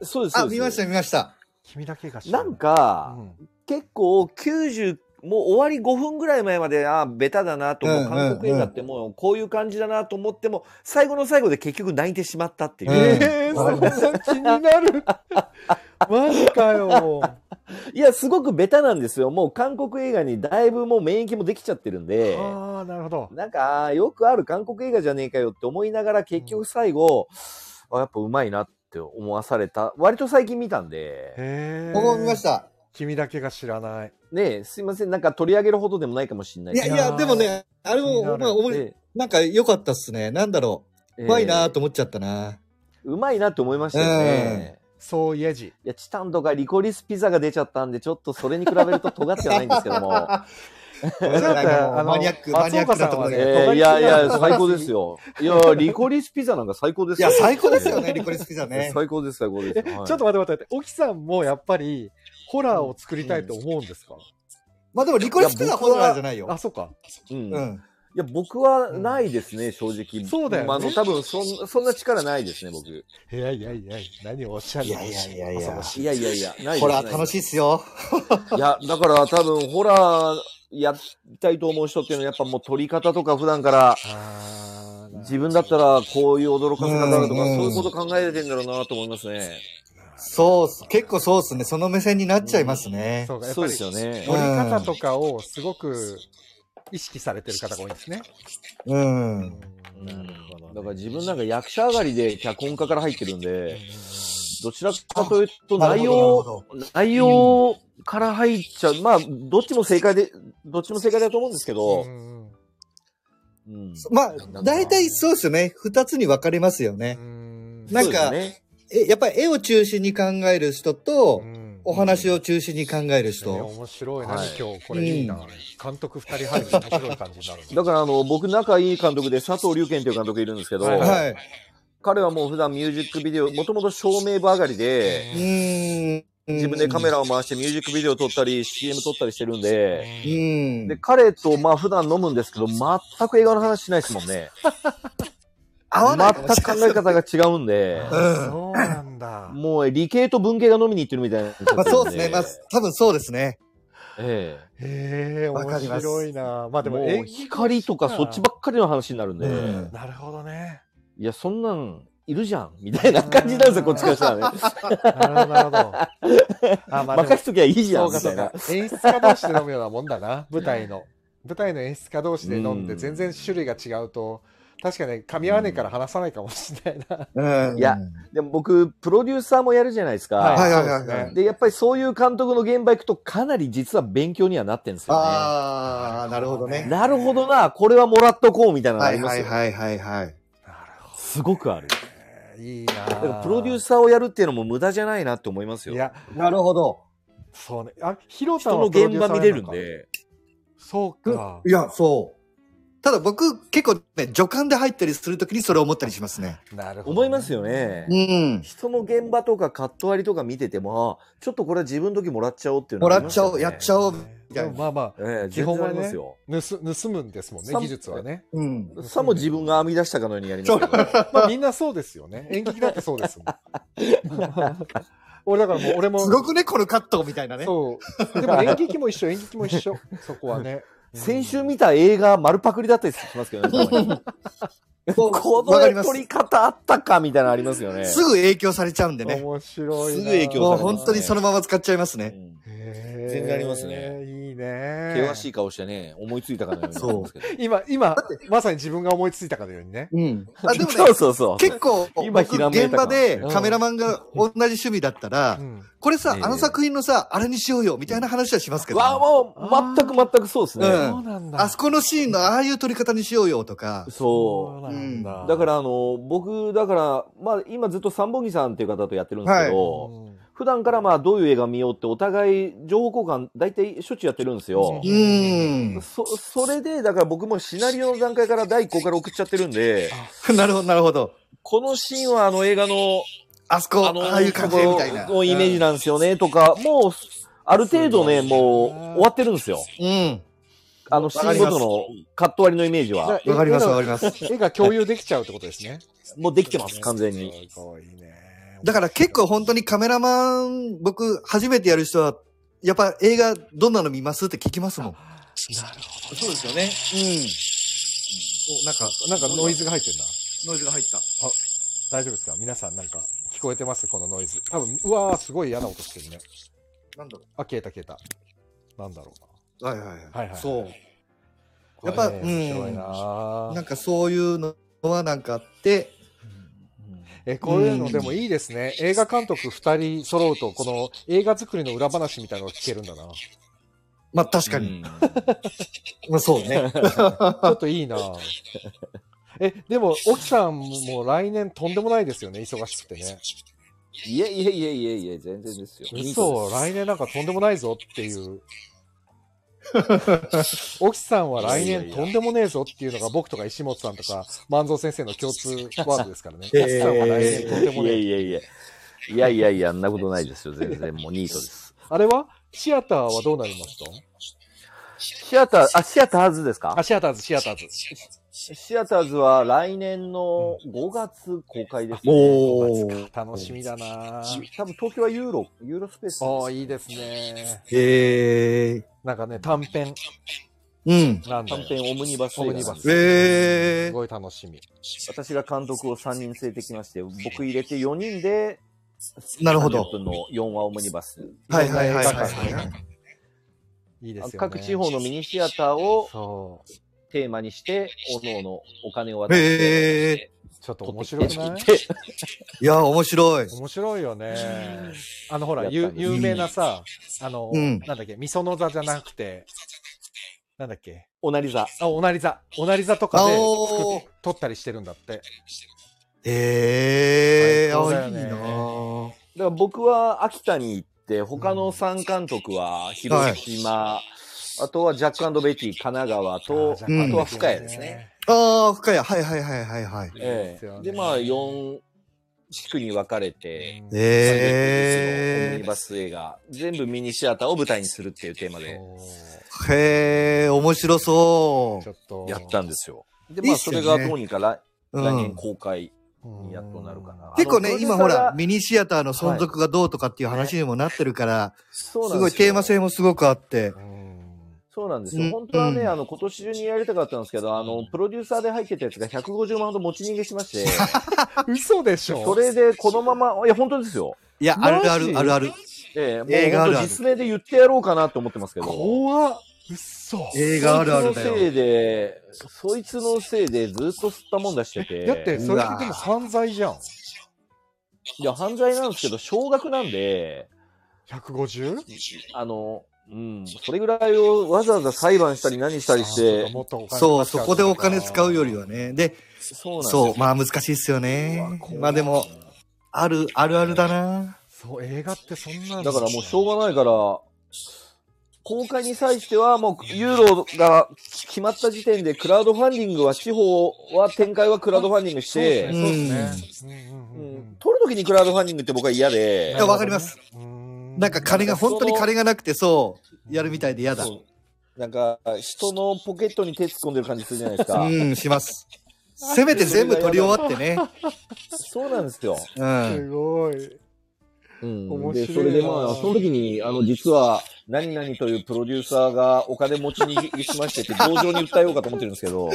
S3: そうです。
S2: あ、
S3: そうです
S2: 見ました見ました。
S1: 君だけが知ら
S3: なん、か、
S1: うん
S3: 結構90、もう終わり5分ぐらい前まで、あーベタだなと
S2: うんう
S3: 思う、
S2: ん
S3: 韓国映画ってもうこういう感じだなと思っても、最後の最後で結局泣いてしまったっていう。
S2: うん
S1: えー、そんな気にな
S2: *laughs*
S1: るマジかよ
S3: *laughs* いや、すごくベタなんですよ。もう韓国映画にだいぶもう免疫もできちゃってるんで。
S1: ああなるほど
S3: なんか、よくある韓国映画じゃねえかよって思いながら、結局最後、あやっぱうまいなって思わされた。割と最近見たんで、
S1: へえ
S2: 僕も見ました。
S1: 君だけが知らない
S3: ねえすいません、なんか取り上げるほどでもないかもしれない
S2: いやい
S1: いや
S2: や、
S1: ー
S2: でもね、あれ
S1: 気に
S2: も、
S1: なる
S2: まあ、おも
S3: で
S2: なんか良かったっすね。なんだろう。うまいなーと思っちゃったな。
S3: えーうまいなって思いましたよね。
S1: そういえじ
S3: いや、チタンとかリコリスピザが出ちゃったんで、ちょっとそれに比べると尖ってはないんですけ
S2: *laughs*
S3: ども。
S2: ご *laughs* めんなさい
S1: ちょっと
S2: なんかも
S1: あの
S2: うマニアック、マニ
S1: 松
S2: アッ
S1: 岡
S2: ク
S1: さ
S2: なんとこ
S1: は
S2: ろ
S1: ね
S2: で。
S3: えーいやいや、最高ですよ。いや、リコリスピザなんか最高です
S2: いや、最高ですよね、リコリスピザ *laughs* ね。
S3: *laughs* 最高です、最高です。
S1: え、
S3: はい
S1: ちょっと待って待って待って沖さんもやっぱりホラーを作りたいと思うんですか、
S2: まあでも、リコリスピザほどなんじゃない
S1: あ
S2: よ。
S1: そうか
S3: うん
S2: うん。
S3: いや、僕はないですね、正直。
S1: そうだよね
S3: まああの、多分そん、そんな力ないですね、僕。い
S1: いやいやいや何をおっしゃる
S2: いやいやいやいや
S1: 恐ろし
S3: やいやいや、ないです。
S2: ほら、楽しいっすよ。
S3: い。いや、だから多分、ホラーやりたいと思う人っていうのは、やっぱもう撮り方とか普段から、
S1: あー
S3: 自分だったらこういう驚かせ方だとか、
S2: うんうん
S3: そういうこと考えてんだろうなと思いますね。
S2: そうっす。結構そうっすね。その目線になっちゃいますね。
S1: そうかやっ
S3: そ
S1: ぱ
S3: う
S1: り
S3: ですよね
S1: 撮。り方とかをすごく意識されてる方が多いんですね。
S2: うん。
S3: うん
S1: なるほどね、
S3: だから自分なんか役者上がりで脚本家から入ってるんで、どちらかというと
S2: なる
S3: 内
S2: ほど
S3: 容、
S2: なるほ
S3: 内容から入っちゃう。まあ、どっちも正解で、どっちも正解だと思うんですけど
S1: う、ん
S3: うん
S2: どまあ、大体そうっすよね。二つに分かれますよ
S1: う
S2: ね。
S1: ん
S2: なん
S3: そ
S2: か
S3: うですね
S2: え、やっぱり絵を中心に考える人と、
S1: ん
S2: お話を中心に考え
S1: え
S2: る
S1: ー
S2: 人。
S1: 面白いな、
S3: はい
S1: 今日これいいな、
S2: うん
S1: 監督二人入ると面白い感じになる
S3: だから、あの、僕仲いい監督で佐藤龍健という監督いるんですけど、
S1: はい
S2: はい。
S3: 彼はもう普段ミュージックビデオ、もともと照明部上がりで、
S2: うーん。
S3: 自分でカメラを回してミュージックビデオ撮ったり、CM 撮ったりしてるんで、
S2: うーん。
S3: で、彼とまあ普段飲むんですけど、全く映画の話しないですもんね。
S2: *laughs* 合わないかもし
S3: 全
S2: れ
S3: く
S2: ない
S3: 考え方が違うんで、
S1: うんそうなんだ。
S3: もう理系と文系が飲みに行ってるみたいな。
S2: まあそうですね。まあ、多分そうですね。
S3: ええ。
S1: へえ、
S2: わかり
S1: 面
S2: ます
S1: 白いな。まあでも、
S3: も
S1: 演
S3: う
S1: 技
S3: 光とかそっちばっかりの話になるんで、
S2: うん
S1: なるほどね。
S3: いや、そんなんいるじゃん、 *laughs* みたいな感じなんですよ、こっちからした
S2: *laughs*
S3: ら
S1: なる
S3: ね。
S1: ほど、なるほど。あ、まあで
S3: 任
S1: も
S3: し、ときゃいいじゃ
S1: そう
S3: ん、み
S1: かそ
S3: た
S1: う
S3: いな
S1: か。。演出家同士で飲むようなもんだな、舞台の。舞台の演出家同士で飲んで、
S3: うん
S1: 全然種類が違うと、確かに噛み合わねえから話さないかもしれないな。
S2: うん。
S3: いやでも僕、プロデューサーもやるじゃないですか。
S2: はいはいはい
S1: そうですね
S3: で、やっぱりそういう監督の現場行くと、かなり実は勉強にはなってんですよ
S2: ああ、なるほど
S3: ね。
S2: ね。
S3: なるほどな、これはもらっとこうみたいなのあ
S2: は
S3: り
S2: い
S3: ま
S2: は
S3: す
S2: い
S3: よ。
S2: はいはいはい。
S1: なるほ
S3: すごくある。
S1: ど。いい
S3: だから
S1: な。
S3: プロデューサーをやるっていうのも無駄じゃないなって思います
S1: い
S3: よ。
S1: や、
S2: なるほど。
S1: そうね。あ、ヒロさ
S3: 人
S1: ん
S3: の
S1: はプロデュ
S3: 現
S1: ー
S3: 場
S1: サー
S3: 見
S1: や
S3: れるん
S1: のか。
S3: で。
S1: そうか。
S2: いや、そう。ただ僕、結構ね、助監で入ったりするときにそれを思ったりしますね。
S1: なるほどね。
S3: 思いますよね。
S2: うん。
S3: 人の現場とかカット割りとか見てても、あちょっとこれは自分の時もらっちゃおうっていうの
S2: もら
S3: はあり
S2: っ
S3: ま
S2: ち
S3: すよ
S2: ゃ
S3: ね
S2: おう、やっちゃおう。みたい
S1: でもまあま
S3: ええ、
S1: 基
S3: 基
S1: 本
S3: 本
S1: は
S3: は
S1: ね
S3: ですよ。
S1: あ、盗盗むんですもんね、
S3: さん
S1: 技術はね。
S2: うん。
S3: さも自分が編み出したかのようにやりますけど。
S1: まあみんなそうですよね。演劇だってそうですもん。俺だからもう俺も。
S2: すごくね、このカットみたいなね。
S3: *laughs*
S1: そう。でも演劇も一緒、演劇も一緒。そこはね。
S3: 先週見た映画丸パクリだったりしますけどね。たま *laughs* にこ
S2: わかり
S3: の
S2: ます
S3: 撮り方あったかみたいなのありますよね。
S2: すぐ影響されちゃうんでね。
S1: 面白いな
S3: すぐ影響され
S2: もう
S3: ますね
S2: 本当にそのまま使っちゃいます
S3: う
S2: ね。
S3: ん
S1: へー
S3: 全然ありますね
S1: いいね
S3: 険しい顔してね、思いついたかのように思いますけど。
S1: 今今まさに自分が思いついたかのようにね
S2: うん。あでも
S3: *laughs* そう
S2: ね、
S3: そうそう。
S2: 結構、
S3: 今
S2: 僕
S3: ひらめいた
S2: 現
S3: か
S2: 場で
S3: うん
S2: カメラマンが同じ趣味だったら
S1: う、ん
S2: これさ
S3: え、え
S2: あの作品のさ、あれにしようよ、みたいな話はしますけどね。
S3: わあ、もう、全く全くそうですね。
S2: うん
S1: そうなんだ
S2: あそこのシーンのああいう撮り方にしようよ、とか。
S3: そう。
S1: そうなんだ、
S3: だから、あの、僕、だから、まあ、今ずっと三本木さんっていう方とやってるんですけど、
S1: うん
S3: 普段からまあ、どういう映画見ようってお互い情報交換、大体しょっちゅうやってるんですよ
S2: う。ーん。
S3: そ、それで、だから僕もシナリオの段階から第一項から送っちゃってるんで、
S2: *laughs* なるほど、なるほど。
S3: このシーンはあの映画の、
S2: あそこ、
S3: の
S2: ああいう感じみたいな。
S3: のイメージなんですよね、とか、もう、ある程度ね、もう終わってるんですよ。
S2: うん。
S3: あの、シーンごとのカット割りのイメージは、
S2: わかります、わかり
S1: ま
S2: ます。
S1: す絵が共有できちゃうってことですね
S3: もうできてます、完全に。
S1: すごいね
S2: だから結構本当にカメラマン、僕、初めてやる人は、やっぱ映画どんなの見ますって聞きますもん。うん。
S1: なるほ
S3: そうですよね。
S2: お、なんか、
S1: どなんかノイズが入ってるな
S2: ノイズが入った。
S1: 大丈夫ですか皆さんなんか聞こえてますこのノイズ多分うわーすごい嫌な音してるね
S2: なんだろ
S1: あ消えた消えたなんだろう
S2: う。はいはいはい。
S1: なはいはい
S2: そ
S1: や
S2: う。
S1: っ
S2: やっ
S1: ぱ、
S2: ぱ
S1: ね、面白いなー
S2: なんかそういうのはなんかあって、
S1: えこういうのでもいいですね、映画監督2人揃うとこの映画作りの裏話みたいなのが聞けるんだなち
S2: まあ確かに。
S3: に。
S2: まあそうね。
S1: ょっといい
S2: *laughs*
S1: なえでも沖さんも来年とんでもないですよね忙しくてね
S3: いやいやいやいやいや、全然ですよ。
S1: 嘘来年なんかとんでもないぞっていう
S3: *laughs*
S1: 沖さんは来
S3: いや
S1: 年
S3: いやいや
S1: とんでもねえぞっていうのが僕とか石本さんとか万蔵先生の共通ワードですからね
S2: へー
S1: 沖さんは来年とんでも
S3: い
S1: ね
S3: や
S1: え
S3: いやいや。いやいやいや、あんなことないですよ。全然もうニートです。
S1: あれはシアターはどうなりますと
S3: シアター、あ、シアターズですか
S1: あシアターズシアターズ
S3: シアターズは来年の5月公開です、ね。
S2: お
S1: 5月か楽しみだなぁ
S3: 多分東京はユーロ、ユーロスペース。
S1: ああ、いいですね。
S2: へえ。
S1: なんかね、短編
S2: うん。
S1: なんで
S3: 短。編オムニバス
S1: オ
S3: 映
S1: ム
S3: 画
S1: ニ
S3: な
S1: バ
S3: んです
S1: ス。
S3: よ。
S2: へー
S1: すごい楽しみ。
S3: 私が監督を3人連れてきまして、僕入れて4人で、
S2: なるほど
S3: 30分の4話オムニバス。
S2: はいはいはいはい
S1: いろんな映画
S2: は
S1: 館いいですよね。
S3: 各地方のミニシアターを
S1: そう。
S3: テーマにして、おののお金を渡
S2: い。
S3: して、
S2: へえ。
S1: ちょっと
S3: 撮
S1: 面
S3: って
S1: 白く
S3: きて
S1: ない
S2: いや、面白い。
S1: 面白いよね。あの、ほら、
S3: やった
S1: ゆ
S3: んです
S1: 有名なさ、あの、
S2: うん
S1: なんだっけ、みその座じゃなくて、なんだっけ、
S3: おなり座。
S1: あ、おなり座。おなり座とかで
S2: あおー
S1: 作っ撮ったりしてるんだって。
S2: へえ。
S1: 最高だ
S2: あ、
S1: よ
S2: いい
S1: ね
S2: なぁ
S3: だから僕は秋田に行って、他の3監督は広島、あとはジャックベティ、神奈川と、あ
S1: ージャック
S3: とは深谷ですね。。
S2: ああ、深谷。はいはいはいはいはい。
S1: ジャックいいで
S3: え
S1: す
S3: え
S1: よね
S3: で、まあ、4地区に分かれて、
S1: うん
S3: オム
S2: へ
S3: ニバス映画、全部ミニシアターを舞台にするっていうテーマで
S1: そ
S2: え。へえ、面白そう
S1: ちょっと。
S3: やったんですよ。で、
S2: いい
S3: ま
S2: っ
S3: あ、
S2: す
S3: そ
S2: よね
S3: れがどうにか来,、
S2: う。
S3: 来年
S2: ん。
S3: 公開
S1: うん
S3: にやっとなるかな。
S2: 結構
S3: あ
S2: ね、
S3: の
S2: 今ほら、
S3: プロデューサーが
S2: ミニシアターの存続がどうとかっていう話にもなってるから、
S3: そうなんですす
S2: ごいテ
S3: よ
S2: ーマ性もすごくあって。
S1: うん
S3: そうなんですよ。
S2: うん
S3: 本当はね、
S2: うん
S3: あの、今年中にやりたかったんですけど、あの、プロデューサーで入ってたやつが150万ほど持ち逃げしまして、
S1: 嘘でしょ
S3: それでこのまま、いや、本当ですよ。
S2: いや、あ
S1: マジ
S2: るあるあるある。
S3: ええ
S2: 映画あ
S3: もう
S2: る
S3: 本当実名で言ってやろうかなって思ってますけど。
S1: 怖っ嘘
S2: 映画あるある
S3: そい
S2: だ
S3: つのせ
S2: よ。
S3: いで、そいつのせいでずっと吸ったもんだしてて。
S1: だってそれってでも犯罪じゃん
S3: いや、犯罪なんですけど、少額なんで、
S1: 150?
S3: あの、うん、それぐらいをわざわざ裁判したり何したりして、
S2: そう、そこでお金使うより
S1: は
S2: はね。で、
S3: そうなんですよ。
S2: そう、まあ難しいっすよね
S3: うわ。怖い
S2: まあでも、ある、あるあるだな。
S1: そう映画ってそんなん
S3: だからもうしょうがないから、公開に際してはもうユーロが決まった時点でクラウドファンディングは地方は展開はクラウドファンディングし
S1: そうで
S3: て、
S1: すねうん
S3: う
S1: うんうん
S3: ん、撮るときにクラウドファンディングって僕は嫌で
S2: い、やわかります
S1: うん
S2: なんか金が、本当に金がなくてそう、やるみたいで嫌だ。
S3: そうなんか人のポケットに手突っ込んでる感じするじゃないですか。
S2: うん、します。せめて全部取り終わってね。
S3: そうなんですよ。
S2: うん。
S1: すごい
S3: うん、
S1: 面白い
S3: で
S1: な
S3: それでまあその時にあの実は何々というプロデューサーがお金持ちにしまして *laughs* って、同情に訴えようかと思ってるんですけど、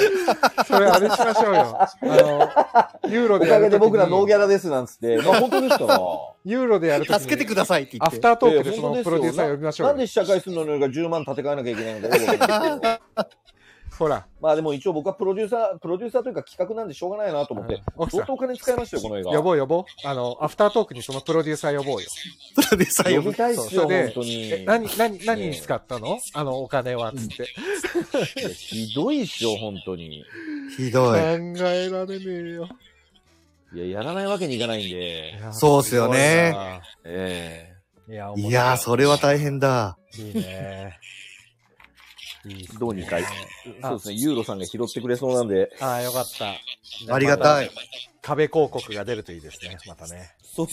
S1: それあれしましょうよ。
S3: *laughs*
S1: あの、ユーロ
S3: お
S1: で
S3: か
S1: やる
S3: げで
S1: とき
S3: 僕らノー
S1: に、
S3: ギャラですなんつって、まあ本当です *laughs* から。
S1: ユーロでやるときに、
S2: 助けてくださいって言
S1: ア
S2: って
S1: フ。タートークで
S3: い
S1: そ
S3: や本
S1: の
S3: 当です
S1: プ
S3: よ
S1: ロデューサー呼びましょう
S3: な
S1: よ。
S3: んで試写会するのに10万立て替えなきゃいけないのかよくわかんないん *laughs* ですけど。
S1: ほら、
S3: まあでも一応僕はプロデューサー、プロデューサーというか企画なんでしょうがないなと思って、
S1: 奥
S3: 相
S1: さ
S3: 当お金使いましたよ、この映
S1: ん、呼
S3: 画。
S1: ぼう呼ぼう。あの、アフタートークにそのプロデューサー呼ぼうよ。
S2: プロデューサー
S3: 呼
S2: 呼ぶ
S3: び。たいっすよ、
S1: そうで
S3: 本当
S1: え
S3: に。
S1: 何、何、何に使ったのあのお金はつって。
S3: いやひどいっすよ、本当に。
S2: ひ
S1: 考
S2: どい。
S1: えられねえよ。
S3: いや、やらないわけにいかないんで。
S2: そうっすよね
S3: え
S1: いや、
S2: いやー、それは大変だ。
S1: う。いいね。いいっ
S3: え
S1: すね
S3: どうにか、そうですね、ユーロさんが拾ってくれそうなんで。
S1: ああ、よかった。
S2: ありがた
S1: い。
S2: い。
S1: 壁広告が出るといいですね、またね。
S3: そう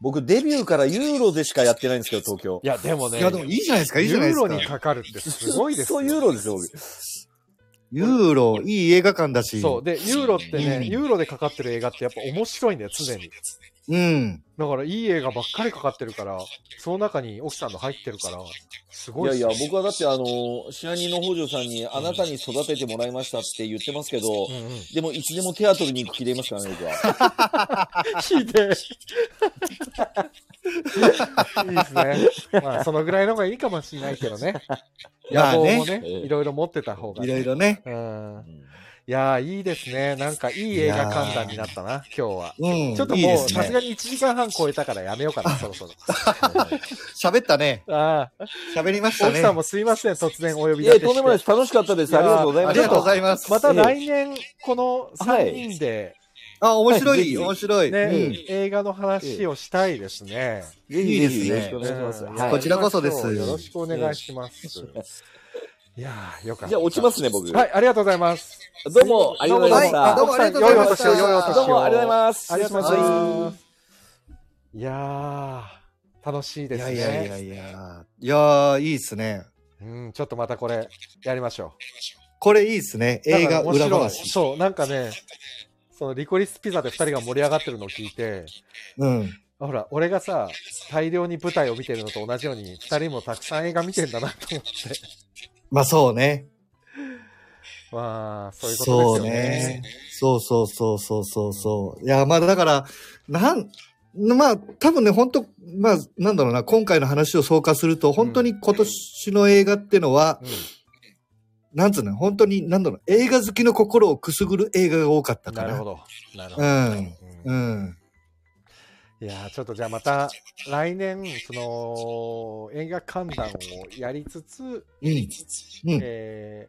S3: 僕、デビューからユーロでしかやってないんですけど、東京。
S1: いや、でもね、
S2: いや、でもいいじゃないですか、いいじゃない
S1: ユ
S2: で
S1: ー
S2: す
S1: ロ
S2: か。
S1: にかかるってすごいです
S3: そ
S1: よ
S3: う、ユーロですよ、僕
S2: ユーロ、いい映画館だし。
S1: そう。で、ユーロって
S2: うん
S1: ね、ユーロでかかってる映画ってやっぱ面白いんだよ、常に。
S2: うん。
S1: だから、いい映画ばっかりかかってるから、その中に奥さんの入ってるから、すごい
S3: い
S1: っ
S3: や
S1: す
S3: い
S1: よ
S3: や、僕はだってあの、支配人の北条さんに、あなたに育ててもらいましたって言ってますけど、
S1: うんうん。
S3: でも、いつでもテアトルに行く気でいますからね、僕は。
S1: ひでえ。いいですね。ま *laughs* あ、そのぐらいの方がいいかもしれないけどね。
S2: ま
S1: 野
S2: あね
S1: 望もね、
S3: ええ
S1: いろいろ持ってた方が、
S2: いろい
S1: ね。
S2: ろね。
S1: うん。いやー、いいですね。なんか、いい映画観覧になったな、今日は。
S2: うん。
S1: ちょっと
S2: いい
S1: も
S2: で
S1: う、
S2: す
S1: さすが
S2: ね。
S1: に1時間半超えたからやめようかな、そろ
S2: *laughs*
S1: そろ。
S2: 喋ったね。
S1: ああ、
S2: 喋りました
S1: 奥
S2: ね
S1: さ。んもすいません、突然お呼び
S3: い
S1: 立
S3: や、
S1: てして。
S3: とんでもないです。楽しかったです。ありがとうござい
S2: あ
S3: ま
S2: りが
S3: し
S2: とう
S3: た
S2: ご。ざいます。
S1: また来年、この3人で、
S2: あ、面白
S3: はいぜ
S2: い、
S3: ひ
S2: 面白い。
S1: ね、
S2: うん
S1: 映画の話をしたいですね。
S3: ぜ
S2: いいですね
S3: よろしくお願いします。
S1: うん
S3: はい
S2: こちらこそです
S1: よろしくお願いします。いやー、よかった。
S3: じゃあ、落ちますね、僕。
S1: はい、ありがとうございます。
S3: どうも、ありがとうございまし
S2: は
S3: た。
S2: どう
S3: ど
S2: もありがとうございました
S1: 奥さん良いお年を、良いお年を。
S3: うも、ありがとうございます。
S1: ありがとうござい
S3: 失礼しま。
S1: ますす。いやー、楽しい
S2: い
S1: です
S2: や
S1: ね。
S2: いやいやいや。いやー、いいっすね。
S1: うん、ちょっとまたこれ、やりましょ
S2: これいいっすね。
S1: う。
S2: 映
S1: だから
S2: 画裏
S1: 面白い
S2: 話。
S1: そう、なんかね、そのリコリスピザで二人が盛り上がってるのを聞いて、
S2: うん。
S1: ほら、俺がさ、大量に舞台を見てるのと同じように、二人もたくさん映画見てんだなと *laughs* 思って。
S2: まあそうね。
S1: まあ、そういうこと
S2: そ
S1: です
S2: う
S1: よ
S2: ね
S1: ね。。
S2: そうそうそうそうそうそう。いや、まあだから、なん、まあ多分ね、本当まあなんだろうな、今回の話を総括すると、本当に今年の映画ってのは、なんつうの、本当に、なんだろう、映画好きの心をくすぐる映画が多か
S1: う
S2: った
S1: ん、
S2: か
S1: なる
S2: ら
S1: ほ。ど。なるほ
S2: う
S1: ど。
S2: ん。
S1: うん
S2: うん。
S1: いやーちょっとじゃあまた来年、その映画観覧をやりつつ、
S2: うん。 *laughs* うん。
S1: えー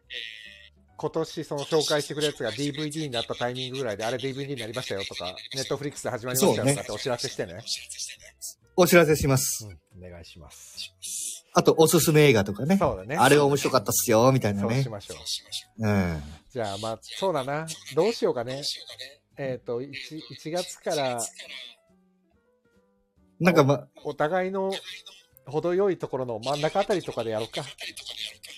S1: 今年その紹介してくれるやつが DVD になったタイミングぐらいで、あれ DVD になりましたよとか、Netflix で始まりました
S2: そう
S1: よ
S2: ね
S1: とかってお知らせしてね。
S2: お知らせします。
S1: うん、お願いします。
S2: あと、おすすめ映画とかね。
S1: そうだね。
S2: あれ面白かったっすよ、みたいな
S1: そう
S2: ね
S1: し。ましょう。
S2: うん。
S1: じゃあまあ、そうだな。どうしようかね。えっ、と1、1月から
S2: なんかまあ、
S1: お互いの程よいところの真ん中あたりとかでやろうか。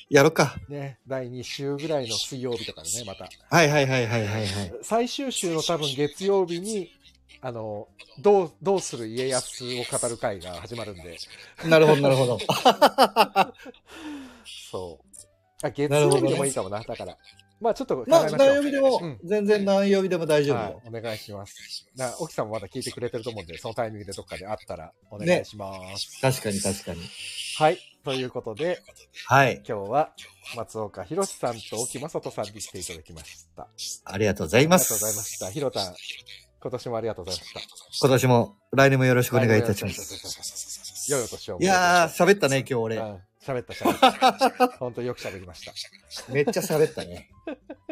S2: やろうか。
S1: ね、第2週ぐらいの水曜日とかでね、また。
S2: はいはいはいはいはいはい。
S1: 最終週の多分月曜日に、あの、どう、どうする家康を語る会が始まるんで。
S2: *laughs* なるほどなるほど。
S1: そう。あ、月曜日でもいいかもな、だから。まあちょっと考え
S2: まあ、
S1: ましょう。
S2: 何曜日でも、
S1: うん
S2: 全然何曜日でも大丈夫よ。
S1: はい、お願いします。な、奥さんもまだ聞いてくれてると思うんで、そのタイミングでどっかで会ったらお願いします。
S2: 確かに確かに。
S1: はい。ということで、
S2: はい。
S1: 今日は松岡弘さんと沖正人さんに来ていただきました。
S2: ありがとうござい
S1: あ
S2: ま
S1: りが
S2: す。
S1: とうございました。ひろたん、今年もありがとうございました。
S2: 今年も、来年もよろしくお願いいたしま
S1: は
S2: す。
S1: よろしくお願いいたします。良いお年を。
S2: いやー、喋ったね、今日
S1: う
S2: 俺。
S1: ん喋った、喋った。本当によく喋りました。
S2: めっちゃ喋ったね。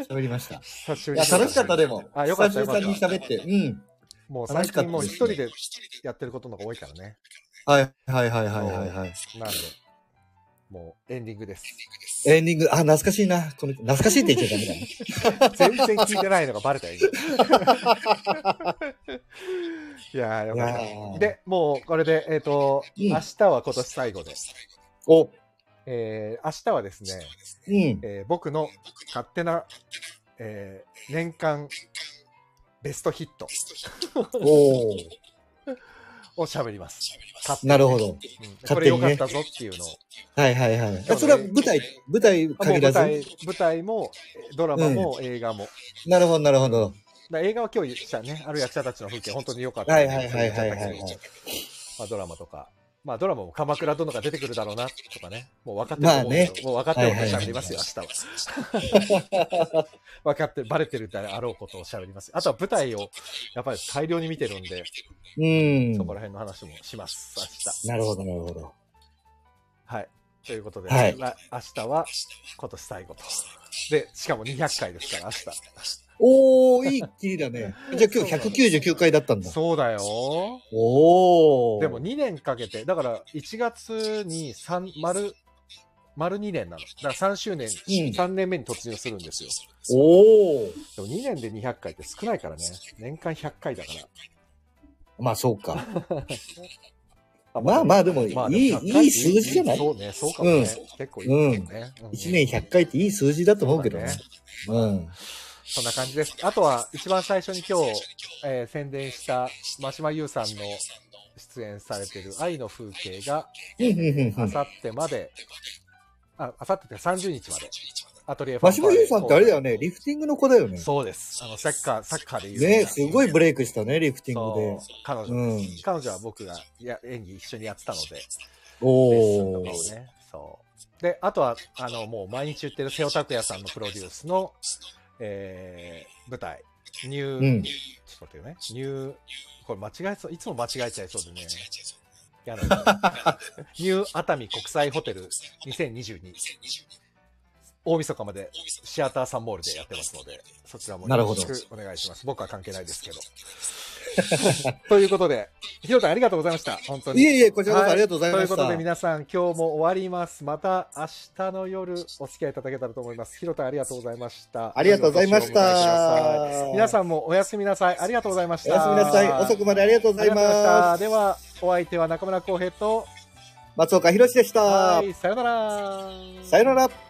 S2: 喋りま *laughs* した。い
S1: 久しぶり
S2: や、
S1: に
S2: 楽しかった、でも。
S1: あよかった
S2: 久々に喋って。うん。
S1: もう
S2: 楽
S1: 最
S2: しか
S1: 近
S2: った
S1: もう
S2: です
S1: 一人でやってることの方が多いからね。
S2: はい、はい、はい、はい、はいはい。
S1: なんで、もうエンディングです。
S2: *laughs* エンディング、あ、懐かしいな。この、懐かしいって言っちゃダメだね。
S1: 全然聞いてないのがバレたよ、
S2: *laughs*
S1: 今いやー、よかっ
S2: いやー
S1: た。で、もうこれで、えっ、と、
S2: うん
S1: 明日は今年最後で、
S2: お、う
S1: えー明日はですね、
S2: ん。
S1: えー僕の勝手な、えー年間ベストヒット
S2: おー
S1: を喋ります。勝手に
S2: なるほど。
S1: うんこ
S2: 勝
S1: れ
S2: 手に
S1: 良
S2: ね
S1: かったぞっていうのを。
S2: はいはいはい。あそれは舞台、舞台
S1: あもう
S2: 限
S1: 舞
S2: らず。
S1: 台舞台もドラマも映画も。だか
S2: なるほどなるほど。
S1: ら映画は今日言ったね、ある役者たちの風景、本当に良かった。
S2: はいはいはいはいはい
S1: それ言っちゃったけどまあドラマとか。まあドラマも鎌倉殿が出てくるだろうなとかね。もう分かってると思うけど、もう分かってること喋りますよ、明日は。
S2: *laughs*
S1: 分かってる、バレてるだろうことを喋ります。あとは舞台をやっぱり大量に見てるんで、
S2: うん
S1: そ。こら辺の話もします、明日。
S2: なるほどなるほど。
S1: はい。ということで、
S2: はい
S1: まあ明日は今年最後と。で、しかも200回ですから、明日。
S2: おー、いい切りだね。じゃあ今日199回だったんだ。
S1: そうだよ。
S2: おー。
S1: でも、2年かけて、だから1月に三丸、丸2年なの。だから3周年、
S2: うん
S1: 3年目に突入するんですよ。
S2: おー。
S1: でも2年で200回って少ないからね。年間100回だから。
S2: まあそうか。まあまあでも、いい、
S1: 100回って
S2: いい数字じゃない
S1: そうね、そうかもね。
S2: うん
S1: 結構いいですよね。うん
S2: ?1 年100回っていい数字だと思うけどね。
S1: そうだね
S2: うん。
S1: そんな感じです。あとは、一番最初に今日、えー宣伝した、真島優さんの出演されてる愛の風景が、
S2: うんうんうんう
S1: あ
S2: ん。
S1: さってまで、あ、あさってって30日まで、アトリエファ
S2: マ
S1: ン
S2: シ
S1: パ
S2: モ
S1: レード
S2: ユーさんってあれだよね、リフティングの子だよね。
S1: そうです。あの、サッカー、サッカーで有名
S2: ね
S1: な
S2: すごいブレイクしたね、リフティングで
S1: そう。彼女、
S2: うん
S1: 彼女は僕がや演技一緒にやってたので、
S2: お
S1: レッ
S2: ー。
S1: スンとかをね、そう。で、あとは、あの、もう毎日言ってる瀬尾拓也さんのプロデュースの、えー、舞台、ニュー、
S2: うん
S1: ちょっと待ってよね、ニュー、これ間違えそう、いつも間違えちゃいそうでね。や
S2: *laughs*
S1: だなニュー熱海国際ホテル2022。大晦日までシアターサンモールでやってますので、そちらも
S2: な
S1: よ
S2: るほ
S1: ろ
S2: ど
S1: しくお願いします。僕は関係ないですけど。ということで、ひろたんありがとうございました。本当に。
S2: いえいえ、こちらこ
S1: は
S2: そありがとうございまし
S1: ということで
S2: た。
S1: 皆さん今日も終わります。また明日の夜お付き合いいただけたらと思います。ひろたんありがとうございました。
S2: ありがとうございました
S1: 良いお年をお迎えください皆さんもおやすみなさい。ありがとうございまし
S2: お
S1: た。
S2: やすみなさい。遅くまでありがとうご
S1: あ
S2: ざ
S1: り
S2: い
S1: がとうございました。
S2: ます。
S1: では、お相手は中村浩平と、
S2: 松岡弘でした
S1: は。い、さよなら。
S2: さよなら。